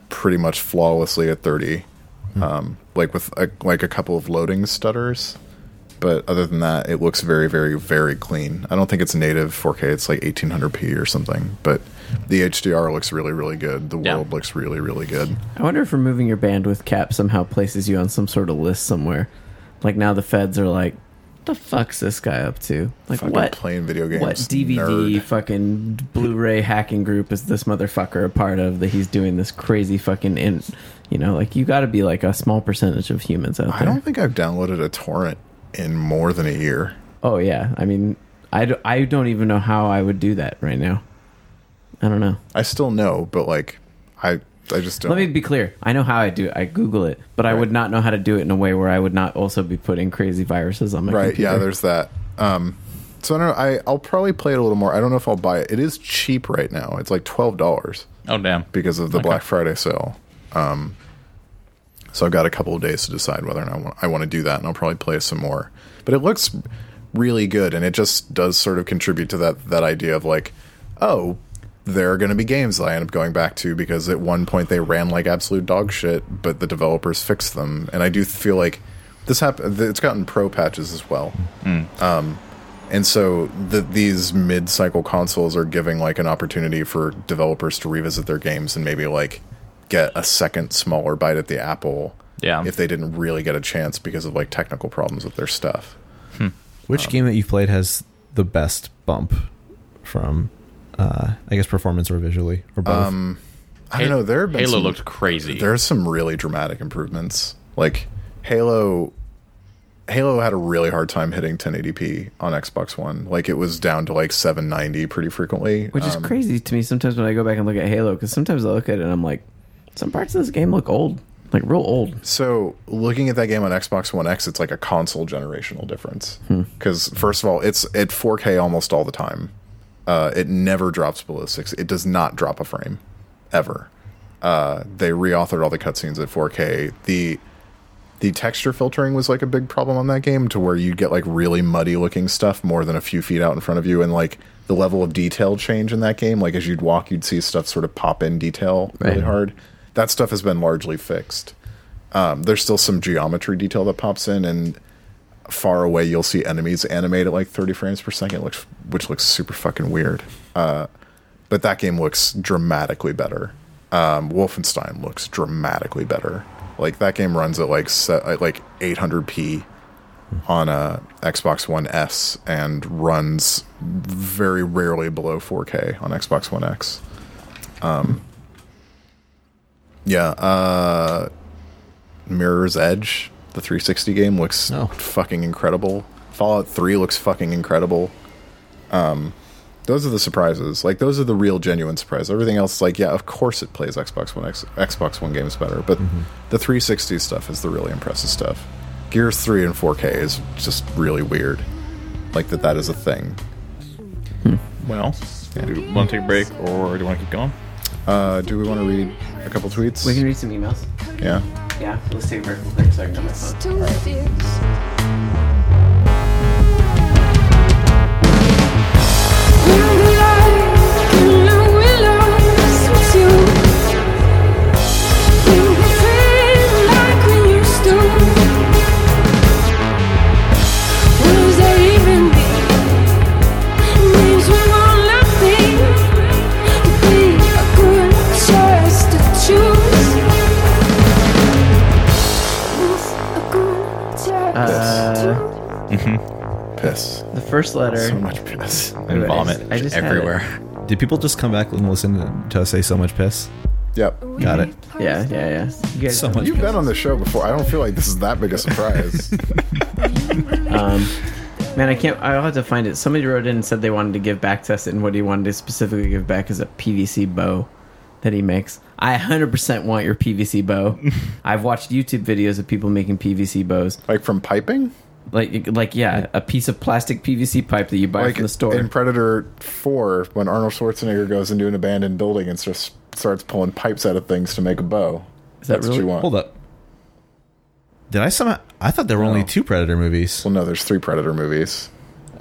Speaker 2: pretty much flawlessly at 30 um, like with a, like a couple of loading stutters. But other than that, it looks very, very, very clean. I don't think it's native 4K. It's like 1800p or something. But the HDR looks really, really good. The
Speaker 4: Yeah.
Speaker 2: world looks really, really good.
Speaker 1: I wonder if removing your bandwidth cap somehow places you on some sort of list somewhere. Like now the feds are like, the fuck's this guy up to? Like
Speaker 2: Fucking
Speaker 1: what?
Speaker 2: playing video games.
Speaker 1: What DVD
Speaker 2: nerd.
Speaker 1: fucking Blu-ray hacking group is this motherfucker a part of that he's doing this crazy fucking in? You know, like you got to be like a small percentage of humans out there.
Speaker 2: I don't think I've downloaded a torrent in more than a year.
Speaker 1: Oh yeah, I mean, I d- I don't even know how I would do that right now. I don't know.
Speaker 2: I still know, but like, I I just don't.
Speaker 1: Let me be clear. I know how I do it. I Google it, but I would not know how to do it in a way where I would not also be putting crazy viruses on my
Speaker 2: right
Speaker 1: computer.
Speaker 2: yeah there's that um so i don't know I, i'll probably play it a little more i don't know if i'll buy it it is cheap right now it's like $12
Speaker 4: oh damn!
Speaker 2: because of the black friday sale um so i've got a couple of days to decide whether or not i want, I want to do that and i'll probably play some more but it looks really good and it just does sort of contribute to that that idea of like oh there are going to be games that I end up going back to because at one point they ran like absolute dog shit, but the developers fixed them. And I do feel like this happened. It's gotten pro patches as well. And so the, these mid-cycle consoles are giving like an opportunity for developers to revisit their games and maybe like get a second smaller bite at the apple
Speaker 4: Yeah.
Speaker 2: if they didn't really get a chance because of like technical problems with their stuff. uh,
Speaker 3: Which game that you've played has the best bump from, uh, I guess, performance or visually or both?
Speaker 2: Um, I don't know. There have been
Speaker 4: Halo
Speaker 2: some,
Speaker 4: looked crazy.
Speaker 2: There's some really dramatic improvements. Like Halo Halo had a really hard time hitting 1080p on Xbox One. Like it was down to like 790 pretty frequently.
Speaker 1: Which is
Speaker 2: Um,
Speaker 1: crazy to me sometimes when I go back and look at Halo, because sometimes I look at it and I'm like, some parts of this game look old, like real old.
Speaker 2: So looking at that game on Xbox One X, it's like a console generational difference. Because first of all, it's at 4K almost all the time. Uh, it never drops below six. It does not drop a frame, ever. Uh, they reauthored all the cutscenes at 4K. The the texture filtering was like a big problem on that game, to where you'd get like really muddy looking stuff more than a few feet out in front of you, and like the level of detail change in that game. Like as you'd walk, you'd see stuff sort of pop in detail really
Speaker 1: Right.
Speaker 2: hard. That stuff has been largely fixed um, there's still some geometry detail that pops in and far away you'll see enemies animate at like 30 frames per second which, which looks super fucking weird uh, but that game looks dramatically better um, wolfenstein looks dramatically better like that game runs at like se- at like 800p on a xbox one s and runs very rarely below 4k on xbox one x um, yeah uh, Mirror's Edge, the 360 game, looks
Speaker 3: Oh.
Speaker 2: fucking incredible. Fallout 3 looks fucking incredible. Um, those are the surprises. Like those are the real genuine surprises. Everything else, like yeah, of course it plays Xbox One X, Xbox One games better, but
Speaker 1: Mm-hmm.
Speaker 2: the 360 stuff is the really impressive stuff. Gears 3 and 4K is just really weird. Like that, that is a thing.
Speaker 4: well, do you want to take a break or do you want to keep going?
Speaker 2: Uh, do we want to read a couple tweets?
Speaker 1: We can read some emails.
Speaker 2: yeah.
Speaker 1: Yeah, let's take a break real quick so I can get my phone.
Speaker 5: to this.
Speaker 6: Choose.
Speaker 1: Uh,
Speaker 2: Piss.
Speaker 1: The first letter.
Speaker 2: So much piss.
Speaker 1: Wait, I
Speaker 4: vomit
Speaker 1: just- I just had it.
Speaker 4: everywhere.
Speaker 3: Did people just come back and listen to, to us say so much piss?
Speaker 2: Yep.
Speaker 3: Got it.
Speaker 1: Yeah, yeah, yeah. You guys,
Speaker 3: So much.
Speaker 2: You've been on the show before. I don't feel like this is that big a surprise.
Speaker 1: um, man, I can't. I'll have to find it. Somebody wrote in and said they wanted to give back to us, and what he wanted to specifically give back is a PVC bow that he makes. I 100% want your PVC bow. I've watched YouTube videos of people making PVC bows.
Speaker 2: like from piping?
Speaker 1: Like, like yeah, a piece of plastic PVC pipe that you buy
Speaker 2: Like
Speaker 1: from the store.
Speaker 2: in Predator 4, when Arnold Schwarzenegger goes into an abandoned building and starts, starts pulling pipes out of things to make a bow.
Speaker 1: Is that
Speaker 2: That's
Speaker 1: really-
Speaker 2: what you want.
Speaker 3: Hold up. Did I somehow? I thought there were only
Speaker 2: No.
Speaker 3: two Predator movies.
Speaker 2: Well, no, there's three Predator movies,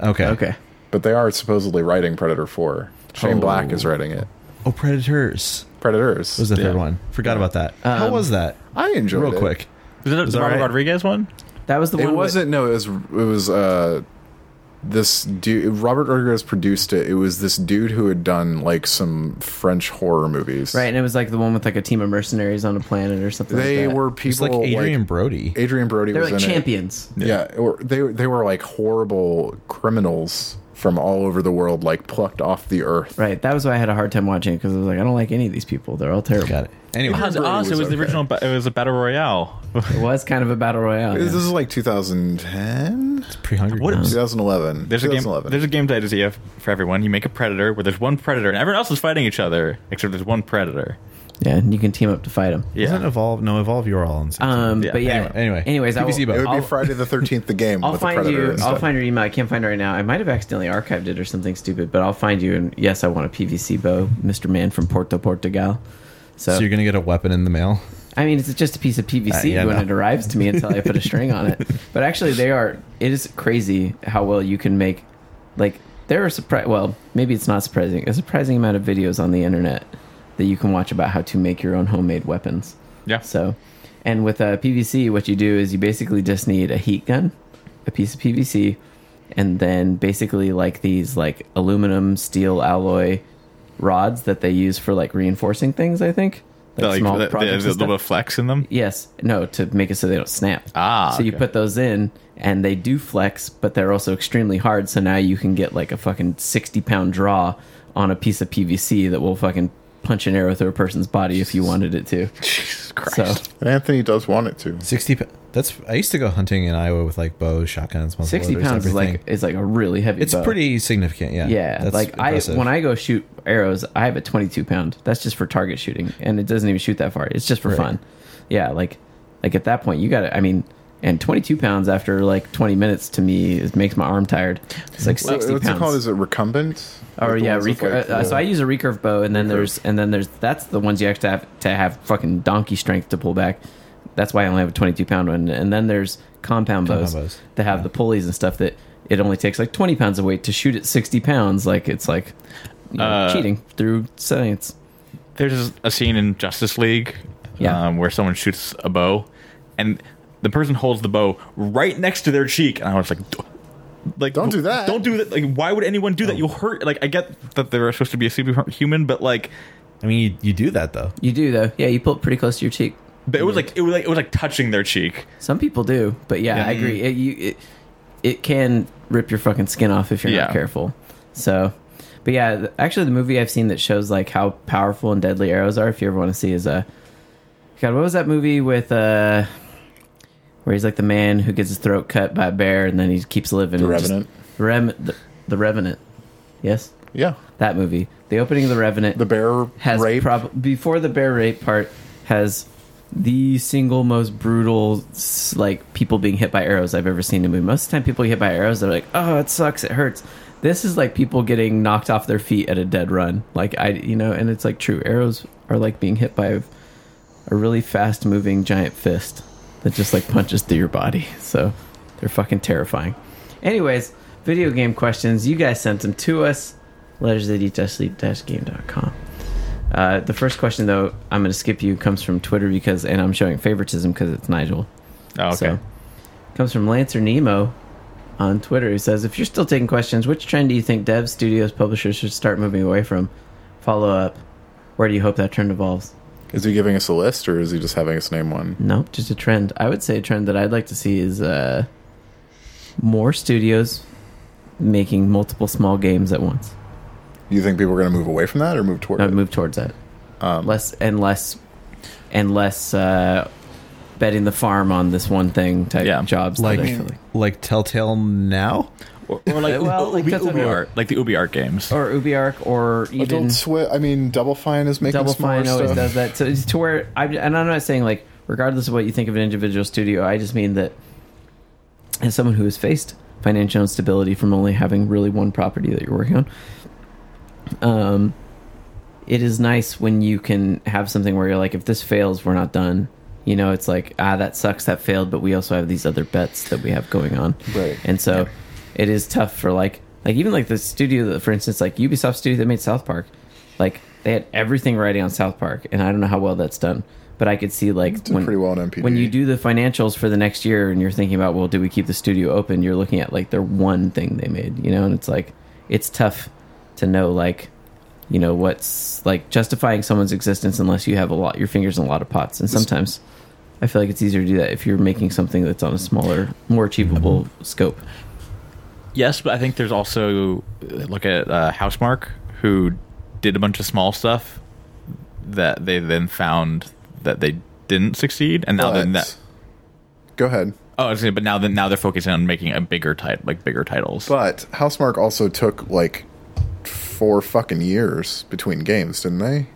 Speaker 3: Okay.
Speaker 1: okay.
Speaker 2: but they are supposedly writing Predator 4. Shane
Speaker 3: Oh.
Speaker 2: Black is writing it.
Speaker 3: Oh, Predators
Speaker 2: Predators.
Speaker 3: was the third one. Forgot about that. How was that?
Speaker 2: Um, I enjoyed
Speaker 3: Real
Speaker 2: it.
Speaker 3: quick.
Speaker 4: Is it the
Speaker 3: that
Speaker 4: Robert
Speaker 3: right?
Speaker 4: Rodriguez one?
Speaker 1: That was the
Speaker 2: It
Speaker 1: one. with-
Speaker 2: wasn't, no, it was, it was, uh, this dude, Robert Rodriguez produced it. It was this dude who had done like some French horror movies.
Speaker 1: Right, and it was like the one with like a team of mercenaries on a planet or something. like
Speaker 2: They
Speaker 1: that.
Speaker 2: were
Speaker 3: It's
Speaker 2: people
Speaker 3: like Adrian Brody.
Speaker 2: Adrian Brody
Speaker 1: They're
Speaker 2: was
Speaker 1: like
Speaker 2: in it.
Speaker 1: champions.
Speaker 2: Yeah, or they they were like horrible criminals from all over the world, like plucked off the earth.
Speaker 1: Right. That was why I had a hard time watching it because I was like, I don't like any of these people. They're all terrible.
Speaker 3: Got it. Anyway,
Speaker 4: Oh, so-
Speaker 2: Brody
Speaker 4: oh, so it
Speaker 2: was
Speaker 4: was the
Speaker 2: okay.
Speaker 4: original. ba- It was a battle royale.
Speaker 1: It was kind of a battle royale.
Speaker 2: This
Speaker 1: yeah.
Speaker 2: is like 2010,
Speaker 3: pre Hunger
Speaker 4: What-
Speaker 3: Games.
Speaker 2: 2011.
Speaker 4: There's a game.
Speaker 2: 2011.
Speaker 4: There's a game idea for everyone. You make a predator where there's one predator and everyone else is fighting each other except there's one predator.
Speaker 1: Yeah, and you can team up to fight them.
Speaker 3: Doesn't
Speaker 4: Yeah.
Speaker 3: evolve. No, evolve. You're all on. the same team.
Speaker 1: Um,
Speaker 4: Yeah,
Speaker 1: But yeah.
Speaker 3: anyway- anyway.
Speaker 1: Anyways, I will,
Speaker 3: PVC boat.
Speaker 2: it would
Speaker 1: I'll,
Speaker 2: be Friday the 13th, the game
Speaker 1: I'll
Speaker 2: with the
Speaker 1: find
Speaker 2: predator.
Speaker 1: you.
Speaker 2: and
Speaker 1: I'll
Speaker 2: stuff.
Speaker 1: find your email. I can't find it right now. I might have accidentally archived it or something stupid, but I'll find you. And yes, I want a PVC bow, Mr. Man from Porto, Portugal. So,
Speaker 3: so you're gonna get a weapon in the mail.
Speaker 1: I mean, it's just a piece of PVC
Speaker 3: Uh, yeah,
Speaker 1: when
Speaker 3: no.
Speaker 1: it arrives to me until I put a string on it. But actually, they are. It is crazy how well you can make. Like there are surprise. Well, maybe it's not surprising. A surprising amount of videos on the internet that you can watch about how to make your own homemade weapons.
Speaker 4: Yeah.
Speaker 1: So, and with uh, PVC, what you do is you basically just need a heat gun, a piece of PVC, and then basically like these like aluminum steel alloy rods that they use for like reinforcing things. I think like,
Speaker 4: like
Speaker 1: small
Speaker 4: the, the,
Speaker 1: projects.
Speaker 4: the
Speaker 1: and
Speaker 4: little
Speaker 1: stuff.
Speaker 4: flex in them.
Speaker 1: Yes, no, to make it so they don't snap.
Speaker 4: Ah,
Speaker 1: so you
Speaker 4: okay.
Speaker 1: put those in, and they do flex, but they're also extremely hard. So now you can get like a fucking sixty pound draw on a piece of PVC that will fucking punch an arrow through a person's body if you wanted it to.
Speaker 4: Jesus
Speaker 1: So
Speaker 4: Christ!
Speaker 2: And Anthony does want it to.
Speaker 3: 60 p- that's i used to go hunting in iowa with like bows shotguns muzzle
Speaker 1: sixty
Speaker 3: loaders,
Speaker 1: pounds is
Speaker 3: everything.
Speaker 1: like is like a really heavy.
Speaker 3: it's
Speaker 1: bow.
Speaker 3: pretty significant yeah
Speaker 1: Yeah,
Speaker 3: That's
Speaker 1: like
Speaker 3: impressive.
Speaker 1: I when I go shoot arrows, I have a 22 pound. That's just for target shooting, and it doesn't even shoot that far. It's just for fun. Yeah, like like at that point, you got to. I mean, and 22 pounds after like 20 minutes to me is, makes my arm tired. It's like 60
Speaker 2: What's
Speaker 1: pounds.
Speaker 2: it called? Is it recumbent?
Speaker 1: or
Speaker 2: Like the
Speaker 1: yeah,
Speaker 2: ones with,
Speaker 1: recurve.
Speaker 2: like,
Speaker 1: uh,
Speaker 2: the-
Speaker 1: so I use a recurve bow, and then there's and then there's that's the ones you actually have to have fucking donkey strength to pull back. That's why I only have a 22 pound one, and then there's compound bows,
Speaker 3: Compound bows.
Speaker 1: that have the pulleys and stuff that it only takes like 20 pounds of weight to shoot at 60 pounds. Like it's like you know,
Speaker 4: Uh,
Speaker 1: cheating through science.
Speaker 4: There's a scene in Justice League,
Speaker 1: Yeah.
Speaker 4: um, where someone shoots a bow, and the person holds the bow right next to their cheek, and I was like. "D- Like,
Speaker 2: Don't do that."
Speaker 4: Don't do that. Like, why would anyone do that? You'll hurt. Like, I get that they're supposed to be a superhuman, but like,
Speaker 3: I mean you, you do that though
Speaker 1: You do though, yeah. You pull it pretty close to your cheek.
Speaker 4: but it was like it was like it was like touching their cheek.
Speaker 1: Some people do, but yeah, I agree. It, you it, it can rip your fucking skin off if you're
Speaker 4: Yeah.
Speaker 1: not careful. So, but yeah, th- actually, the movie I've seen that shows like how powerful and deadly arrows are, if you ever want to see, is uh, God, what was that movie with uh, where he's like the man who gets his throat cut by a bear and then he keeps living.
Speaker 2: The
Speaker 1: and just-
Speaker 2: Revenant.
Speaker 1: Rem, the, the Revenant. Yes,
Speaker 2: Yeah,
Speaker 1: that movie. The opening of the Revenant
Speaker 2: the bear
Speaker 1: has
Speaker 2: rape.
Speaker 1: prob- before the bear rape part has the single most brutal s- like people being hit by arrows I've ever seen in a movie. Most of the time, people get hit by arrows, they're like, "Oh, it sucks, it hurts." This is like people getting knocked off their feet at a dead run. Like I, you know, and it's like true. Arrows are like being hit by a, a really fast moving giant fist that just like punches through your body. So they're fucking terrifying. Anyways, video game questions. You guys sent them to us. Letters that eat dash sleep dash game dot com. Uh, the first question, though, I'm going to skip you, comes from Twitter because, and I'm showing favoritism because it's Nigel.
Speaker 4: Oh, okay.
Speaker 1: So, comes from Lancer Nemo on Twitter who says, If you're still taking questions, which trend do you think devs, studios, publishers should start moving away from? Follow up. Where do you hope that trend evolves?
Speaker 2: Is he giving us a list or is he just having us name one?
Speaker 1: Nope, just a trend. I would say a trend that I'd like to see is uh, more studios making multiple small games at once.
Speaker 2: You think people are going to move away from that or move toward
Speaker 1: I
Speaker 2: it?
Speaker 1: would move towards that. less and less and less uh, betting the farm on this one thing type
Speaker 4: Yeah.
Speaker 1: jobs. that
Speaker 3: like
Speaker 1: I feel like-
Speaker 3: like telltale now
Speaker 4: Or, or like,
Speaker 1: Well, like
Speaker 4: Ubi,
Speaker 1: that's-
Speaker 4: Ubi Art, like the Ubi Art games.
Speaker 1: or Ubi Arc or even
Speaker 2: Adult Swim. I mean, Double Fine is making
Speaker 1: Double
Speaker 2: smaller
Speaker 1: Fine always
Speaker 2: stuff.
Speaker 1: does that. So it's to where I and I'm not saying like regardless of what you think of an individual studio, I just mean that as someone who has faced financial instability from only having really one property that you're working on, um, it is nice when you can have something where you're like, if this fails, we're not done. You know, it's like ah, that sucks, that failed, but we also have these other bets that we have going on.
Speaker 2: Right.
Speaker 1: And so it is tough for like like even like the studio that for instance like Ubisoft studio that made South Park, like they had everything ready on South Park, and I don't know how well that's done, but I could see like
Speaker 2: did pretty well on MPD.
Speaker 1: when you do the financials for the next year and you're thinking about well do we keep the studio open you're looking at like their one thing they made you know and it's like it's tough to know like you know what's like justifying someone's existence unless you have a lot your fingers in a lot of pots and sometimes i feel like it's easier to do that if you're making something that's on a smaller more achievable scope
Speaker 4: Yes, but I think there's also look at uh, Housemark, who did a bunch of small stuff that they then found that they didn't succeed, and now
Speaker 2: But-
Speaker 4: then that
Speaker 2: Go ahead.
Speaker 4: oh, I was gonna- but now then now they're focusing on making a bigger title, like bigger titles.
Speaker 2: But Housemark also took like four fucking years between games, didn't they?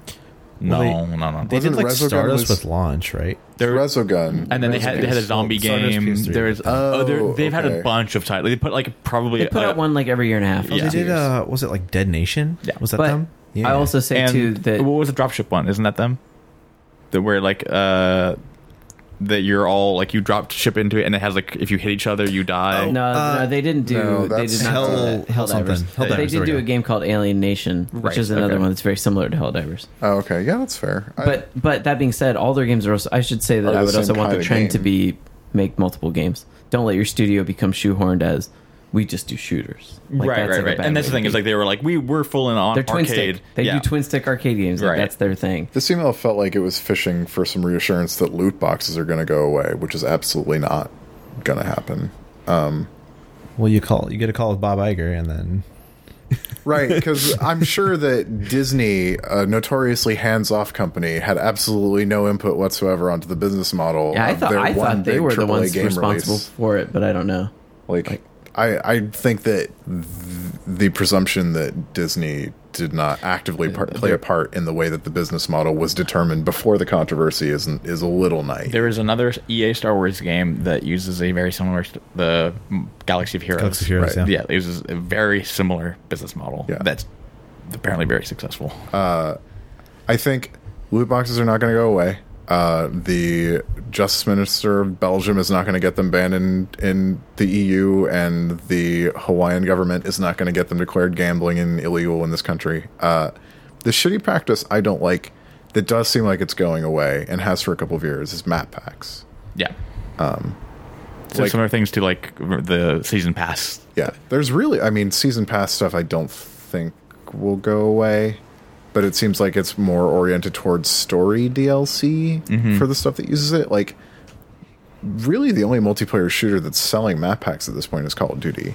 Speaker 4: no,
Speaker 3: Well, they-
Speaker 4: no, no,
Speaker 3: they did
Speaker 2: Wasn't
Speaker 3: like
Speaker 2: Resogun
Speaker 3: stardust
Speaker 2: was-
Speaker 3: with launch right
Speaker 4: They're-
Speaker 2: Resogun.
Speaker 4: and then they had, they had a zombie
Speaker 3: Oh, Stardust
Speaker 4: game.
Speaker 3: PS3.
Speaker 4: There's oh, they're- they've had
Speaker 2: okay.
Speaker 4: a bunch of titles. They put like probably
Speaker 1: they put
Speaker 4: uh,
Speaker 1: out one like every year and a half
Speaker 4: Yeah.
Speaker 3: they did uh was it like dead nation
Speaker 4: Yeah.
Speaker 3: was that
Speaker 1: but
Speaker 3: them
Speaker 1: i also say
Speaker 4: and
Speaker 1: too that
Speaker 4: what was the dropship one? Isn't that them? That where like uh that you're all like you drop ship into it and it has like if you hit each other you die.
Speaker 1: No,
Speaker 3: Uh,
Speaker 1: no, they didn't do.
Speaker 2: no,
Speaker 1: they
Speaker 2: that's
Speaker 1: did not do
Speaker 3: Hell-
Speaker 1: that.
Speaker 3: Hell
Speaker 1: Helldivers.
Speaker 3: something. Helldivers,
Speaker 1: But they
Speaker 3: there
Speaker 1: did
Speaker 3: we
Speaker 1: do
Speaker 3: go.
Speaker 1: a game called Alien Nation, which
Speaker 4: Right,
Speaker 1: is another
Speaker 4: okay.
Speaker 1: one that's very similar to Helldivers.
Speaker 2: Oh, okay. Yeah, that's fair. I-
Speaker 1: But but that being said, all their games are. Also, I should say that
Speaker 2: Are
Speaker 1: I
Speaker 2: the
Speaker 1: would also
Speaker 2: same
Speaker 1: want
Speaker 2: kind
Speaker 1: the
Speaker 2: of
Speaker 1: trend to
Speaker 2: game.
Speaker 1: be make multiple games. Don't let your studio become shoehorned as we just do shooters. Like,
Speaker 4: right,
Speaker 1: that's,
Speaker 4: right,
Speaker 1: like, a
Speaker 4: right.
Speaker 1: bad
Speaker 4: And that's the
Speaker 1: way
Speaker 4: thing
Speaker 1: to
Speaker 4: is
Speaker 1: be.
Speaker 4: like they were like we were full in on
Speaker 1: they're twin
Speaker 4: arcade.
Speaker 1: stick. They
Speaker 4: yeah.
Speaker 1: do twin stick arcade games. Like,
Speaker 4: Right.
Speaker 1: That's their thing.
Speaker 2: This email felt like it was fishing for some reassurance that loot boxes are going to go away, which is absolutely not going to happen.
Speaker 3: Well, you call you get a call with Bob Iger, and then
Speaker 2: Right, because I'm sure that Disney, a notoriously hands-off company, had absolutely no input whatsoever onto the business model.
Speaker 1: Yeah, I
Speaker 2: of
Speaker 1: thought
Speaker 2: their
Speaker 1: I
Speaker 2: one
Speaker 1: thought they
Speaker 2: big
Speaker 1: were the
Speaker 2: AAA
Speaker 1: ones
Speaker 2: game
Speaker 1: responsible
Speaker 2: release.
Speaker 1: for it, but I don't know.
Speaker 2: Like, I, I think that th- the presumption that Disney did not actively par- play a part in the way that the business model was determined before the controversy is is a little naive.
Speaker 4: There is another EA Star Wars game that uses a very similar st- the mm, Galaxy of Heroes.
Speaker 3: Galaxy of Heroes,
Speaker 2: Right.
Speaker 3: yeah.
Speaker 4: Yeah, it uses a very similar business model.
Speaker 2: Yeah.
Speaker 4: That's apparently very successful.
Speaker 3: Uh,
Speaker 2: I think loot boxes are not going to go away. Uh, the justice minister of Belgium is not going to get them banned in, in the EU, and the Hawaiian government is not going to get them declared gambling and illegal in this country. Uh, the shitty practice I don't like that does seem like it's going away and has for a couple of years is map packs.
Speaker 4: yeah.
Speaker 3: um,
Speaker 4: so
Speaker 2: like-
Speaker 4: similar things to like the season pass.
Speaker 2: Yeah, there's really, I mean, season pass stuff I don't think will go away, but it seems like it's more oriented towards story DLC for the stuff that uses it. Like, really, the only multiplayer shooter that's selling map packs at this point is Call of Duty.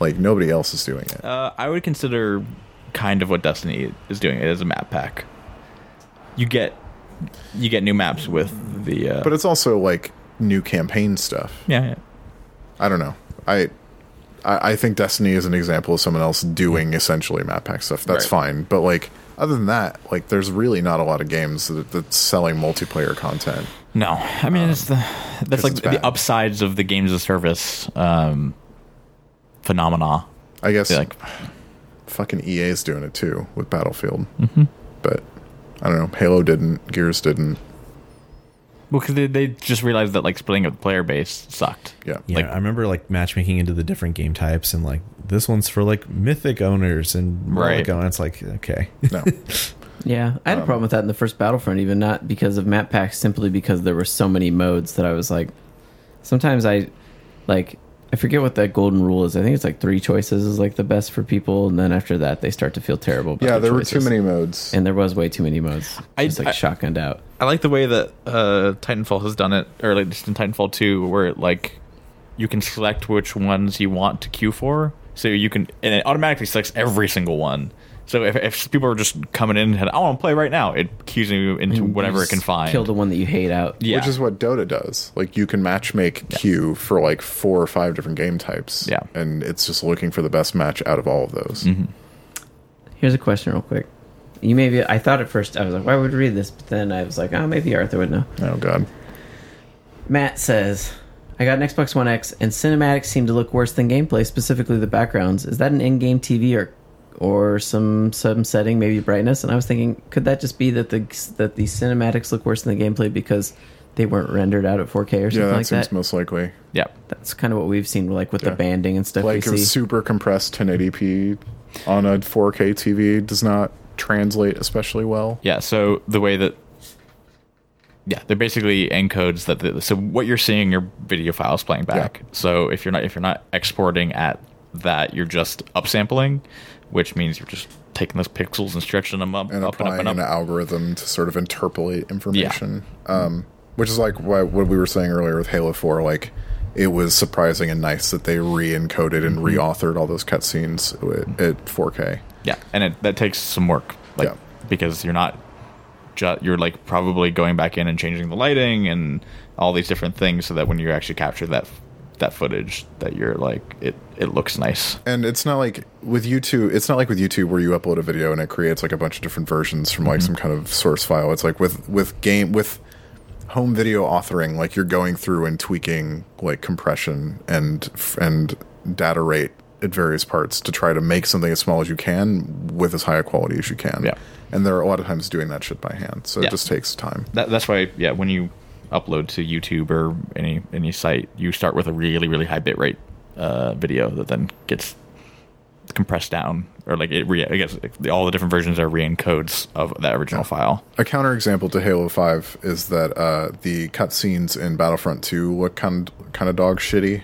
Speaker 2: Like, nobody else is doing it.
Speaker 4: Uh, I would consider kind of what Destiny is doing. It is a map pack. You get you get new maps with the. Uh,
Speaker 2: But it's also like new campaign stuff.
Speaker 4: yeah, yeah.
Speaker 2: I don't know. I. I I think Destiny is an example of someone else doing essentially map pack stuff. That's
Speaker 4: Right.
Speaker 2: fine, but like other than that, like there's really not a lot of games that, that's selling multiplayer content.
Speaker 4: No, I mean it's the that's
Speaker 2: 'cause
Speaker 4: like
Speaker 2: it's
Speaker 4: the
Speaker 2: bad.
Speaker 4: upsides of the games of service um, phenomena.
Speaker 2: I guess
Speaker 4: Like
Speaker 2: fucking EA is doing it too with Battlefield.
Speaker 4: Mm-hmm.
Speaker 2: But I don't know. Halo didn't. Gears didn't.
Speaker 4: because they, they just realized that like splitting up the player base sucked.
Speaker 2: Yeah.
Speaker 3: yeah,
Speaker 4: Like-
Speaker 3: I remember like matchmaking into the different game types, and like this one's for like mythic owners and
Speaker 4: Right.
Speaker 3: Relic owners. It's like okay,
Speaker 2: No.
Speaker 1: Yeah, I had
Speaker 2: Um,
Speaker 1: a problem with that in the first Battlefront, even not because of map packs, simply because there were so many modes that I was like, sometimes I, like, I forget what that golden rule is. I think it's like three choices is like the best for people, and then after that they start to feel terrible. About
Speaker 2: yeah.
Speaker 1: the
Speaker 2: There were
Speaker 1: choices.
Speaker 2: too many modes.
Speaker 1: and there was way too many modes.
Speaker 4: I-
Speaker 1: just like
Speaker 4: I-
Speaker 1: shotgunned out.
Speaker 4: I like the way that uh, Titanfall has done it, or like just in Titanfall Two, where it, like you can select which ones you want to queue for, so you can, and it automatically selects every single one. So if, if people are just coming in and had, I want to play right now, it queues you into whatever it can
Speaker 1: Just
Speaker 4: find.
Speaker 1: Kill the one that you hate out.
Speaker 4: yeah,
Speaker 2: Which is what Dota does. Like you can matchmake queue for like four or five different game types.
Speaker 4: Yeah. Mm-hmm.
Speaker 2: And it's just looking for the best match out of all of those.
Speaker 1: Here's a question, real quick. You maybe I thought at first I was like, why would we read this? But then I was like, oh, maybe Arthur would know.
Speaker 2: Oh god.
Speaker 1: Matt says, I got an Xbox One X and cinematics seem to look worse than gameplay, specifically the backgrounds. Is that an in game TV or or some some setting, maybe brightness? And I was thinking, could that just be that the that the cinematics look worse than the gameplay because they weren't rendered out at 4K or something
Speaker 2: Yeah, that
Speaker 1: like
Speaker 2: seems
Speaker 1: that?
Speaker 2: most likely.
Speaker 4: yeah.
Speaker 1: That's kind of what we've seen, like with
Speaker 2: Yeah.
Speaker 1: the banding and stuff.
Speaker 2: Like
Speaker 1: we
Speaker 2: a
Speaker 1: see.
Speaker 2: super compressed 1080p on a 4K TV does not translate especially well.
Speaker 4: Yeah, so the way that yeah, they're basically encodes that the, so what you're seeing your video files playing back.
Speaker 2: Yeah.
Speaker 4: So if you're not if you're not exporting at that, you're just upsampling, which means you're just taking those pixels and stretching them up
Speaker 2: and
Speaker 4: up and up
Speaker 2: applying
Speaker 4: and up.
Speaker 2: an algorithm to sort of interpolate information. Um, which is like what, what we were saying earlier with Halo 4. Like, it was surprising and nice that they re encoded
Speaker 4: Mm-hmm.
Speaker 2: and reauthored all those cutscenes at, at 4K.
Speaker 4: Yeah, and it, that takes some work, like
Speaker 2: Yeah.
Speaker 4: because you're not, ju- you're like probably going back in and changing the lighting and all these different things, so that when you actually capture that f- that footage, that you're like it it looks nice.
Speaker 2: And it's not like with YouTube, it's not like with YouTube where you upload a video and it creates like a bunch of different versions from like some
Speaker 4: Mm-hmm.
Speaker 2: kind of source file. It's like with, with game, with home video authoring, like you're going through and tweaking like compression and, and data rate at various parts to try to make something as small as you can with as high a quality as you can.
Speaker 4: Yeah.
Speaker 2: And there are a lot of times doing that shit by hand. So
Speaker 4: Yeah.
Speaker 2: it just takes time.
Speaker 4: that, that's why yeah when you upload to youtube or any any site you start with a really really high bitrate uh, video that then gets compressed down or like it re- i guess all the different versions are re-encodes of that original file
Speaker 2: A counterexample to Halo Five is that uh, the cutscenes in Battlefront Two look kind kind of dog shitty,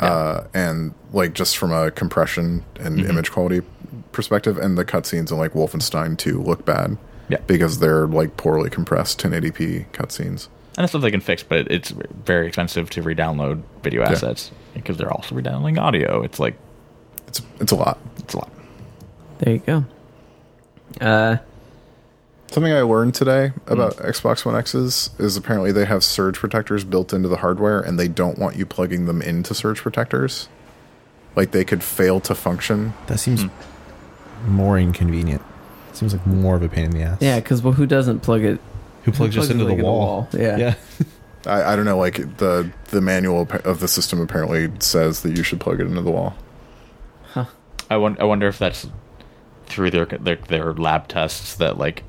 Speaker 2: uh, and like just from a compression and
Speaker 4: Mm-hmm.
Speaker 2: image quality perspective, and the cutscenes in like Wolfenstein 2 look bad,
Speaker 4: Yeah.
Speaker 2: because they're like poorly compressed 1080p cutscenes.
Speaker 4: And that's stuff they can fix, but it, it's very expensive to re-download video assets because they're also re-downloading audio. It's like
Speaker 2: It's it's a lot.
Speaker 4: it's a lot.
Speaker 1: There you go. Uh,
Speaker 2: Something I learned today
Speaker 4: Mm-hmm.
Speaker 2: about Xbox One X's is apparently they have surge protectors built into the hardware and they don't want you plugging them into surge protectors. Like they could fail to function.
Speaker 3: That seems Hmm. more inconvenient. Seems like more of a pain in the ass.
Speaker 1: yeah, because well, who doesn't plug it?
Speaker 3: Who plugs
Speaker 1: who
Speaker 3: just into
Speaker 1: it,
Speaker 3: the,
Speaker 1: like, in
Speaker 3: wall.
Speaker 1: Yeah.
Speaker 3: Yeah.
Speaker 2: I, I don't know, like the the manual appa- of the system apparently says that you should plug it into the wall.
Speaker 4: I wonder, I wonder if that's through their, their their lab tests that like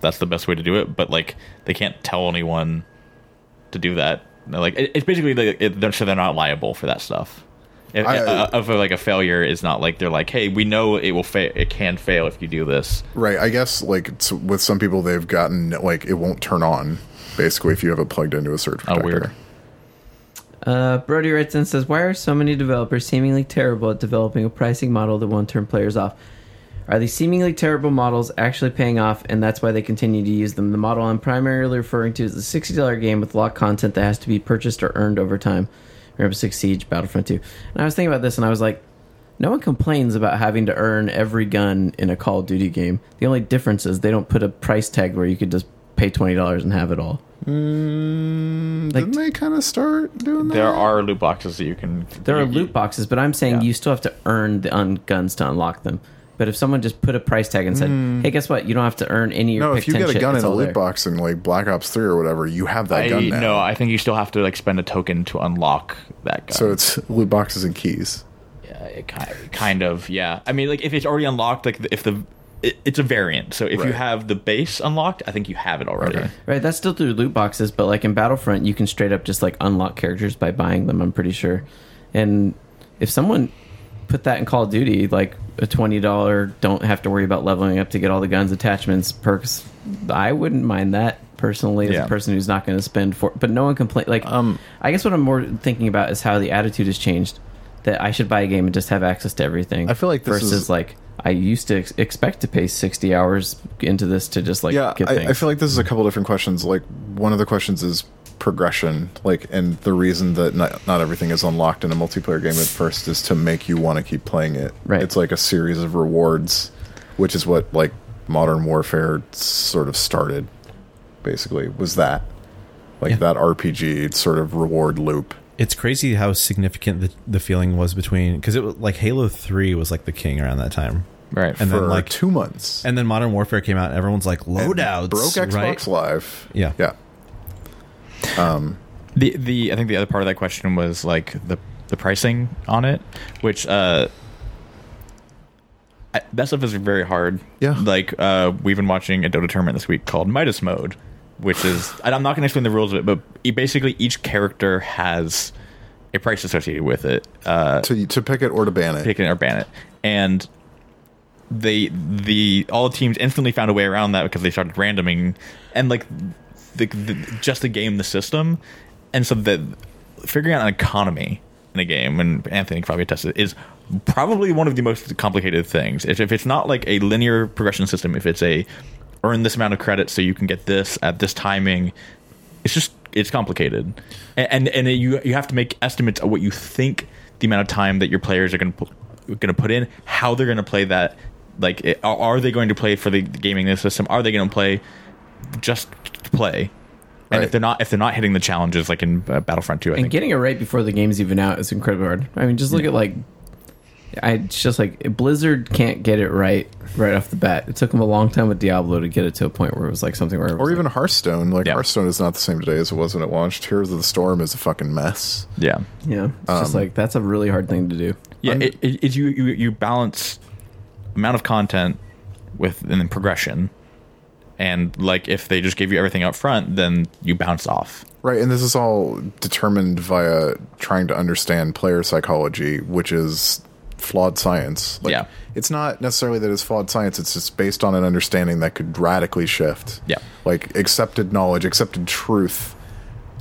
Speaker 4: that's the best way to do it, but like they can't tell anyone to do that. They're like it, it's basically like it, they're, so they're not liable for that stuff. If,
Speaker 2: I-
Speaker 4: uh, of like a failure is not like they're like, hey, we know it will fail. It can fail if you do this.
Speaker 2: Right. I guess like it's, with some people they've gotten like it won't turn on basically if you have it plugged into a surge
Speaker 4: Oh,
Speaker 2: protector.
Speaker 4: weird.
Speaker 1: Uh, Brody writes in and says, "Why are so many developers seemingly terrible at developing a pricing model that won't turn players off? Are these seemingly terrible models actually paying off, and that's why they continue to use them? The model I'm primarily referring to is the sixty-dollar game with locked content that has to be purchased or earned over time. Rainbow Six Siege, Battlefront Two. And I was thinking about this, and I was like, no one complains about having to earn every gun in a Call of Duty game. The only difference is they don't put a price tag where you could just pay twenty dollars and have it all.
Speaker 2: Mm,
Speaker 1: Like-
Speaker 2: didn't they kind of start doing that?
Speaker 4: There are loot boxes that you can.
Speaker 1: There are
Speaker 4: you-
Speaker 1: loot boxes, but I'm saying
Speaker 4: Yeah.
Speaker 1: you still have to earn the un- guns to unlock them. But if someone just put a price tag and said, "Hey, guess what? You don't have to earn any." or
Speaker 2: Mm. no,
Speaker 1: pick
Speaker 2: if you
Speaker 1: 10
Speaker 2: get a
Speaker 1: shit,
Speaker 2: gun
Speaker 1: it's
Speaker 2: in a
Speaker 1: all
Speaker 2: loot
Speaker 1: there."
Speaker 2: box in like Black Ops Three or whatever, you have that
Speaker 4: I,
Speaker 2: gun now.
Speaker 4: no, I think you still have to like spend a token to unlock that gun.
Speaker 2: So it's loot boxes and keys.
Speaker 4: Yeah, it kind kind of. Yeah, I mean, like if it's already unlocked, like if the it, it's a variant. So if you
Speaker 2: Right.
Speaker 4: have the base unlocked, I think you have it already.
Speaker 2: Okay.
Speaker 1: right? That's still through loot boxes, but like in Battlefront, you can straight up just like unlock characters by buying them. I'm pretty sure. And if someone put that in Call of Duty, like a twenty dollar, don't have to worry about leveling up to get all the guns, attachments, perks. I wouldn't mind that personally as
Speaker 4: Yeah.
Speaker 1: a person who's not going to spend for. But no one complain. Like,
Speaker 2: Um,
Speaker 1: I guess what I'm more thinking about is how the attitude has changed. That I should buy a game and just have access to everything.
Speaker 2: I feel like this
Speaker 1: versus
Speaker 2: is-
Speaker 1: like I used to ex- expect to pay sixty hours into this to just like
Speaker 2: yeah
Speaker 1: get
Speaker 2: I,
Speaker 1: things.
Speaker 2: I feel like this is a couple different questions like one of the questions is progression like and the reason that not, not everything is unlocked in a multiplayer game at first is to make you want to keep playing it
Speaker 1: Right.
Speaker 2: it's like a series of rewards which is what like modern warfare sort of started basically was that like
Speaker 3: Yeah.
Speaker 2: that rpg sort of reward loop
Speaker 3: It's crazy how significant the, the feeling was between because it was like Halo Three was like the king around that time,
Speaker 4: Right.
Speaker 3: And
Speaker 2: for
Speaker 3: then like
Speaker 2: two months
Speaker 3: and then Modern Warfare came out and everyone's like loadouts,
Speaker 2: broke xbox
Speaker 3: right?
Speaker 2: live
Speaker 3: Yeah.
Speaker 2: yeah
Speaker 4: the the I think the other part of that question was like the the pricing on it, which uh, I, that stuff is very hard.
Speaker 2: Yeah.
Speaker 4: like uh, we've been watching a Dota tournament this week called Midas Mode, which is and I'm not going to explain the rules of it, but e- basically each character has a price associated with it. Uh,
Speaker 2: to, to pick it or to ban it
Speaker 4: pick it or ban it, and they the all the teams instantly found a way around that because they started randoming and like the, the just the game the system and so that figuring out an economy in a game and anthony can probably attests it is probably one of the most complicated things if, if it's not like a linear progression system if it's a earn this amount of credit so you can get this at this timing it's just it's complicated and and, and you you have to make estimates of what you think the amount of time that your players are going to going to put in how they're going to play that like it- are, are they going to play for the gaming system are they going to play just to play and
Speaker 2: Right.
Speaker 4: if they're not if they're not hitting the challenges like in uh, battlefront 2 i
Speaker 1: and
Speaker 4: think
Speaker 1: getting it right before the game's even out is incredibly hard. I mean, just look at like, I it's just like Blizzard can't get it right right off the bat. It took them a long time with Diablo to get it to a point where it was like something where it was
Speaker 2: Or even Hearthstone. Like
Speaker 4: Yeah.
Speaker 2: Hearthstone is not the same today as it was when it launched. Heroes of the Storm is a fucking mess.
Speaker 4: yeah
Speaker 1: like, yeah, it's just
Speaker 2: um,
Speaker 1: like that's a really hard thing to do.
Speaker 4: yeah
Speaker 2: I'm-
Speaker 4: it, it, it's you, you you balance amount of content with and then progression and like if they just give you everything up front then you bounce off
Speaker 2: Right, and this is all determined via trying to understand player psychology, which is flawed science. Like,
Speaker 4: Yeah.
Speaker 2: It's not necessarily that it's flawed science, it's just based on an understanding that could radically shift.
Speaker 4: Yeah.
Speaker 2: Like accepted knowledge, accepted truth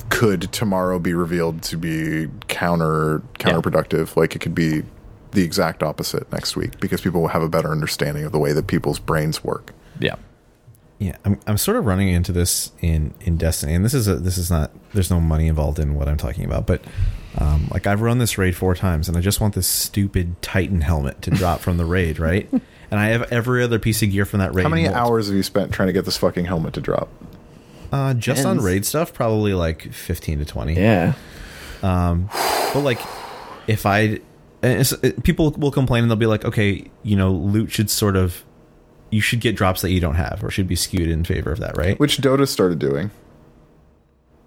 Speaker 2: could tomorrow be revealed to be counter counterproductive. Like it could be the exact opposite next week because people will have a better understanding of the way that people's brains work.
Speaker 4: Yeah.
Speaker 3: Yeah, I'm, I'm sort of running into this in in Destiny, and this is a this is not there's no money involved in what I'm talking about, but um, like I've run this raid four times, and I just want this stupid Titan helmet to drop from the raid, right? And I have every other piece of gear from that raid.
Speaker 2: How many
Speaker 3: multiple-
Speaker 2: hours have you spent trying to get this fucking helmet to drop?
Speaker 3: Uh, just on
Speaker 1: Tens.
Speaker 3: raid stuff, probably like fifteen to twenty.
Speaker 1: Yeah.
Speaker 3: But like, if I, and it's, it- people will complain and they'll be like, okay, you know, loot should sort of, you should get drops that you don't have, or should be skewed in favor of that, right?
Speaker 2: Which Dota started doing.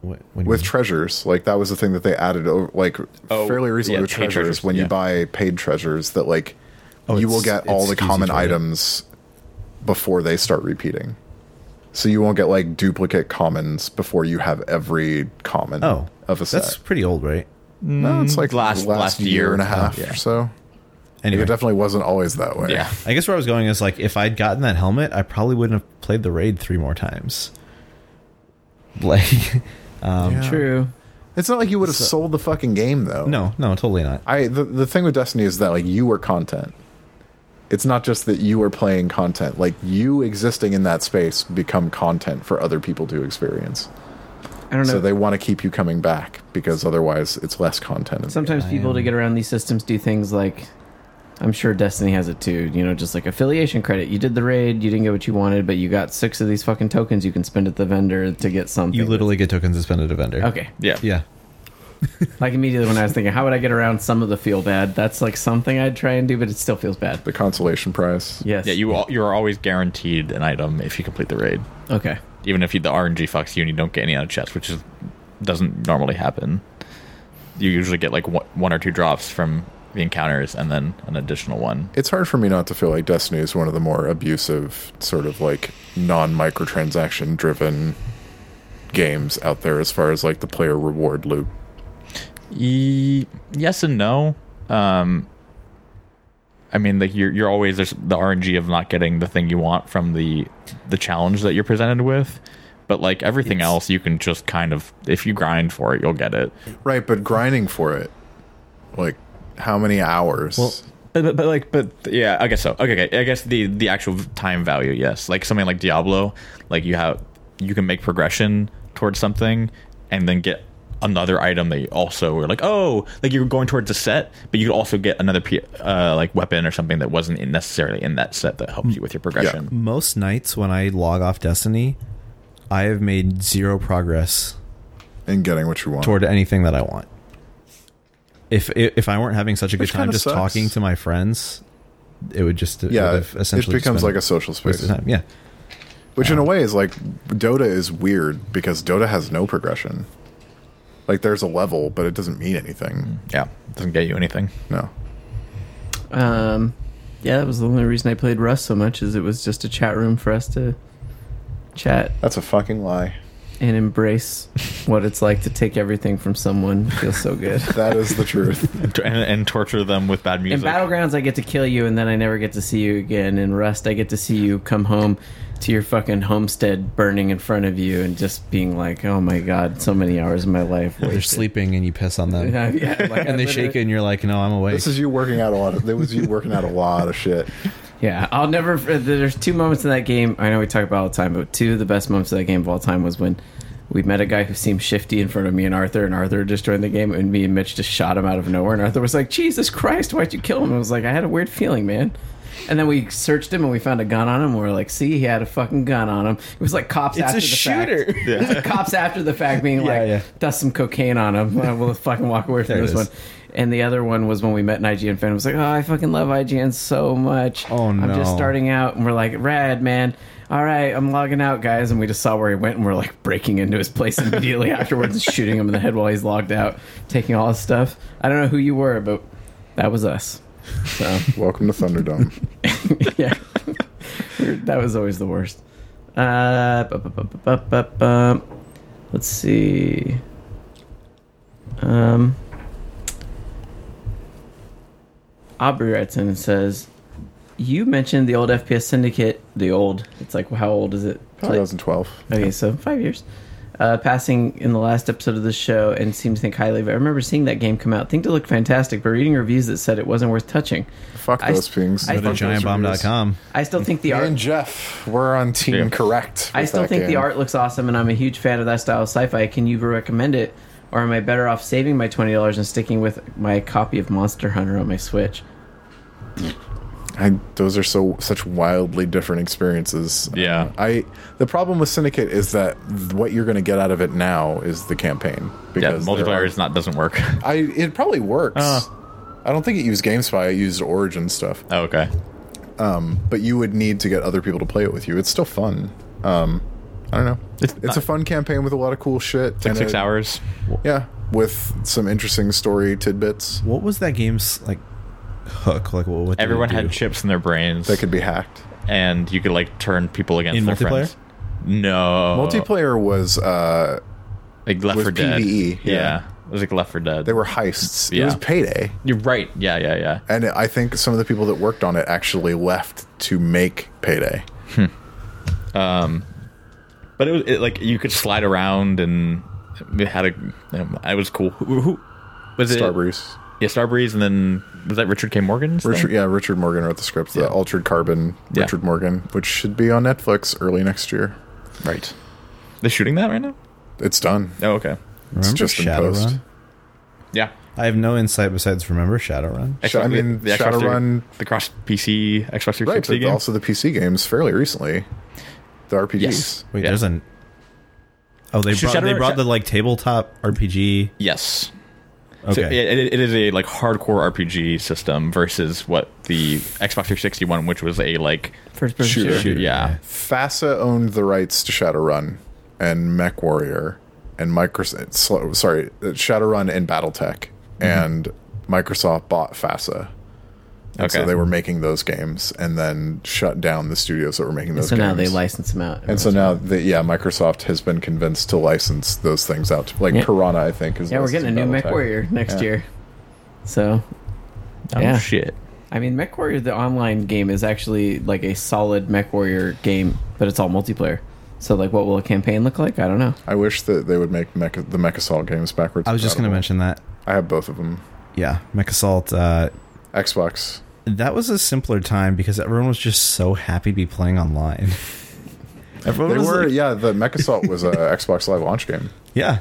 Speaker 3: What- what do you
Speaker 2: with
Speaker 3: mean?
Speaker 2: treasures like that was the thing that they added over like
Speaker 4: Oh,
Speaker 2: fairly recently
Speaker 4: yeah,
Speaker 2: with
Speaker 4: paid
Speaker 2: treasures,
Speaker 4: treasures,
Speaker 2: when
Speaker 4: yeah.
Speaker 2: you buy paid treasures that like
Speaker 3: Oh,
Speaker 2: you will
Speaker 3: it's-
Speaker 2: get all
Speaker 3: it's
Speaker 2: the common
Speaker 3: easy to read.
Speaker 2: items before they start repeating so you won't get like duplicate commons before you have every common
Speaker 3: oh,
Speaker 2: of a set
Speaker 3: that's pretty old, right?
Speaker 2: no it's like
Speaker 4: last-
Speaker 2: last
Speaker 4: last
Speaker 2: last year,
Speaker 4: year.
Speaker 2: and a half
Speaker 3: yeah.
Speaker 2: or so
Speaker 3: Anyway,
Speaker 2: it definitely wasn't always that way
Speaker 4: Yeah.
Speaker 3: I guess where I was going is like if I'd gotten that helmet, I probably wouldn't have played the raid three more times. Like,
Speaker 2: Yeah.
Speaker 1: True.
Speaker 2: it's not like you would have sold the fucking game though
Speaker 3: no, no, totally not.
Speaker 2: I the, the thing with Destiny is that like you were content. It's not just that you are playing content. Like you existing in that space become content for other people to experience.
Speaker 1: I don't know.
Speaker 2: So they want to keep you coming back because otherwise it's less content.
Speaker 1: Sometimes people to get around these systems do things like I'm sure Destiny has it too, you know, just like affiliation credit. You did the raid, you didn't get what you wanted, but you got six of these fucking tokens you can spend at the vendor to get something.
Speaker 3: You literally get tokens and spend at a vendor.
Speaker 1: Okay.
Speaker 4: Yeah.
Speaker 3: Yeah.
Speaker 1: Like immediately when I was thinking, how would I get around some of the feel bad? That's like something I'd try and do, but it still feels bad.
Speaker 2: the consolation prize.
Speaker 1: Yes.
Speaker 4: Yeah, you al- you are always guaranteed an item if you complete the raid,
Speaker 1: Okay.
Speaker 4: even if you, the RNG fucks you and you don't get any out of chests, which is doesn't normally happen. You usually get like one, one or two drops from the encounters and then an additional one.
Speaker 2: It's hard for me not to feel like Destiny is one of the more abusive, sort of like non microtransaction driven games out there as far as like the player reward loop.
Speaker 4: E- yes and no. Um, I mean, like you're you're always there's the RNG of not getting the thing you want from the the challenge that you're presented with, but like everything else, you can just kind of if you grind for it, you'll get it.
Speaker 2: Right, but grinding for it. Like how many hours?
Speaker 4: But, but, but like but yeah i guess so okay, okay i guess the the actual time value yes like something like diablo like you have you can make progression towards something and then get another item that you also were like oh like you're going towards a set but you could also get another p- uh, like weapon or something that wasn't in necessarily in that set that
Speaker 2: Mm.
Speaker 4: helps you with your progression
Speaker 3: Most nights when I log off Destiny, I have made zero progress
Speaker 2: and getting what you want.
Speaker 3: toward anything that I want. If if I weren't having such a
Speaker 2: Which
Speaker 3: good time
Speaker 2: kinda
Speaker 3: just
Speaker 2: sucks.
Speaker 3: talking to my friends, it would just it
Speaker 2: yeah,
Speaker 3: would
Speaker 2: it,
Speaker 3: have essentially just
Speaker 2: becomes
Speaker 3: been
Speaker 2: like a social
Speaker 3: a waste
Speaker 2: space,
Speaker 3: of time. Yeah.
Speaker 2: which in a way is like Dota is weird because Dota has no progression. Like there's a level, but it doesn't mean anything.
Speaker 4: yeah doesn't get you anything
Speaker 2: No,
Speaker 1: Um, yeah, that was the only reason I played Rust so much is it was just a chat room for us to chat
Speaker 2: that's a fucking lie.
Speaker 1: and embrace what it's like to take everything from someone. It feels so good.
Speaker 2: That is the truth.
Speaker 4: and, and torture them with bad
Speaker 1: In
Speaker 4: music
Speaker 1: Battlegrounds, I get to kill you, and then I never get to see you again. In Rust, I get to see you come home to your fucking homestead burning in front of you, and just being like, "Oh my god, so many hours of my life."
Speaker 3: They're
Speaker 1: wasted."
Speaker 3: sleeping and you piss on them.
Speaker 1: Yeah, yeah, like, I
Speaker 3: And they
Speaker 1: literally-
Speaker 3: shake it and you're like, "No, I'm awake."
Speaker 2: this is you working out a lot. Of, that was you working out a lot of shit.
Speaker 1: Yeah, I'll never. uh, There's two moments in that game. I know we talk about it all the time, but two of the best moments of that game of all time was when we met a guy who seemed shifty in front of me and Arthur, and Arthur just joined the game, and me and Mitch just shot him out of nowhere, and Arthur was like, "Jesus Christ, why'd you kill him?" I was like, "I had a weird feeling, man." And then we searched him and we found a gun on him. and We're like, "See, he had a fucking gun on him." It was like cops
Speaker 3: It's
Speaker 1: after
Speaker 3: a
Speaker 1: the
Speaker 3: shooter.
Speaker 1: fact. It was like cops after the fact being like,
Speaker 3: yeah.
Speaker 1: "Dust some cocaine on him. Uh, We'll fucking walk away from
Speaker 3: There it
Speaker 1: this one."
Speaker 3: is.
Speaker 1: And the other one was when we met an IGN fan. I was like, "Oh, I fucking love IGN so much.
Speaker 3: Oh,
Speaker 1: I'm
Speaker 3: no.
Speaker 1: just starting out, and we're like, "Rad, man! All right, I'm logging out, guys." And we just saw where he went, and we're like breaking into his place immediately afterwards, and shooting him in the head while he's logged out, taking all his stuff. I don't know who you were, but that was us. So
Speaker 2: Welcome to Thunderdome.
Speaker 1: yeah, We're- that was always the worst. Uh, bu- bu- bu- bu- bu- bu- bu- let's see. Um, Aubrey writes in and says, "You mentioned the old FPS Syndicate. The old. It's like how old is it? Probably-
Speaker 2: 2012.
Speaker 1: Okay, so five years. uh, passing in the last episode of the show and seemed to think highly of it. I remember seeing that game come out, think it looked fantastic, but reading reviews that said it wasn't worth touching.
Speaker 2: Fuck
Speaker 1: I-
Speaker 2: those things.
Speaker 1: I
Speaker 3: Go to
Speaker 1: thought those
Speaker 3: giantbomb.com.
Speaker 1: I still think the
Speaker 2: Me
Speaker 1: art
Speaker 2: and Jeff, we're on team
Speaker 4: Yeah.
Speaker 2: correct.
Speaker 1: I
Speaker 2: with
Speaker 1: still
Speaker 2: that
Speaker 1: think the
Speaker 2: game.
Speaker 1: art looks awesome, and I'm a huge fan of that style of sci-fi. Can you recommend it, or am I better off saving my twenty dollars and sticking with my copy of Monster Hunter on my Switch?
Speaker 2: I, those are so such wildly different experiences.
Speaker 4: Yeah.
Speaker 2: Um, I the problem with Syndicate is that th- what you're going to get out of it now is the campaign
Speaker 4: Yeah,
Speaker 2: because there
Speaker 4: multiplayer
Speaker 2: are-
Speaker 4: is not doesn't work.
Speaker 2: I it probably works.
Speaker 4: Uh.
Speaker 2: I don't think it used GameSpy. It used Origin stuff.
Speaker 4: Oh, okay.
Speaker 2: But you would need to get other people to play it with you. It's still fun. Um, I don't know. It's, a fun campaign with a lot of cool shit.
Speaker 4: Like
Speaker 2: and
Speaker 4: six
Speaker 2: it-
Speaker 4: hours.
Speaker 2: Yeah, with some interesting story tidbits
Speaker 3: What was that game's like hook? Like what? what did it
Speaker 4: Everyone
Speaker 3: do?
Speaker 4: had chips in their brains,
Speaker 2: that could be hacked.
Speaker 4: and you could like turn people against
Speaker 3: In
Speaker 4: their
Speaker 3: multiplayer?
Speaker 4: friends. No
Speaker 2: Multiplayer was uh,
Speaker 4: like Left
Speaker 2: was
Speaker 4: for Dead.
Speaker 2: PvE, yeah.
Speaker 4: Yeah. it was like Left for Dead.
Speaker 2: they were heists. It was
Speaker 4: Yeah.
Speaker 2: payday.
Speaker 4: You're right. Yeah, yeah, yeah.
Speaker 2: And I think some of the people that worked on it actually left to make Payday.
Speaker 4: But it was it, like you could slide around and it had a. Um, it was cool. Who, who was it?
Speaker 2: Starbreeze.
Speaker 4: Yeah, Starbreeze, and then was that Richard K. Morgan's? thing?
Speaker 2: Richard, yeah, Richard Morgan wrote the script, the Altered Carbon,
Speaker 4: Yeah.
Speaker 2: Richard Morgan, which should be on Netflix early next year.
Speaker 4: Right. They're shooting that right now.
Speaker 2: It's done.
Speaker 4: Oh, okay.
Speaker 3: Remember
Speaker 2: just in post.
Speaker 3: Shadowrun.
Speaker 4: Yeah.
Speaker 3: I have no insight besides remember Shadowrun.
Speaker 2: Sh- I mean, Shadowrun-
Speaker 4: the cross PC Xbox 360
Speaker 2: Right, but
Speaker 4: game.
Speaker 2: also the PC games fairly recently. The RPGs.
Speaker 4: Yes.
Speaker 3: Wait,
Speaker 4: Yeah.
Speaker 3: there's an. Oh, they
Speaker 4: So
Speaker 3: brought, they
Speaker 4: Shadowrun-
Speaker 3: brought the like tabletop RPG.
Speaker 4: yes.
Speaker 3: Okay,
Speaker 4: So it, it- it is a like hardcore RPG system versus what the Xbox 360 one, which was a like
Speaker 1: First person shooter.
Speaker 2: Shooter.
Speaker 4: shoot, yeah.
Speaker 2: FASA owned the rights to Shadowrun and Mech Warrior and Microsoft. Sorry, uh, Shadowrun and BattleTech,
Speaker 4: Mm-hmm.
Speaker 2: and Microsoft bought FASA. And
Speaker 4: Okay.
Speaker 2: So they were making those games and then shut down the studios that were making those
Speaker 1: So
Speaker 2: games.
Speaker 1: now they license them out.
Speaker 2: And so now, the, yeah, Microsoft has been convinced to license those things out. Like
Speaker 1: Yeah.
Speaker 2: Piranha, I think is
Speaker 1: yeah, we're
Speaker 2: licensed
Speaker 1: getting a new
Speaker 2: BattleTech.
Speaker 1: MechWarrior next
Speaker 2: Yeah.
Speaker 1: year. So,
Speaker 4: Oh
Speaker 1: Yeah.
Speaker 4: shit.
Speaker 1: I mean, MechWarrior the online game is actually like a solid MechWarrior game, but it's all multiplayer. So, like, what will a campaign look like? I don't know.
Speaker 2: I wish that they would make Mecha, the Mechasault games backwards.
Speaker 3: I was just going to
Speaker 2: compatible.
Speaker 3: mention that.
Speaker 2: I have both of them.
Speaker 3: Yeah, Mech Assault. Uh,
Speaker 2: Xbox.
Speaker 3: that was a simpler time because everyone was just so happy to be playing online. everyone
Speaker 2: They
Speaker 3: was
Speaker 2: were,
Speaker 3: like-
Speaker 2: yeah. The Mechasault was a Xbox Live launch game.
Speaker 3: yeah.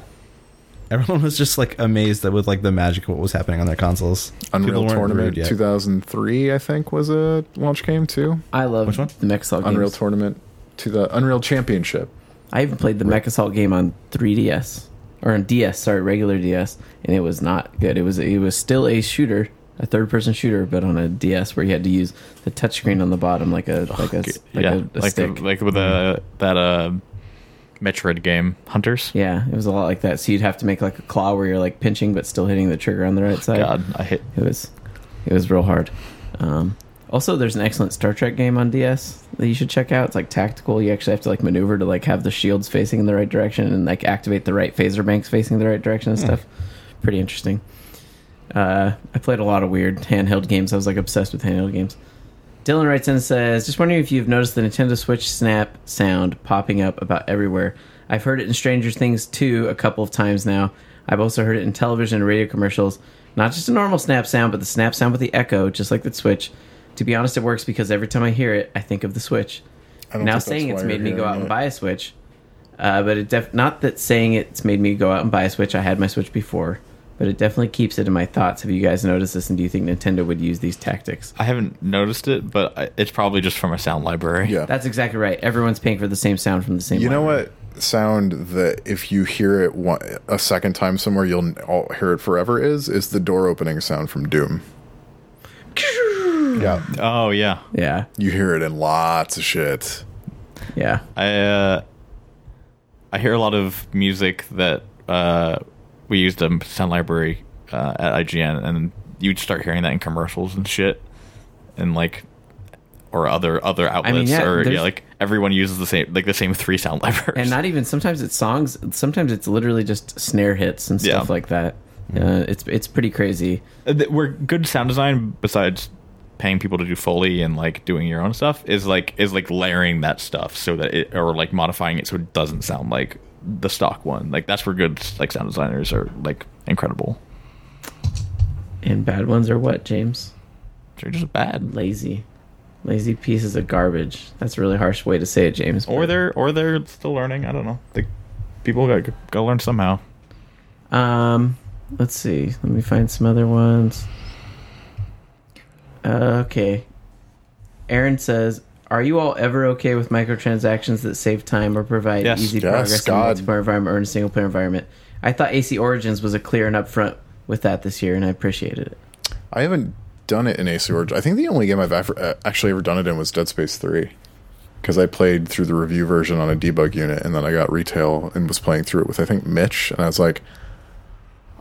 Speaker 3: Everyone was just like amazed that with like the magic of what was happening on their consoles.
Speaker 2: Unreal
Speaker 3: People weren't
Speaker 2: Tournament
Speaker 3: rude yet.
Speaker 2: 2003, I think, was a launch game too.
Speaker 1: I love
Speaker 3: Which one?
Speaker 1: the Mech Assault games.
Speaker 2: Unreal Tournament to the Unreal Championship.
Speaker 1: I even played the Mech Assault game on 3DS or on DS, sorry, regular DS, and it was not good. It was it was still a shooter, a third-person shooter, but on a DS where you had to use the touchscreen on the bottom like a like a like
Speaker 4: yeah,
Speaker 1: a, a
Speaker 4: like
Speaker 1: stick. Mm-hmm.
Speaker 4: The, like with the that uh, Metroid game, Hunters.
Speaker 1: yeah, it was a lot like that. So you'd have to make like a claw where you're like pinching but still hitting the trigger on the right side.
Speaker 4: God, I hit.
Speaker 1: It was it was real hard. Um, also, there's an excellent Star Trek game on DS that you should check out. It's like tactical. You actually have to like maneuver to like have the shields facing in the right direction and like activate the right phaser banks facing the right direction and stuff. Pretty interesting. Uh, I played a lot of weird handheld games. I was like obsessed with handheld games. Dylan writes in and says, Just wondering if you've noticed the Nintendo Switch Snap sound popping up about everywhere. I've heard it in Stranger Things 2 a couple of times now. I've also heard it in television and radio commercials. Not just a normal Snap sound, but the Snap sound with the echo, just like the Switch. To be honest, it works because every time I hear it, I think of the Switch.
Speaker 2: I don't
Speaker 1: Now
Speaker 2: think that's
Speaker 1: saying it's
Speaker 2: why
Speaker 1: made
Speaker 2: you're
Speaker 1: me go
Speaker 2: hearing
Speaker 1: out
Speaker 2: it.
Speaker 1: and buy a Switch, uh, but it def- not that saying it's made me go out and buy a Switch. I had my Switch before, but it definitely keeps it in my thoughts. Have you guys noticed this, and do you think Nintendo would use these tactics?
Speaker 4: I haven't noticed it, but I, it's probably just from a sound library.
Speaker 2: Yeah,
Speaker 1: That's exactly right. Everyone's paying for the same sound from the same.
Speaker 2: you know
Speaker 1: library.
Speaker 2: what sound that if you hear it one, a second time somewhere, you'll n- all hear it forever. Is is the door opening sound from Doom? yeah,
Speaker 4: Oh yeah.
Speaker 1: Yeah,
Speaker 2: you hear it in lots of shit.
Speaker 1: yeah.
Speaker 4: I uh, I hear a lot of music that uh, we used a sound library uh, at IGN, and you'd start hearing that in commercials and shit, and like or other other outlets
Speaker 1: yeah,
Speaker 4: or yeah,
Speaker 1: there's-
Speaker 4: like everyone uses the same like the same three sound libraries.
Speaker 1: And not even sometimes it's songs. Sometimes it's literally just snare hits and stuff
Speaker 4: Yeah.
Speaker 1: like that. Uh, it's it's pretty crazy.
Speaker 4: Uh, th- where good sound design besides paying people to do foley and like doing your own stuff is like is like layering that stuff so that it or like modifying it so it doesn't sound like the stock one. Like that's where good like sound designers are like incredible.
Speaker 1: And bad ones are what, James?
Speaker 4: They're just bad,
Speaker 1: Lazy. Lazy pieces of garbage. That's a really harsh way to say it, James.
Speaker 4: or
Speaker 1: but-
Speaker 4: they're or they're still learning. I don't know. Like people got got to learn somehow.
Speaker 1: Um, let's see. Let me find some other ones. Uh, okay. Aaron says, "Are you all ever okay with microtransactions that save time or provide
Speaker 4: Yes.
Speaker 1: easy
Speaker 2: Yes,
Speaker 1: progress
Speaker 2: God.
Speaker 1: in a multiplayer environment or in a single player environment?" I thought AC Origins was a clear and upfront with that this year, and I appreciated it.
Speaker 2: I haven't done it in AC Origin. I think the only game I've ever, uh, actually ever done it in was Dead Space 3. Because I played through the review version on a debug unit, and then I got retail and was playing through it with, I think, Mitch. And I was like,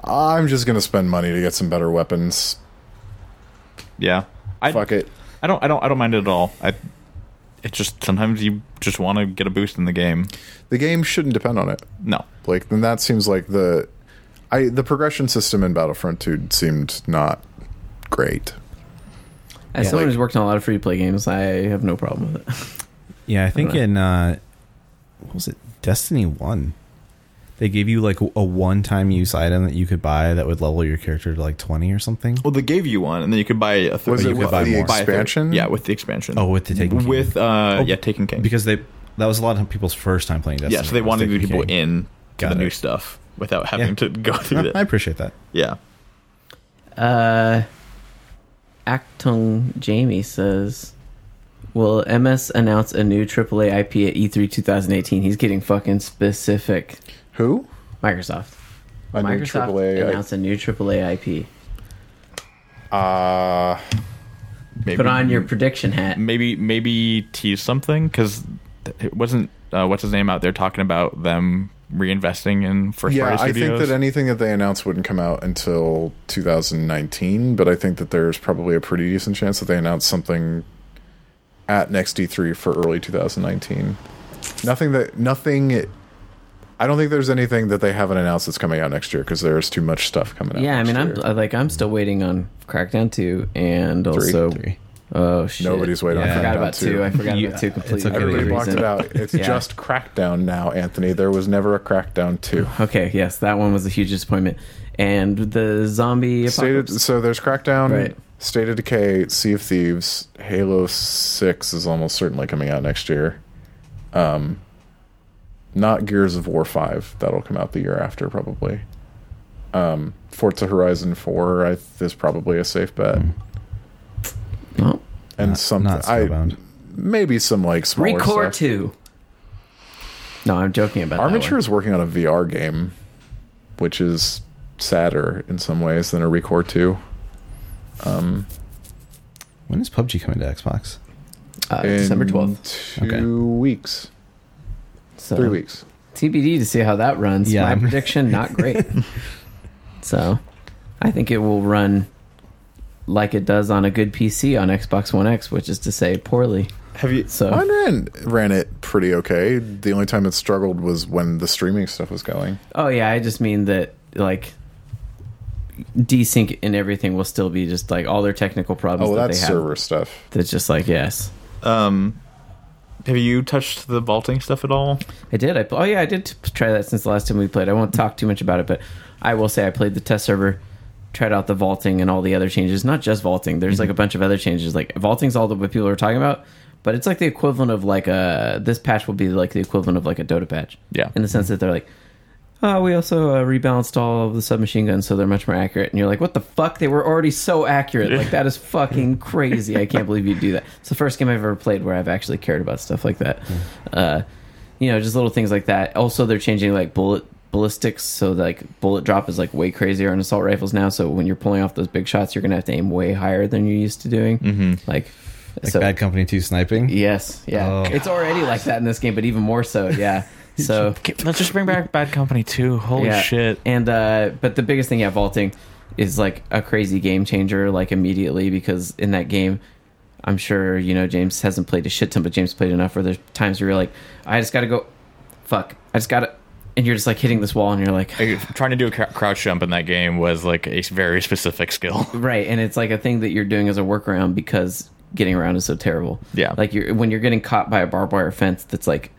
Speaker 2: I'm just going to spend money to get some better weapons.
Speaker 4: Yeah, I
Speaker 2: Fuck it.
Speaker 4: I don't I don't I don't mind it at all. I it just sometimes you just want to get a boost in the game.
Speaker 2: The game shouldn't depend on it.
Speaker 4: No,
Speaker 2: Like, then that seems like the. I, the progression system in Battlefront 2 seemed not great.
Speaker 1: As
Speaker 3: Yeah.
Speaker 1: someone
Speaker 2: Like-
Speaker 1: who's worked on a lot of free to play games, I have no problem with it.
Speaker 3: Yeah, I think
Speaker 1: know.
Speaker 3: in uh, what was it Destiny One? They gave you like a one-time use item that you could buy that would level your character to like twenty or something.
Speaker 4: well they gave you one, and then you could buy a third.
Speaker 2: Was
Speaker 3: you
Speaker 2: it
Speaker 3: could
Speaker 2: with
Speaker 3: buy
Speaker 2: the
Speaker 3: more.
Speaker 4: buy a third.
Speaker 2: expansion?
Speaker 4: Yeah, with the expansion.
Speaker 3: Oh, with the Taken King.
Speaker 4: with uh
Speaker 3: Oh,
Speaker 4: yeah Taken King.
Speaker 3: because they that was a lot of people's first time playing Destiny.
Speaker 4: yeah, so they
Speaker 3: was
Speaker 4: wanted the
Speaker 3: Taken
Speaker 4: people
Speaker 3: King.
Speaker 4: in to
Speaker 3: Got
Speaker 4: the new
Speaker 3: it.
Speaker 4: stuff without having
Speaker 3: Yeah.
Speaker 4: to go through
Speaker 3: I
Speaker 4: that.
Speaker 3: appreciate that.
Speaker 4: Yeah.
Speaker 1: Uh, Actung Jamie says, "Will MS announce a new AAA IP at E E3 2018?" He's getting fucking specific.
Speaker 2: Who?
Speaker 1: Microsoft.
Speaker 2: I knew
Speaker 1: Microsoft
Speaker 2: AAA.
Speaker 1: announced a new AAA IP.
Speaker 2: I, uh,
Speaker 4: Maybe,
Speaker 1: Put on your prediction hat.
Speaker 4: maybe maybe tease something because it wasn't uh, what's his name out there talking about them reinvesting in first
Speaker 2: yeah,
Speaker 4: party
Speaker 2: I
Speaker 4: studios.
Speaker 2: think that anything that they announced wouldn't come out until 2019, but I think that there's probably a pretty decent chance that they announce something at next E3 for early 2019. Nothing that nothing. I don't think there's anything that they haven't announced that's coming out next year because there's too much stuff coming out.
Speaker 1: Yeah, I
Speaker 2: next
Speaker 1: mean, I'm
Speaker 2: year.
Speaker 1: I- like, I'm still waiting on Crackdown 2 and also.
Speaker 3: Three.
Speaker 1: Oh shit!
Speaker 2: Nobody's waiting
Speaker 1: I
Speaker 3: on
Speaker 1: forgot
Speaker 3: Crackdown
Speaker 1: about
Speaker 2: 2.
Speaker 1: two. I forgot
Speaker 3: You-
Speaker 1: about two
Speaker 3: it's
Speaker 1: completely.
Speaker 3: okay.
Speaker 1: for
Speaker 2: Everybody
Speaker 1: good
Speaker 2: blocked
Speaker 1: reason.
Speaker 2: it out. It's
Speaker 1: Yeah.
Speaker 2: just Crackdown now, Anthony. There was never a Crackdown two.
Speaker 1: Okay, yes, that one was a huge disappointment. And the zombie
Speaker 2: Stated,
Speaker 1: apocalypse.
Speaker 2: so there's Crackdown,
Speaker 1: Right.
Speaker 2: State of Decay, Sea of Thieves, Halo Six is almost certainly coming out next year. Um, not Gears of War Five. That'll come out the year after probably. Um, Forza Horizon Four I, is probably a safe bet,
Speaker 1: Oh.
Speaker 2: and
Speaker 3: Not-
Speaker 2: some
Speaker 3: not
Speaker 2: I,
Speaker 3: Snowbound.
Speaker 2: maybe some like smaller
Speaker 1: Record
Speaker 2: stuff.
Speaker 1: two. No, I'm joking about
Speaker 2: Armature
Speaker 1: that.
Speaker 2: is working on a VR game, which is sadder in some ways than a Record Two. Um,
Speaker 3: When is PUBG coming to Xbox?
Speaker 1: one. Uh,
Speaker 2: in
Speaker 1: December 12th.
Speaker 2: Two
Speaker 3: Okay.
Speaker 2: weeks.
Speaker 1: So
Speaker 2: three weeks.
Speaker 1: TBD to see how that runs.
Speaker 3: Yeah.
Speaker 1: My prediction, not great. so I think it will run like it does on a good PC on Xbox One X, which is to say, poorly.
Speaker 4: Have you?
Speaker 1: So
Speaker 2: Mine ran ran it pretty okay. The only time it struggled was when the streaming stuff was going.
Speaker 1: Oh yeah, I just mean that like desync and everything will still be just like all their technical problems
Speaker 2: Oh,
Speaker 1: that
Speaker 2: that's
Speaker 1: they have.
Speaker 2: server stuff.
Speaker 1: That's just like yes.
Speaker 4: Um, have you touched the vaulting stuff at all?
Speaker 1: I did. I oh yeah, I did t- try that since the last time we played. I won't talk too much about it, but I will say I played the test server, tried out the vaulting and all the other changes. Not just vaulting. There's like a bunch of other changes. Like vaulting's all that what people are talking about, but it's like the equivalent of like a this patch will be like the equivalent of like a Dota patch.
Speaker 4: Yeah.
Speaker 1: In the sense that they're like. Uh, we also uh, rebalanced all of the submachine guns so they're much more accurate. And you're like, what the fuck? They were already so accurate. Like, that is fucking crazy. I can't believe you do that. It's the first game I've ever played where I've actually cared about stuff like that.
Speaker 3: Hmm.
Speaker 1: Uh, you know, just little things like that. Also, they're changing like bullet ballistics. So, like, bullet drop is like way crazier on assault rifles now. So, when you're pulling off those big shots, you're going to have to aim way higher than you're used to doing. Mm-hmm. Like,
Speaker 3: Like
Speaker 1: so-
Speaker 3: Bad Company Two sniping.
Speaker 1: Yes, yeah.
Speaker 3: Oh.
Speaker 1: It's already like that in this game, but even more so, yeah. So
Speaker 4: Let's just bring back Bad Company too. Holy
Speaker 1: yeah. And uh but the biggest thing, yeah, vaulting is like a crazy game changer, like immediately because in that game I'm sure, you know, James hasn't played a shit ton, but James played enough where there's times where you're like, I just gotta go fuck. I just gotta and you're just like hitting this wall and you're like
Speaker 4: Like, trying to do a cr- crouch jump in that game was like a very specific skill.
Speaker 1: Right, and it's like a thing that you're doing as a workaround because getting around is so terrible.
Speaker 4: Yeah.
Speaker 1: like you're when you're getting caught by a barbed wire fence that's like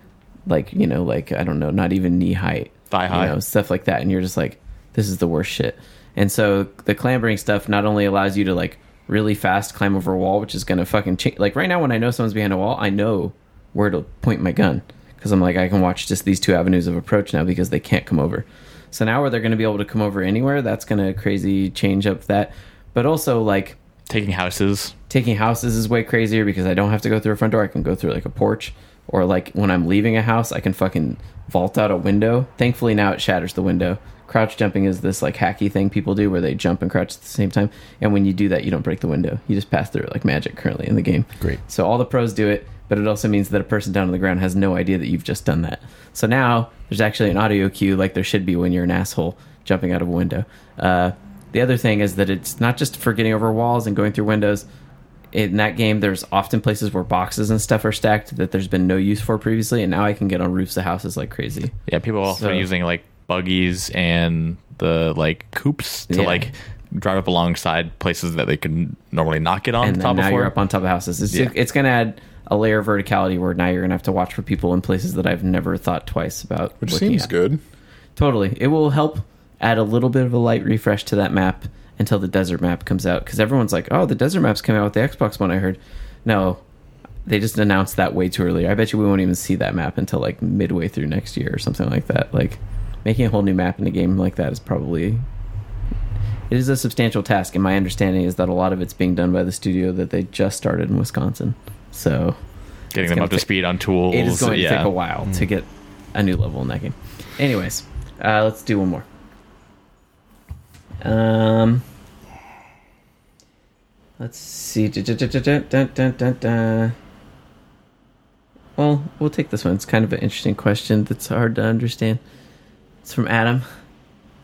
Speaker 1: like you know, like I don't know, not even knee height,
Speaker 4: Thigh high.
Speaker 1: you know, stuff like that, and you're just like, this is the worst shit. And so the clambering stuff not only allows you to like really fast climb over a wall, which is going to fucking change. Like right now, when I know someone's behind a wall, I know where to point my gun because I'm like, I can watch just these two avenues of approach now because they can't come over. So now where they're going to be able to come over anywhere, that's going to crazy change up that. But also like
Speaker 4: Taking houses.
Speaker 1: taking houses is way crazier because I don't have to go through a front door. I can go through like a porch or like when I'm leaving a house, I can fucking vault out a window. Thankfully now it shatters the window. Crouch jumping is this like hacky thing people do where they jump and crouch at the same time. And when you do that, you don't break the window. You just pass through it like magic currently in the game.
Speaker 3: Great.
Speaker 1: So all the pros do it, but it also means that a person down on the ground has no idea that you've just done that. So now there's actually an audio cue like there should be when you're an asshole jumping out of a window. Uh, the other thing is that it's not just for getting over walls and going through windows in that game there's often places where boxes and stuff are stacked that there's been no use for previously and now i can get on roofs of houses like crazy
Speaker 4: Yeah, people are also
Speaker 1: So-
Speaker 4: using like buggies and the like coops to
Speaker 1: Yeah.
Speaker 4: like drive up alongside places that they could normally not get on
Speaker 1: and
Speaker 4: the
Speaker 1: then
Speaker 4: top
Speaker 1: now
Speaker 4: before.
Speaker 1: you're up on top of houses it's,
Speaker 4: Yeah.
Speaker 1: it's going to add a layer of verticality where now you're going to have to watch for people in places that i've never thought twice about
Speaker 2: which
Speaker 1: looking
Speaker 2: seems
Speaker 1: at.
Speaker 2: good.
Speaker 1: totally it will help add a little bit of a light refresh to that map until the desert map comes out because everyone's like oh the desert map's coming out with the xbox one i heard no they just announced that way too early i bet you we won't even see that map until like midway through next year or something like that like making a whole new map in a game like that is probably it is a substantial task and my understanding is that a lot of it's being done by the studio that they just started in wisconsin so
Speaker 4: getting
Speaker 1: It's
Speaker 4: them
Speaker 1: gonna
Speaker 4: up to
Speaker 1: take-
Speaker 4: speed on tools.
Speaker 1: it is going
Speaker 4: yeah.
Speaker 1: to take a while to get a new level in that game. Anyways, uh, let's do one more. Um, let's see. Dun, dun, dun, dun, dun, dun, dun, dun. Well, we'll take this one. It's kind of an interesting question that's hard to understand. It's from Adam,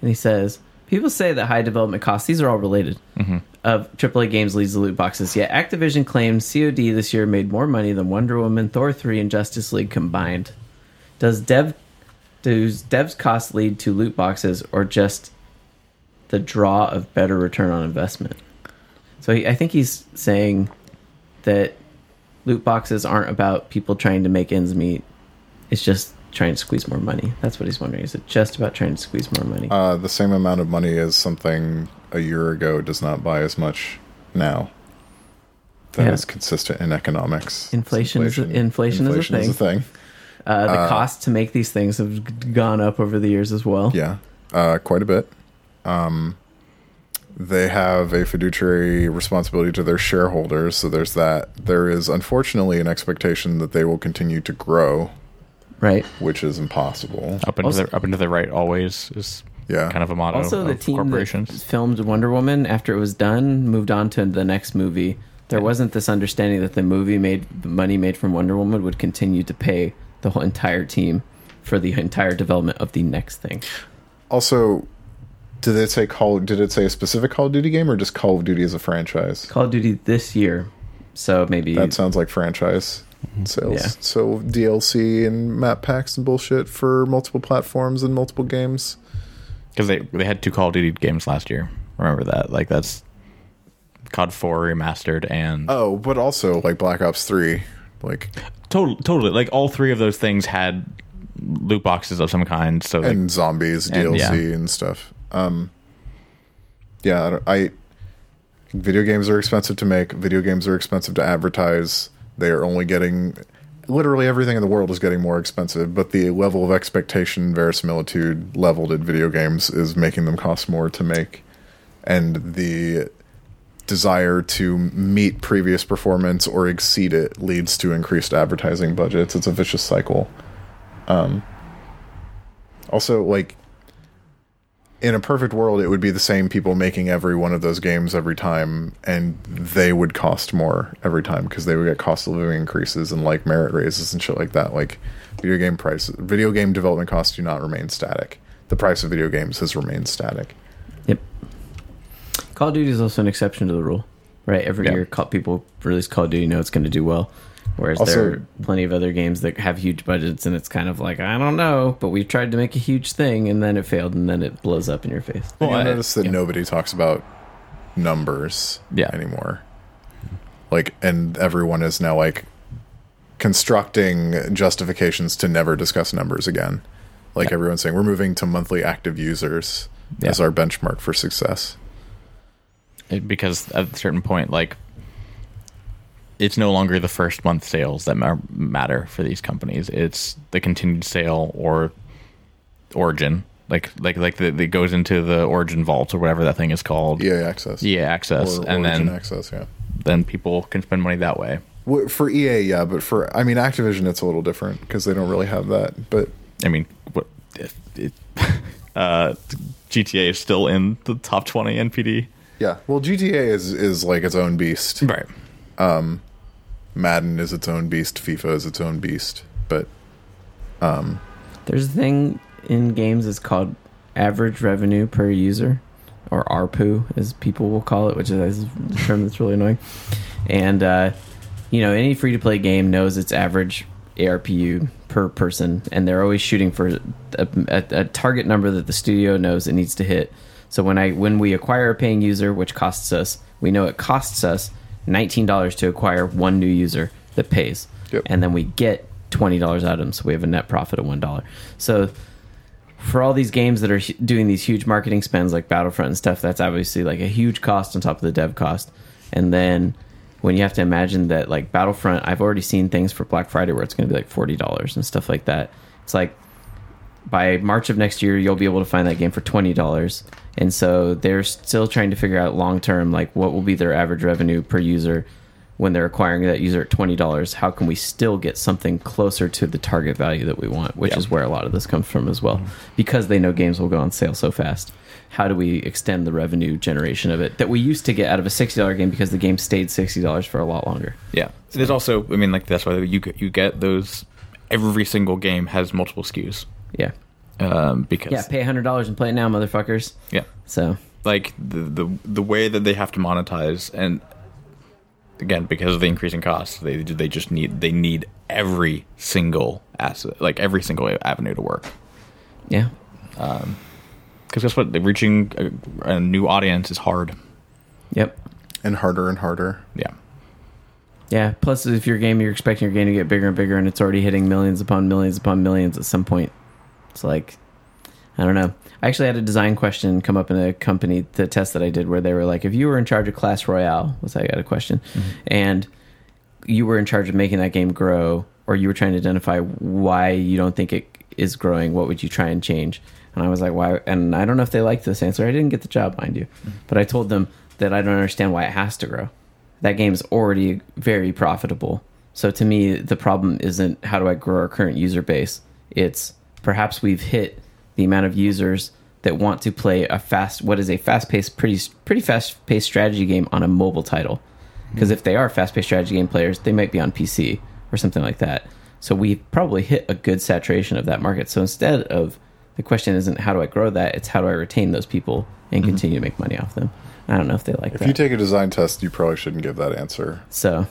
Speaker 1: and he says, "People say that high development costs. These are all related." Of AAA games leads to loot boxes. Yet Activision claims COD this year made more money than Wonder Woman, Thor 3, and Justice League combined. Does dev does devs cost lead to loot boxes or just the draw of better return on investment? So he, I think he's saying that loot boxes aren't about people trying to make ends meet. It's just trying to squeeze more money. That's what he's wondering. Is it just about trying to squeeze more money?
Speaker 2: Uh, the same amount of money as something a year ago does not buy as much now. That is
Speaker 1: Yeah.
Speaker 2: consistent in economics.
Speaker 1: Inflation is- inflation is a
Speaker 2: Inflation is a thing.
Speaker 1: Uh, the cost to make these things have g- gone up over the years as well.
Speaker 2: Yeah, uh, quite a bit. Um, they have a fiduciary responsibility to their shareholders, so there's that. There is unfortunately an expectation that they will continue to grow,
Speaker 1: Right.
Speaker 2: which is impossible.
Speaker 4: Up into
Speaker 1: Also-
Speaker 4: the up into the right always is
Speaker 2: Yeah.
Speaker 4: Oh, kind of a motto
Speaker 1: Also, the
Speaker 4: of
Speaker 1: team that
Speaker 4: corporations.
Speaker 1: filmed Wonder Woman after it was done moved on to the next movie. There wasn't this understanding that the movie made the money made from Wonder Woman would continue to pay the whole entire team for the entire development of the next thing.
Speaker 2: Also, did it say call? Did it say a specific Call of Duty game or just Call of Duty as a franchise?
Speaker 1: Call of Duty this year, so maybe
Speaker 2: That sounds like franchise sales.
Speaker 1: Yeah.
Speaker 2: So DLC and map packs and bullshit for multiple platforms and multiple games.
Speaker 4: Because they they had two Call of Duty games last year. Remember that? Like that's COD Four remastered and
Speaker 2: Oh, but also like Black Ops Three, like
Speaker 4: totally totally like all three of those things had loot boxes of some kind. So like,
Speaker 2: and zombies
Speaker 4: and-
Speaker 2: DLC
Speaker 4: yeah.
Speaker 2: and stuff. Um, yeah, I, don't- I video games are expensive to make. Video games are expensive to advertise. They are only getting literally everything in the world is getting more expensive, but the level of expectation verisimilitude leveled at video games is making them cost more to make, and the desire to meet previous performance or exceed it leads to increased advertising budgets. It's a vicious cycle Um, also like in a perfect world it would be the same people making every one of those games every time and they would cost more every time because they would get cost of living increases and like merit raises and shit like that like video game prices video game development costs do not remain static the price of video games has remained static
Speaker 1: Yep. Call of Duty is also an exception to the rule, right? Every
Speaker 4: Yeah.
Speaker 1: year, call, people release Call of Duty, know it's going to do well. Whereas
Speaker 2: Also-
Speaker 1: there are plenty of other games that have huge budgets, and it's kind of like I don't know, but we tried to make a huge thing, and then it failed, and then it blows up in your face.
Speaker 2: well,
Speaker 4: Well,
Speaker 2: i
Speaker 4: I-
Speaker 2: notice that
Speaker 4: yeah.
Speaker 2: nobody talks about numbers
Speaker 4: Yeah.
Speaker 2: anymore like and everyone is now like constructing justifications to never discuss numbers again. Like everyone's saying, we're moving to monthly active users
Speaker 1: Yeah.
Speaker 2: as our benchmark for success.
Speaker 4: It- because at a certain point, like it's no longer the first month sales that ma- matter for these companies. It's the continued sale or origin, like like like the, that goes into the origin vault or whatever that thing is called.
Speaker 2: EA E access.
Speaker 4: EA access,
Speaker 2: Or
Speaker 4: and
Speaker 2: origin
Speaker 4: then
Speaker 2: access, yeah.
Speaker 4: then people can spend money that way.
Speaker 2: Well, For EA, yeah, but for I mean Activision, it's a little different because they don't really have that. But
Speaker 4: I mean, what it, it, uh, GTA is still in the top twenty NPD,
Speaker 2: yeah, well, GTA is is like its own beast.
Speaker 4: right?
Speaker 2: Madden is its own beast. FIFA is its own beast. But
Speaker 1: There's a thing in games that's called average revenue per user, or ARPU, as people will call it, which is a term that's really annoying. And uh, you know, any free to play game knows its average ARPU per person, and they're always shooting for a, a, a target number that the studio knows it needs to hit. So when I when we acquire a paying user, which costs us, we know it costs us nineteen dollars to acquire one new user that pays,
Speaker 2: Yep.
Speaker 1: and then we get twenty dollars out of them, so we have a net profit of one dollar. So for all these games that are hu- doing these huge marketing spends like Battlefront and stuff, that's obviously like a huge cost on top of the dev cost. And then when you have to imagine that like Battlefront, I've already seen things for Black Friday where it's going to be like forty dollars and stuff like that. It's like by March of next year, you'll be able to find that game for twenty dollars. And so they're still trying to figure out long term, like what will be their average revenue per user when they're acquiring that user at twenty dollars. How can we still get something closer to the target value that we want, which is where a lot of this comes from as well, because they know games will go on sale so fast. How do we extend the revenue generation of it that we used to get out of a sixty dollar game because the game stayed sixty dollars for a lot longer?
Speaker 4: Yeah. There's also, I mean, like that's why you get- you get those. Every single game has multiple SKUs
Speaker 1: Yeah,
Speaker 4: um, because
Speaker 1: yeah. Pay hundred dollars and play it now, motherfuckers.
Speaker 4: yeah.
Speaker 1: So
Speaker 4: like the, the the way that they have to monetize and again because of the increasing costs they they just need they need every single asset like every single avenue to work
Speaker 1: yeah,
Speaker 4: because guess what reaching a, a new audience is hard
Speaker 1: yep.
Speaker 2: and harder and harder.
Speaker 4: yeah
Speaker 1: Yeah. Plus, if your game, you're expecting your game to get bigger and bigger, and it's already hitting millions upon millions upon millions at some point. It's like, I don't know. I actually had a design question come up in a company, the test that I did, where they were like, if you were in charge of Clash Royale, was I got a question, and you were in charge of making that game grow, or you were trying to identify why you don't think it is growing, what would you try and change? And I was like, why? And I don't know if they liked this answer. I didn't get the job, mind you. But I told them that I don't understand why it has to grow. That game is already very profitable. So to me, the problem isn't how do I grow our current user base? It's perhaps we've hit the amount of users that want to play a fast, what is a fast paced, pretty, pretty fast paced strategy game on a mobile title because if they are fast-paced strategy game players, they might be on PC or something like that. So we probably hit a good saturation of that market. So instead of the question isn't how do I grow that, it's how do I retain those people and continue to make money off them. I don't know if they like
Speaker 2: Mm-hmm. If
Speaker 1: that.
Speaker 2: you take a design test, you probably shouldn't give that answer.
Speaker 1: so,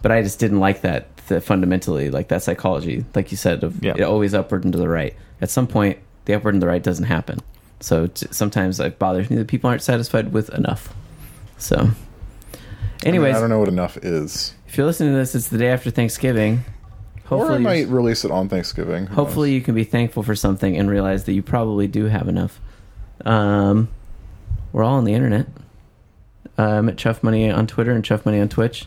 Speaker 1: but I just didn't like that, that fundamentally, like that psychology, like you said, of
Speaker 4: Yeah.
Speaker 1: it always upward and to the right. At some point, the upward and the right doesn't happen. So t- sometimes it bothers me that people aren't satisfied with enough. So,
Speaker 2: I mean,
Speaker 1: anyways,
Speaker 2: I don't know what enough is.
Speaker 1: if you're listening to this, it's the day after Thanksgiving.
Speaker 2: or I
Speaker 1: Hopefully,
Speaker 2: might release it on Thanksgiving. Who
Speaker 1: hopefully
Speaker 2: knows?
Speaker 1: you can be thankful for something and realize that you probably do have enough. Um, we're all on the internet. I'm at Chuff Money on Twitter and Chuff Money on Twitch,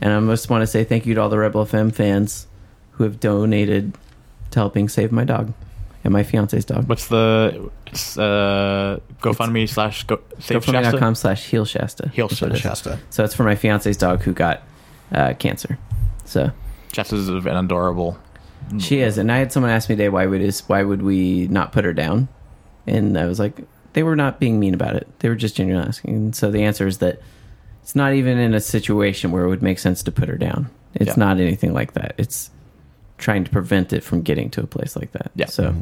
Speaker 1: and I just want to say thank you to all the Rebel FM fans who have donated to helping save my dog and my fiance's dog.
Speaker 4: what's the it's, uh gofundme slash go save Shasta?
Speaker 1: GoFundMe.com slash heel Shasta.
Speaker 4: Heel
Speaker 1: That's what it is.
Speaker 3: Shasta.
Speaker 1: So it's for my fiance's dog who got uh, cancer. So
Speaker 4: Shasta's an adorable
Speaker 1: She is, and I had someone ask me today why would is why would we not put her down, and I was like, they were not being mean about it. They were just genuinely asking. And so the answer is that it's not even in a situation where it would make sense to put her down. It's
Speaker 4: Yeah.
Speaker 1: not anything like that. It's trying to prevent it from getting to a place like that.
Speaker 4: Yeah.
Speaker 1: So,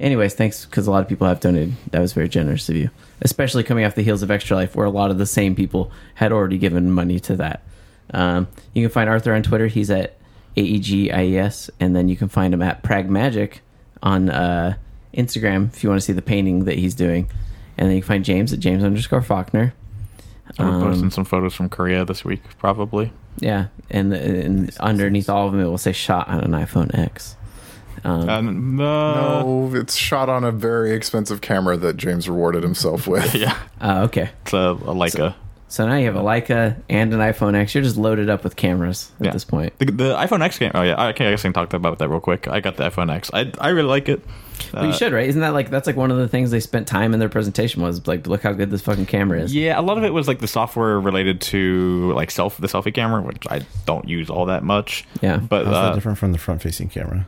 Speaker 1: anyways, thanks because a lot of people have donated. That was very generous of you, especially coming off the heels of Extra Life, where a lot of the same people had already given money to that. Um, you can find Arthur on Twitter. He's at E AEGIES. And then you can find him at Pragmagic on uh, Instagram if you want to see the painting that he's doing. And then you can find James at James underscore Faulkner.
Speaker 4: We're
Speaker 1: Um,
Speaker 4: posting some photos from Korea this week, probably.
Speaker 1: yeah, and, and underneath all of them, it will say "shot on an iPhone X." Um,
Speaker 4: And uh,
Speaker 2: no, it's shot on a very expensive camera that James rewarded himself with.
Speaker 4: yeah,
Speaker 1: uh, okay,
Speaker 4: it's a, a Leica.
Speaker 1: so now you have a Leica and an iPhone X. You're just loaded up with cameras at
Speaker 4: Yeah.
Speaker 1: this point.
Speaker 4: The, the iPhone X game. Oh yeah, I can I guess I can talk about that real quick. I got the iPhone X. I I really like it.
Speaker 1: Well, you
Speaker 4: Uh,
Speaker 1: should, right? Isn't that like that's like one of the things they spent time in their presentation was like, look how good this fucking camera is.
Speaker 4: Yeah, a lot of it was like the software related to like self the selfie camera, which I don't use all that much.
Speaker 1: Yeah.
Speaker 4: but
Speaker 3: How's that
Speaker 4: uh,
Speaker 3: different from the front facing camera?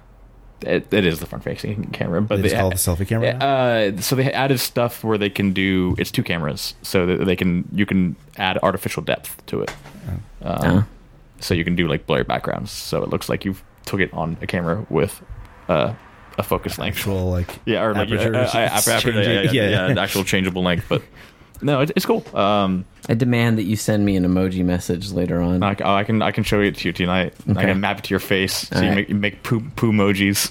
Speaker 4: it, it is the front facing camera. But
Speaker 3: They
Speaker 4: they
Speaker 3: just call it the selfie camera. now?
Speaker 4: Uh, so they added stuff where they can do it's two cameras, so that they can you can add artificial depth to it. Um,
Speaker 1: Uh,
Speaker 4: So you can do like blurry backgrounds, so it looks like you took it on a camera with uh, a focus length.
Speaker 3: Actual like
Speaker 4: yeah, or like uh,
Speaker 3: aperture
Speaker 4: uh, uh,
Speaker 3: is
Speaker 4: aperture, yeah, yeah,
Speaker 3: changing.
Speaker 4: yeah, yeah, an actual changeable length. But no, it, it's cool. Um,
Speaker 1: I demand that you send me an emoji message later on.
Speaker 4: I, oh, I can I can show it to you tonight. I
Speaker 1: Okay.
Speaker 4: can map it to your face, so
Speaker 1: All
Speaker 4: you
Speaker 1: right.
Speaker 4: make you make poo poo emojis.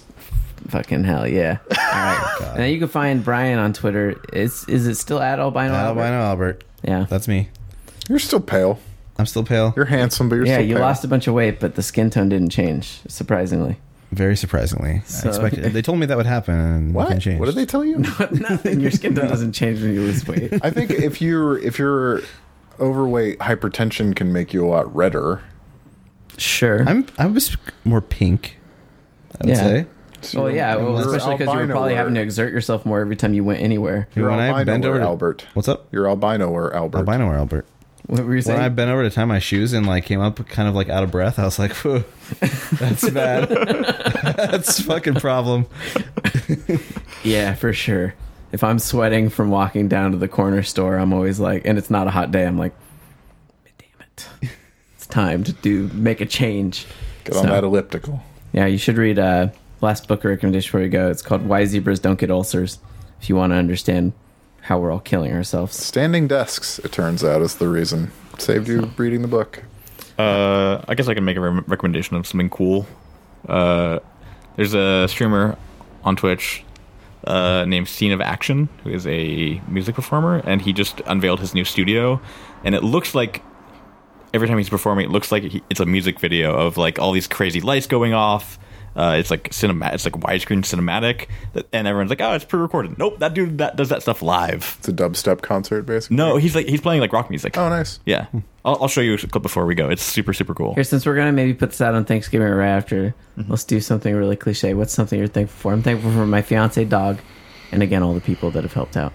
Speaker 1: Fucking hell, yeah. All right. now you can find Brian on Twitter. It's is it still at albino? Albert?
Speaker 3: Albino Albert.
Speaker 1: Yeah.
Speaker 3: That's me.
Speaker 2: You're still pale.
Speaker 3: I'm still pale.
Speaker 2: You're handsome, but you're
Speaker 1: yeah,
Speaker 2: still
Speaker 1: you
Speaker 2: pale.
Speaker 1: lost a bunch of weight, but the skin tone didn't change, surprisingly.
Speaker 3: Very surprisingly,
Speaker 1: So-
Speaker 3: I expected. They told me that would happen, and
Speaker 2: What?
Speaker 3: nothing changed.
Speaker 2: What did they tell you?
Speaker 1: Nothing. Your skin tone doesn't change when you lose weight.
Speaker 2: I think if you're if you're overweight, hypertension can make you a lot redder.
Speaker 1: Sure.
Speaker 3: I'm I was more pink. I would
Speaker 1: Yeah.
Speaker 3: say.
Speaker 1: well, yeah, well,
Speaker 2: You're
Speaker 1: especially because you were
Speaker 2: albino
Speaker 1: probably
Speaker 2: or-
Speaker 1: having to exert yourself more every time you went anywhere.
Speaker 2: You're
Speaker 3: When I
Speaker 2: albino
Speaker 3: bend
Speaker 2: or
Speaker 3: over to-
Speaker 2: Albert.
Speaker 3: What's up?
Speaker 2: You're albino or Albert.
Speaker 3: Albino or Albert?
Speaker 1: What were you
Speaker 3: When
Speaker 1: saying?
Speaker 3: I bent over to tie my shoes and like came up kind of like out of breath, I was like, "Whew, "That's bad. that's a fucking problem."
Speaker 1: Yeah, for sure. If I'm sweating from walking down to the corner store, I'm always like, and it's not a hot day, I'm like, damn it. It's time to do make a change.
Speaker 2: Get on
Speaker 1: So-
Speaker 2: that elliptical.
Speaker 1: Yeah, you should read uh last book recommendation before we go. It's called Why Zebras Don't Get Ulcers if you want to understand how we're all killing ourselves.
Speaker 2: Standing desks, it turns out, is the reason. Saved you
Speaker 3: Hmm.
Speaker 2: reading the book.
Speaker 4: Uh, I guess I can make a re- recommendation of something cool. Uh, there's a streamer on Twitch uh, named Scene of Action, who is a music performer, and he just unveiled his new studio, and it looks like every time he's performing, it looks like he, it's a music video of like all these crazy lights going off. Uh, it's like cinema. It's like widescreen cinematic, and everyone's like, "Oh, it's pre-recorded." Nope, that dude that does that stuff live.
Speaker 2: It's a dubstep concert, basically.
Speaker 4: No, he's like he's playing like rock music.
Speaker 2: Oh, nice.
Speaker 4: Yeah, I'll, I'll show you a clip before we go. It's super super cool.
Speaker 1: Here, since we're gonna maybe put this out on Thanksgiving or right after,
Speaker 3: Mm-hmm.
Speaker 1: let's do something really cliche. What's something you're thankful for? I'm thankful for my fiance dog and again all the people that have helped out.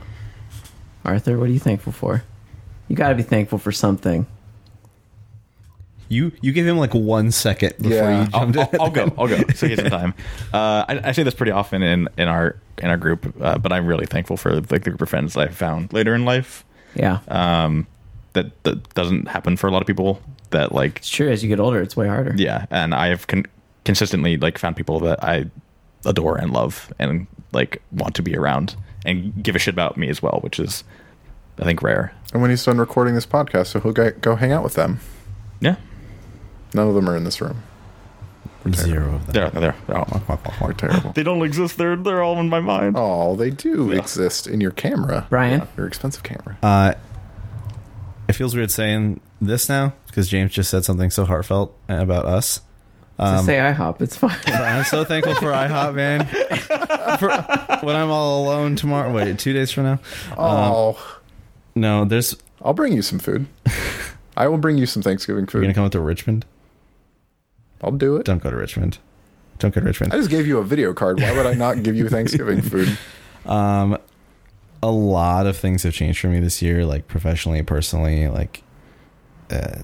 Speaker 1: Arthur, what are you thankful for? You gotta be thankful for something.
Speaker 3: You you gave him like one second before
Speaker 2: Yeah.
Speaker 3: you
Speaker 4: I'll,
Speaker 3: jumped
Speaker 4: I'll-
Speaker 3: in.
Speaker 4: I'll go. I'll go. So he has some time. Uh, I, I say this pretty often in, in our in our group, uh, but I'm really thankful for like the group of friends I've found later in life.
Speaker 1: Yeah.
Speaker 3: Uh,
Speaker 4: Um, that that doesn't happen for a lot of people. That like
Speaker 1: It's true. As you get older, it's way harder.
Speaker 4: yeah, and I have con- consistently like found people that I adore and love and like want to be around and give a shit about me as well, which is I think rare.
Speaker 2: And when he's done recording this podcast, so he'll go, go hang out with them.
Speaker 4: Yeah,
Speaker 2: None of them are in this room.
Speaker 3: Zero of that.
Speaker 4: they're they're, they're all,
Speaker 2: We're terrible.
Speaker 4: they don't exist. They're they're all in my mind.
Speaker 2: Oh, they do exist in your camera,
Speaker 1: Brian?
Speaker 2: Your expensive camera.
Speaker 3: Uh, it feels weird saying this now because James just said something so heartfelt about us. um,
Speaker 1: Just say IHOP. It's fine.
Speaker 3: But I'm so thankful for IHOP, man. For when I'm all alone tomorrow. Wait, two days from now? um,
Speaker 2: oh,
Speaker 3: No, there's.
Speaker 2: I'll bring you some food. I will bring you some Thanksgiving
Speaker 3: You're gonna
Speaker 2: food.
Speaker 3: come up to Richmond?
Speaker 2: I'll do it.
Speaker 3: Don't go to Richmond. Don't go to Richmond.
Speaker 2: I just gave you a video card. Why would I not give you Thanksgiving food?
Speaker 3: Um, a lot of things have changed for me this year, like professionally, personally, like. Uh,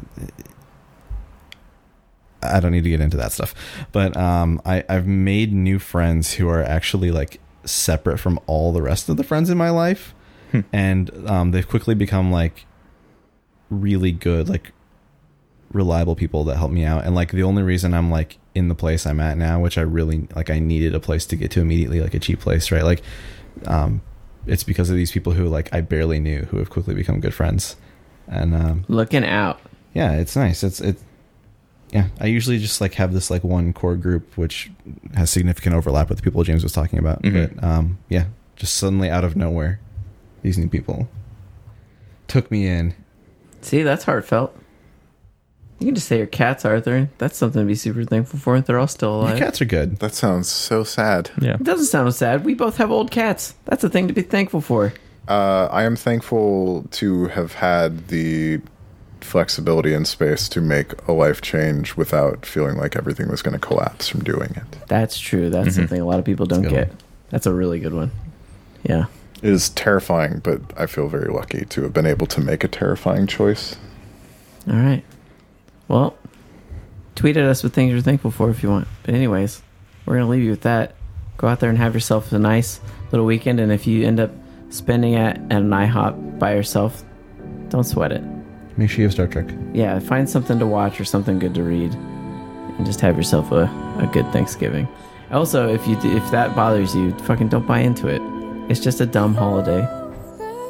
Speaker 3: I don't need to get into that stuff, but um, I I've made new friends who are actually like separate from all the rest of the friends in my life, and um, they've quickly become like really good, like reliable people that help me out. And like the only reason I'm like in the place I'm at now, which I really like, I needed a place to get to immediately, like a cheap place, right? Like, um, it's because of these people who like I barely knew who have quickly become good friends, and um,
Speaker 1: Looking out.
Speaker 3: yeah, it's nice. It's it. Yeah, I usually just like have this like one core group which has significant overlap with the people James was talking about.
Speaker 4: Mhm.
Speaker 3: But um, yeah, just suddenly out of nowhere, these new people took me in.
Speaker 1: See, that's heartfelt. You can just say your cats, Arthur. That's something to be super thankful for. They're all still
Speaker 3: Your
Speaker 1: alive.
Speaker 3: cats are good.
Speaker 2: That sounds so sad.
Speaker 4: Yeah.
Speaker 1: It doesn't sound sad. We both have old cats. That's a thing to be thankful for.
Speaker 2: Uh, I am thankful to have had the flexibility and space to make a life change without feeling like everything was going to collapse from doing it.
Speaker 1: That's true. That's something a lot of people don't
Speaker 3: Mm-hmm. That's a good
Speaker 1: get. That's a really good one. Yeah.
Speaker 2: It is terrifying, but I feel very lucky to have been able to make a terrifying choice.
Speaker 1: All right. Well, tweet at us with things you're thankful for if you want. But anyways, we're gonna leave you with that. Go out there and have yourself a nice little weekend. And if you end up spending it at an IHOP by yourself, don't sweat it.
Speaker 3: Make sure you have Star Trek.
Speaker 1: Yeah, find something to watch or something good to read, and just have yourself a, a good Thanksgiving. Also, if you if that bothers you, fucking don't buy into it. It's just a dumb holiday.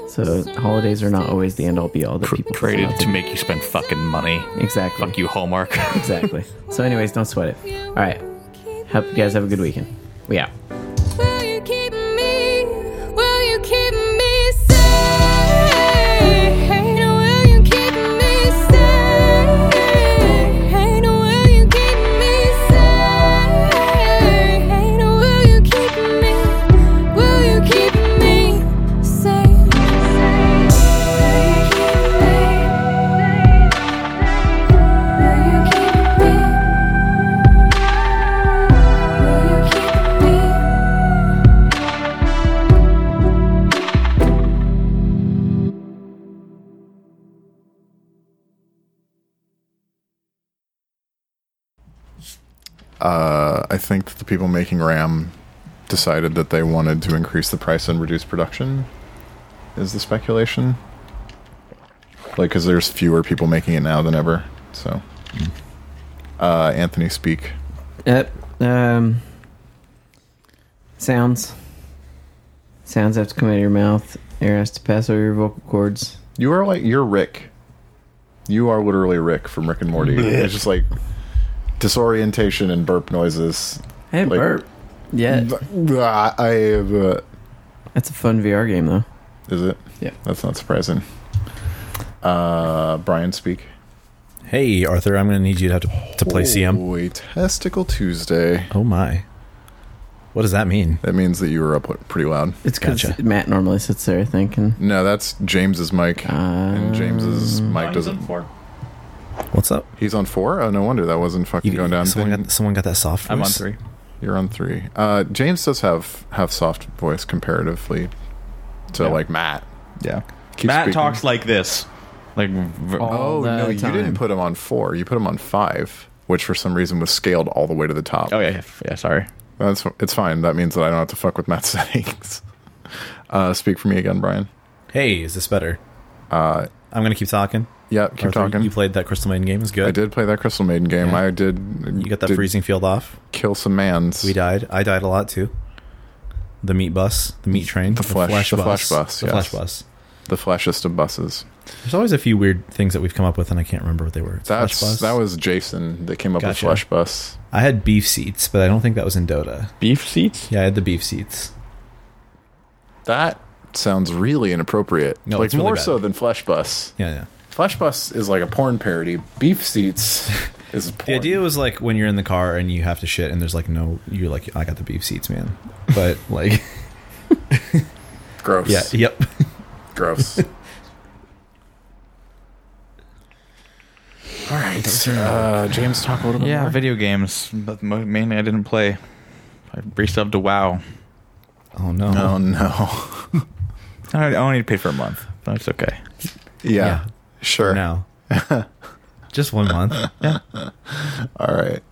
Speaker 1: So holidays are not always the end all be all that people
Speaker 4: Created to make you spend fucking money.
Speaker 1: exactly
Speaker 4: Fuck you, Hallmark.
Speaker 1: exactly. So, anyways, don't sweat it. All right. Hope you guys have a good weekend. We out.
Speaker 5: Will you keep me? Will you keep me safe? Will you keep me safe? Will you keep me safe? Will you keep me? Will you keep me safe? Will you keep me?
Speaker 2: Uh, I think that the people making RAM decided that they wanted to increase the price and reduce production, is the speculation. Like, because there's fewer people making it now than ever. So, uh, Anthony, speak.
Speaker 1: Yep. Um, sounds. Sounds have to come out of your mouth. Air has to pass over your vocal cords.
Speaker 2: You are like you're Rick. You are literally Rick from Rick and Morty. It's just like disorientation and burp noises.
Speaker 1: I didn't
Speaker 2: Like-
Speaker 1: burp. Yeah.
Speaker 2: Ah, I have, uh,
Speaker 1: That's a fun VR game, though.
Speaker 2: is it?
Speaker 1: Yeah.
Speaker 2: That's not surprising. Uh, Brian, speak.
Speaker 3: Hey, Arthur, I'm going to need you to have to, to play
Speaker 4: Oh.
Speaker 3: CM.
Speaker 2: Holy testicle Tuesday.
Speaker 3: Oh my. What does that mean?
Speaker 2: That means that you were up pretty loud.
Speaker 1: It's because
Speaker 3: Gotcha.
Speaker 1: Matt normally sits there, I think. And
Speaker 2: No, that's James's mic, and James's mic doesn't.
Speaker 3: What's up?
Speaker 2: He's on four. Oh, no wonder that wasn't fucking going down.
Speaker 3: Someone
Speaker 2: Then
Speaker 3: got, someone got that soft.
Speaker 4: I'm on
Speaker 3: voice?
Speaker 4: three.
Speaker 2: You're on three. Uh, James does have have soft voice comparatively to
Speaker 4: Yeah.
Speaker 2: like Matt.
Speaker 4: Yeah.
Speaker 2: Keep
Speaker 4: Matt
Speaker 2: speaking.
Speaker 4: talks like this. Like, v-
Speaker 1: all
Speaker 2: Oh
Speaker 1: the
Speaker 2: no, you
Speaker 1: time.
Speaker 2: didn't put him on four. You put him on five, which for some reason was scaled all the way to the top.
Speaker 4: oh, yeah, yeah. Yeah, sorry.
Speaker 2: That's it's fine. That means that I don't have to fuck with Matt's settings. Uh, speak for me again, Brian.
Speaker 3: Hey, is this better?
Speaker 2: Uh,
Speaker 3: I'm going to keep talking.
Speaker 2: yeah, keep
Speaker 3: Arthur,
Speaker 2: talking.
Speaker 3: You played that Crystal Maiden game. It was good.
Speaker 2: I did play that Crystal Maiden game.
Speaker 3: Yeah.
Speaker 2: I did.
Speaker 3: You got that
Speaker 2: did
Speaker 3: freezing field off.
Speaker 2: Kill some mans.
Speaker 3: We died. I died a lot too. The meat bus, the meat train,
Speaker 2: The flesh- the flesh bus,
Speaker 3: the
Speaker 2: yes.
Speaker 3: flesh bus.
Speaker 2: the fleshest of buses.
Speaker 3: There's always a few weird things that we've come up with, and I can't remember what they were. It's
Speaker 2: That's
Speaker 3: flesh bus.
Speaker 2: that was Jason that came up
Speaker 3: Gotcha.
Speaker 2: with Flesh Bus.
Speaker 3: I had beef seats, but I don't think that was in Dota.
Speaker 4: Beef seats?
Speaker 3: Yeah, I had the beef seats.
Speaker 2: That sounds really inappropriate.
Speaker 3: No,
Speaker 2: like
Speaker 3: it's really
Speaker 2: more
Speaker 3: bad.
Speaker 2: so than Flesh Bus.
Speaker 3: Yeah, yeah.
Speaker 2: Flesh Bus is like a porn parody. Beef Seats is porn.
Speaker 3: The idea was like when you're in the car and you have to shit, and there's like no, you're like, I got the beef seats, man. But like,
Speaker 2: gross.
Speaker 3: yeah, yep.
Speaker 2: Gross. All right. Uh, James, talk a little bit
Speaker 4: Yeah,
Speaker 2: more.
Speaker 4: video games. But mo- mainly I didn't play. I resubbed to WoW.
Speaker 3: Oh no.
Speaker 2: Oh, no.
Speaker 4: I I only paid for a month. That's okay.
Speaker 2: Yeah.
Speaker 3: Yeah.
Speaker 2: Sure.
Speaker 3: Now, just one month.
Speaker 2: All right.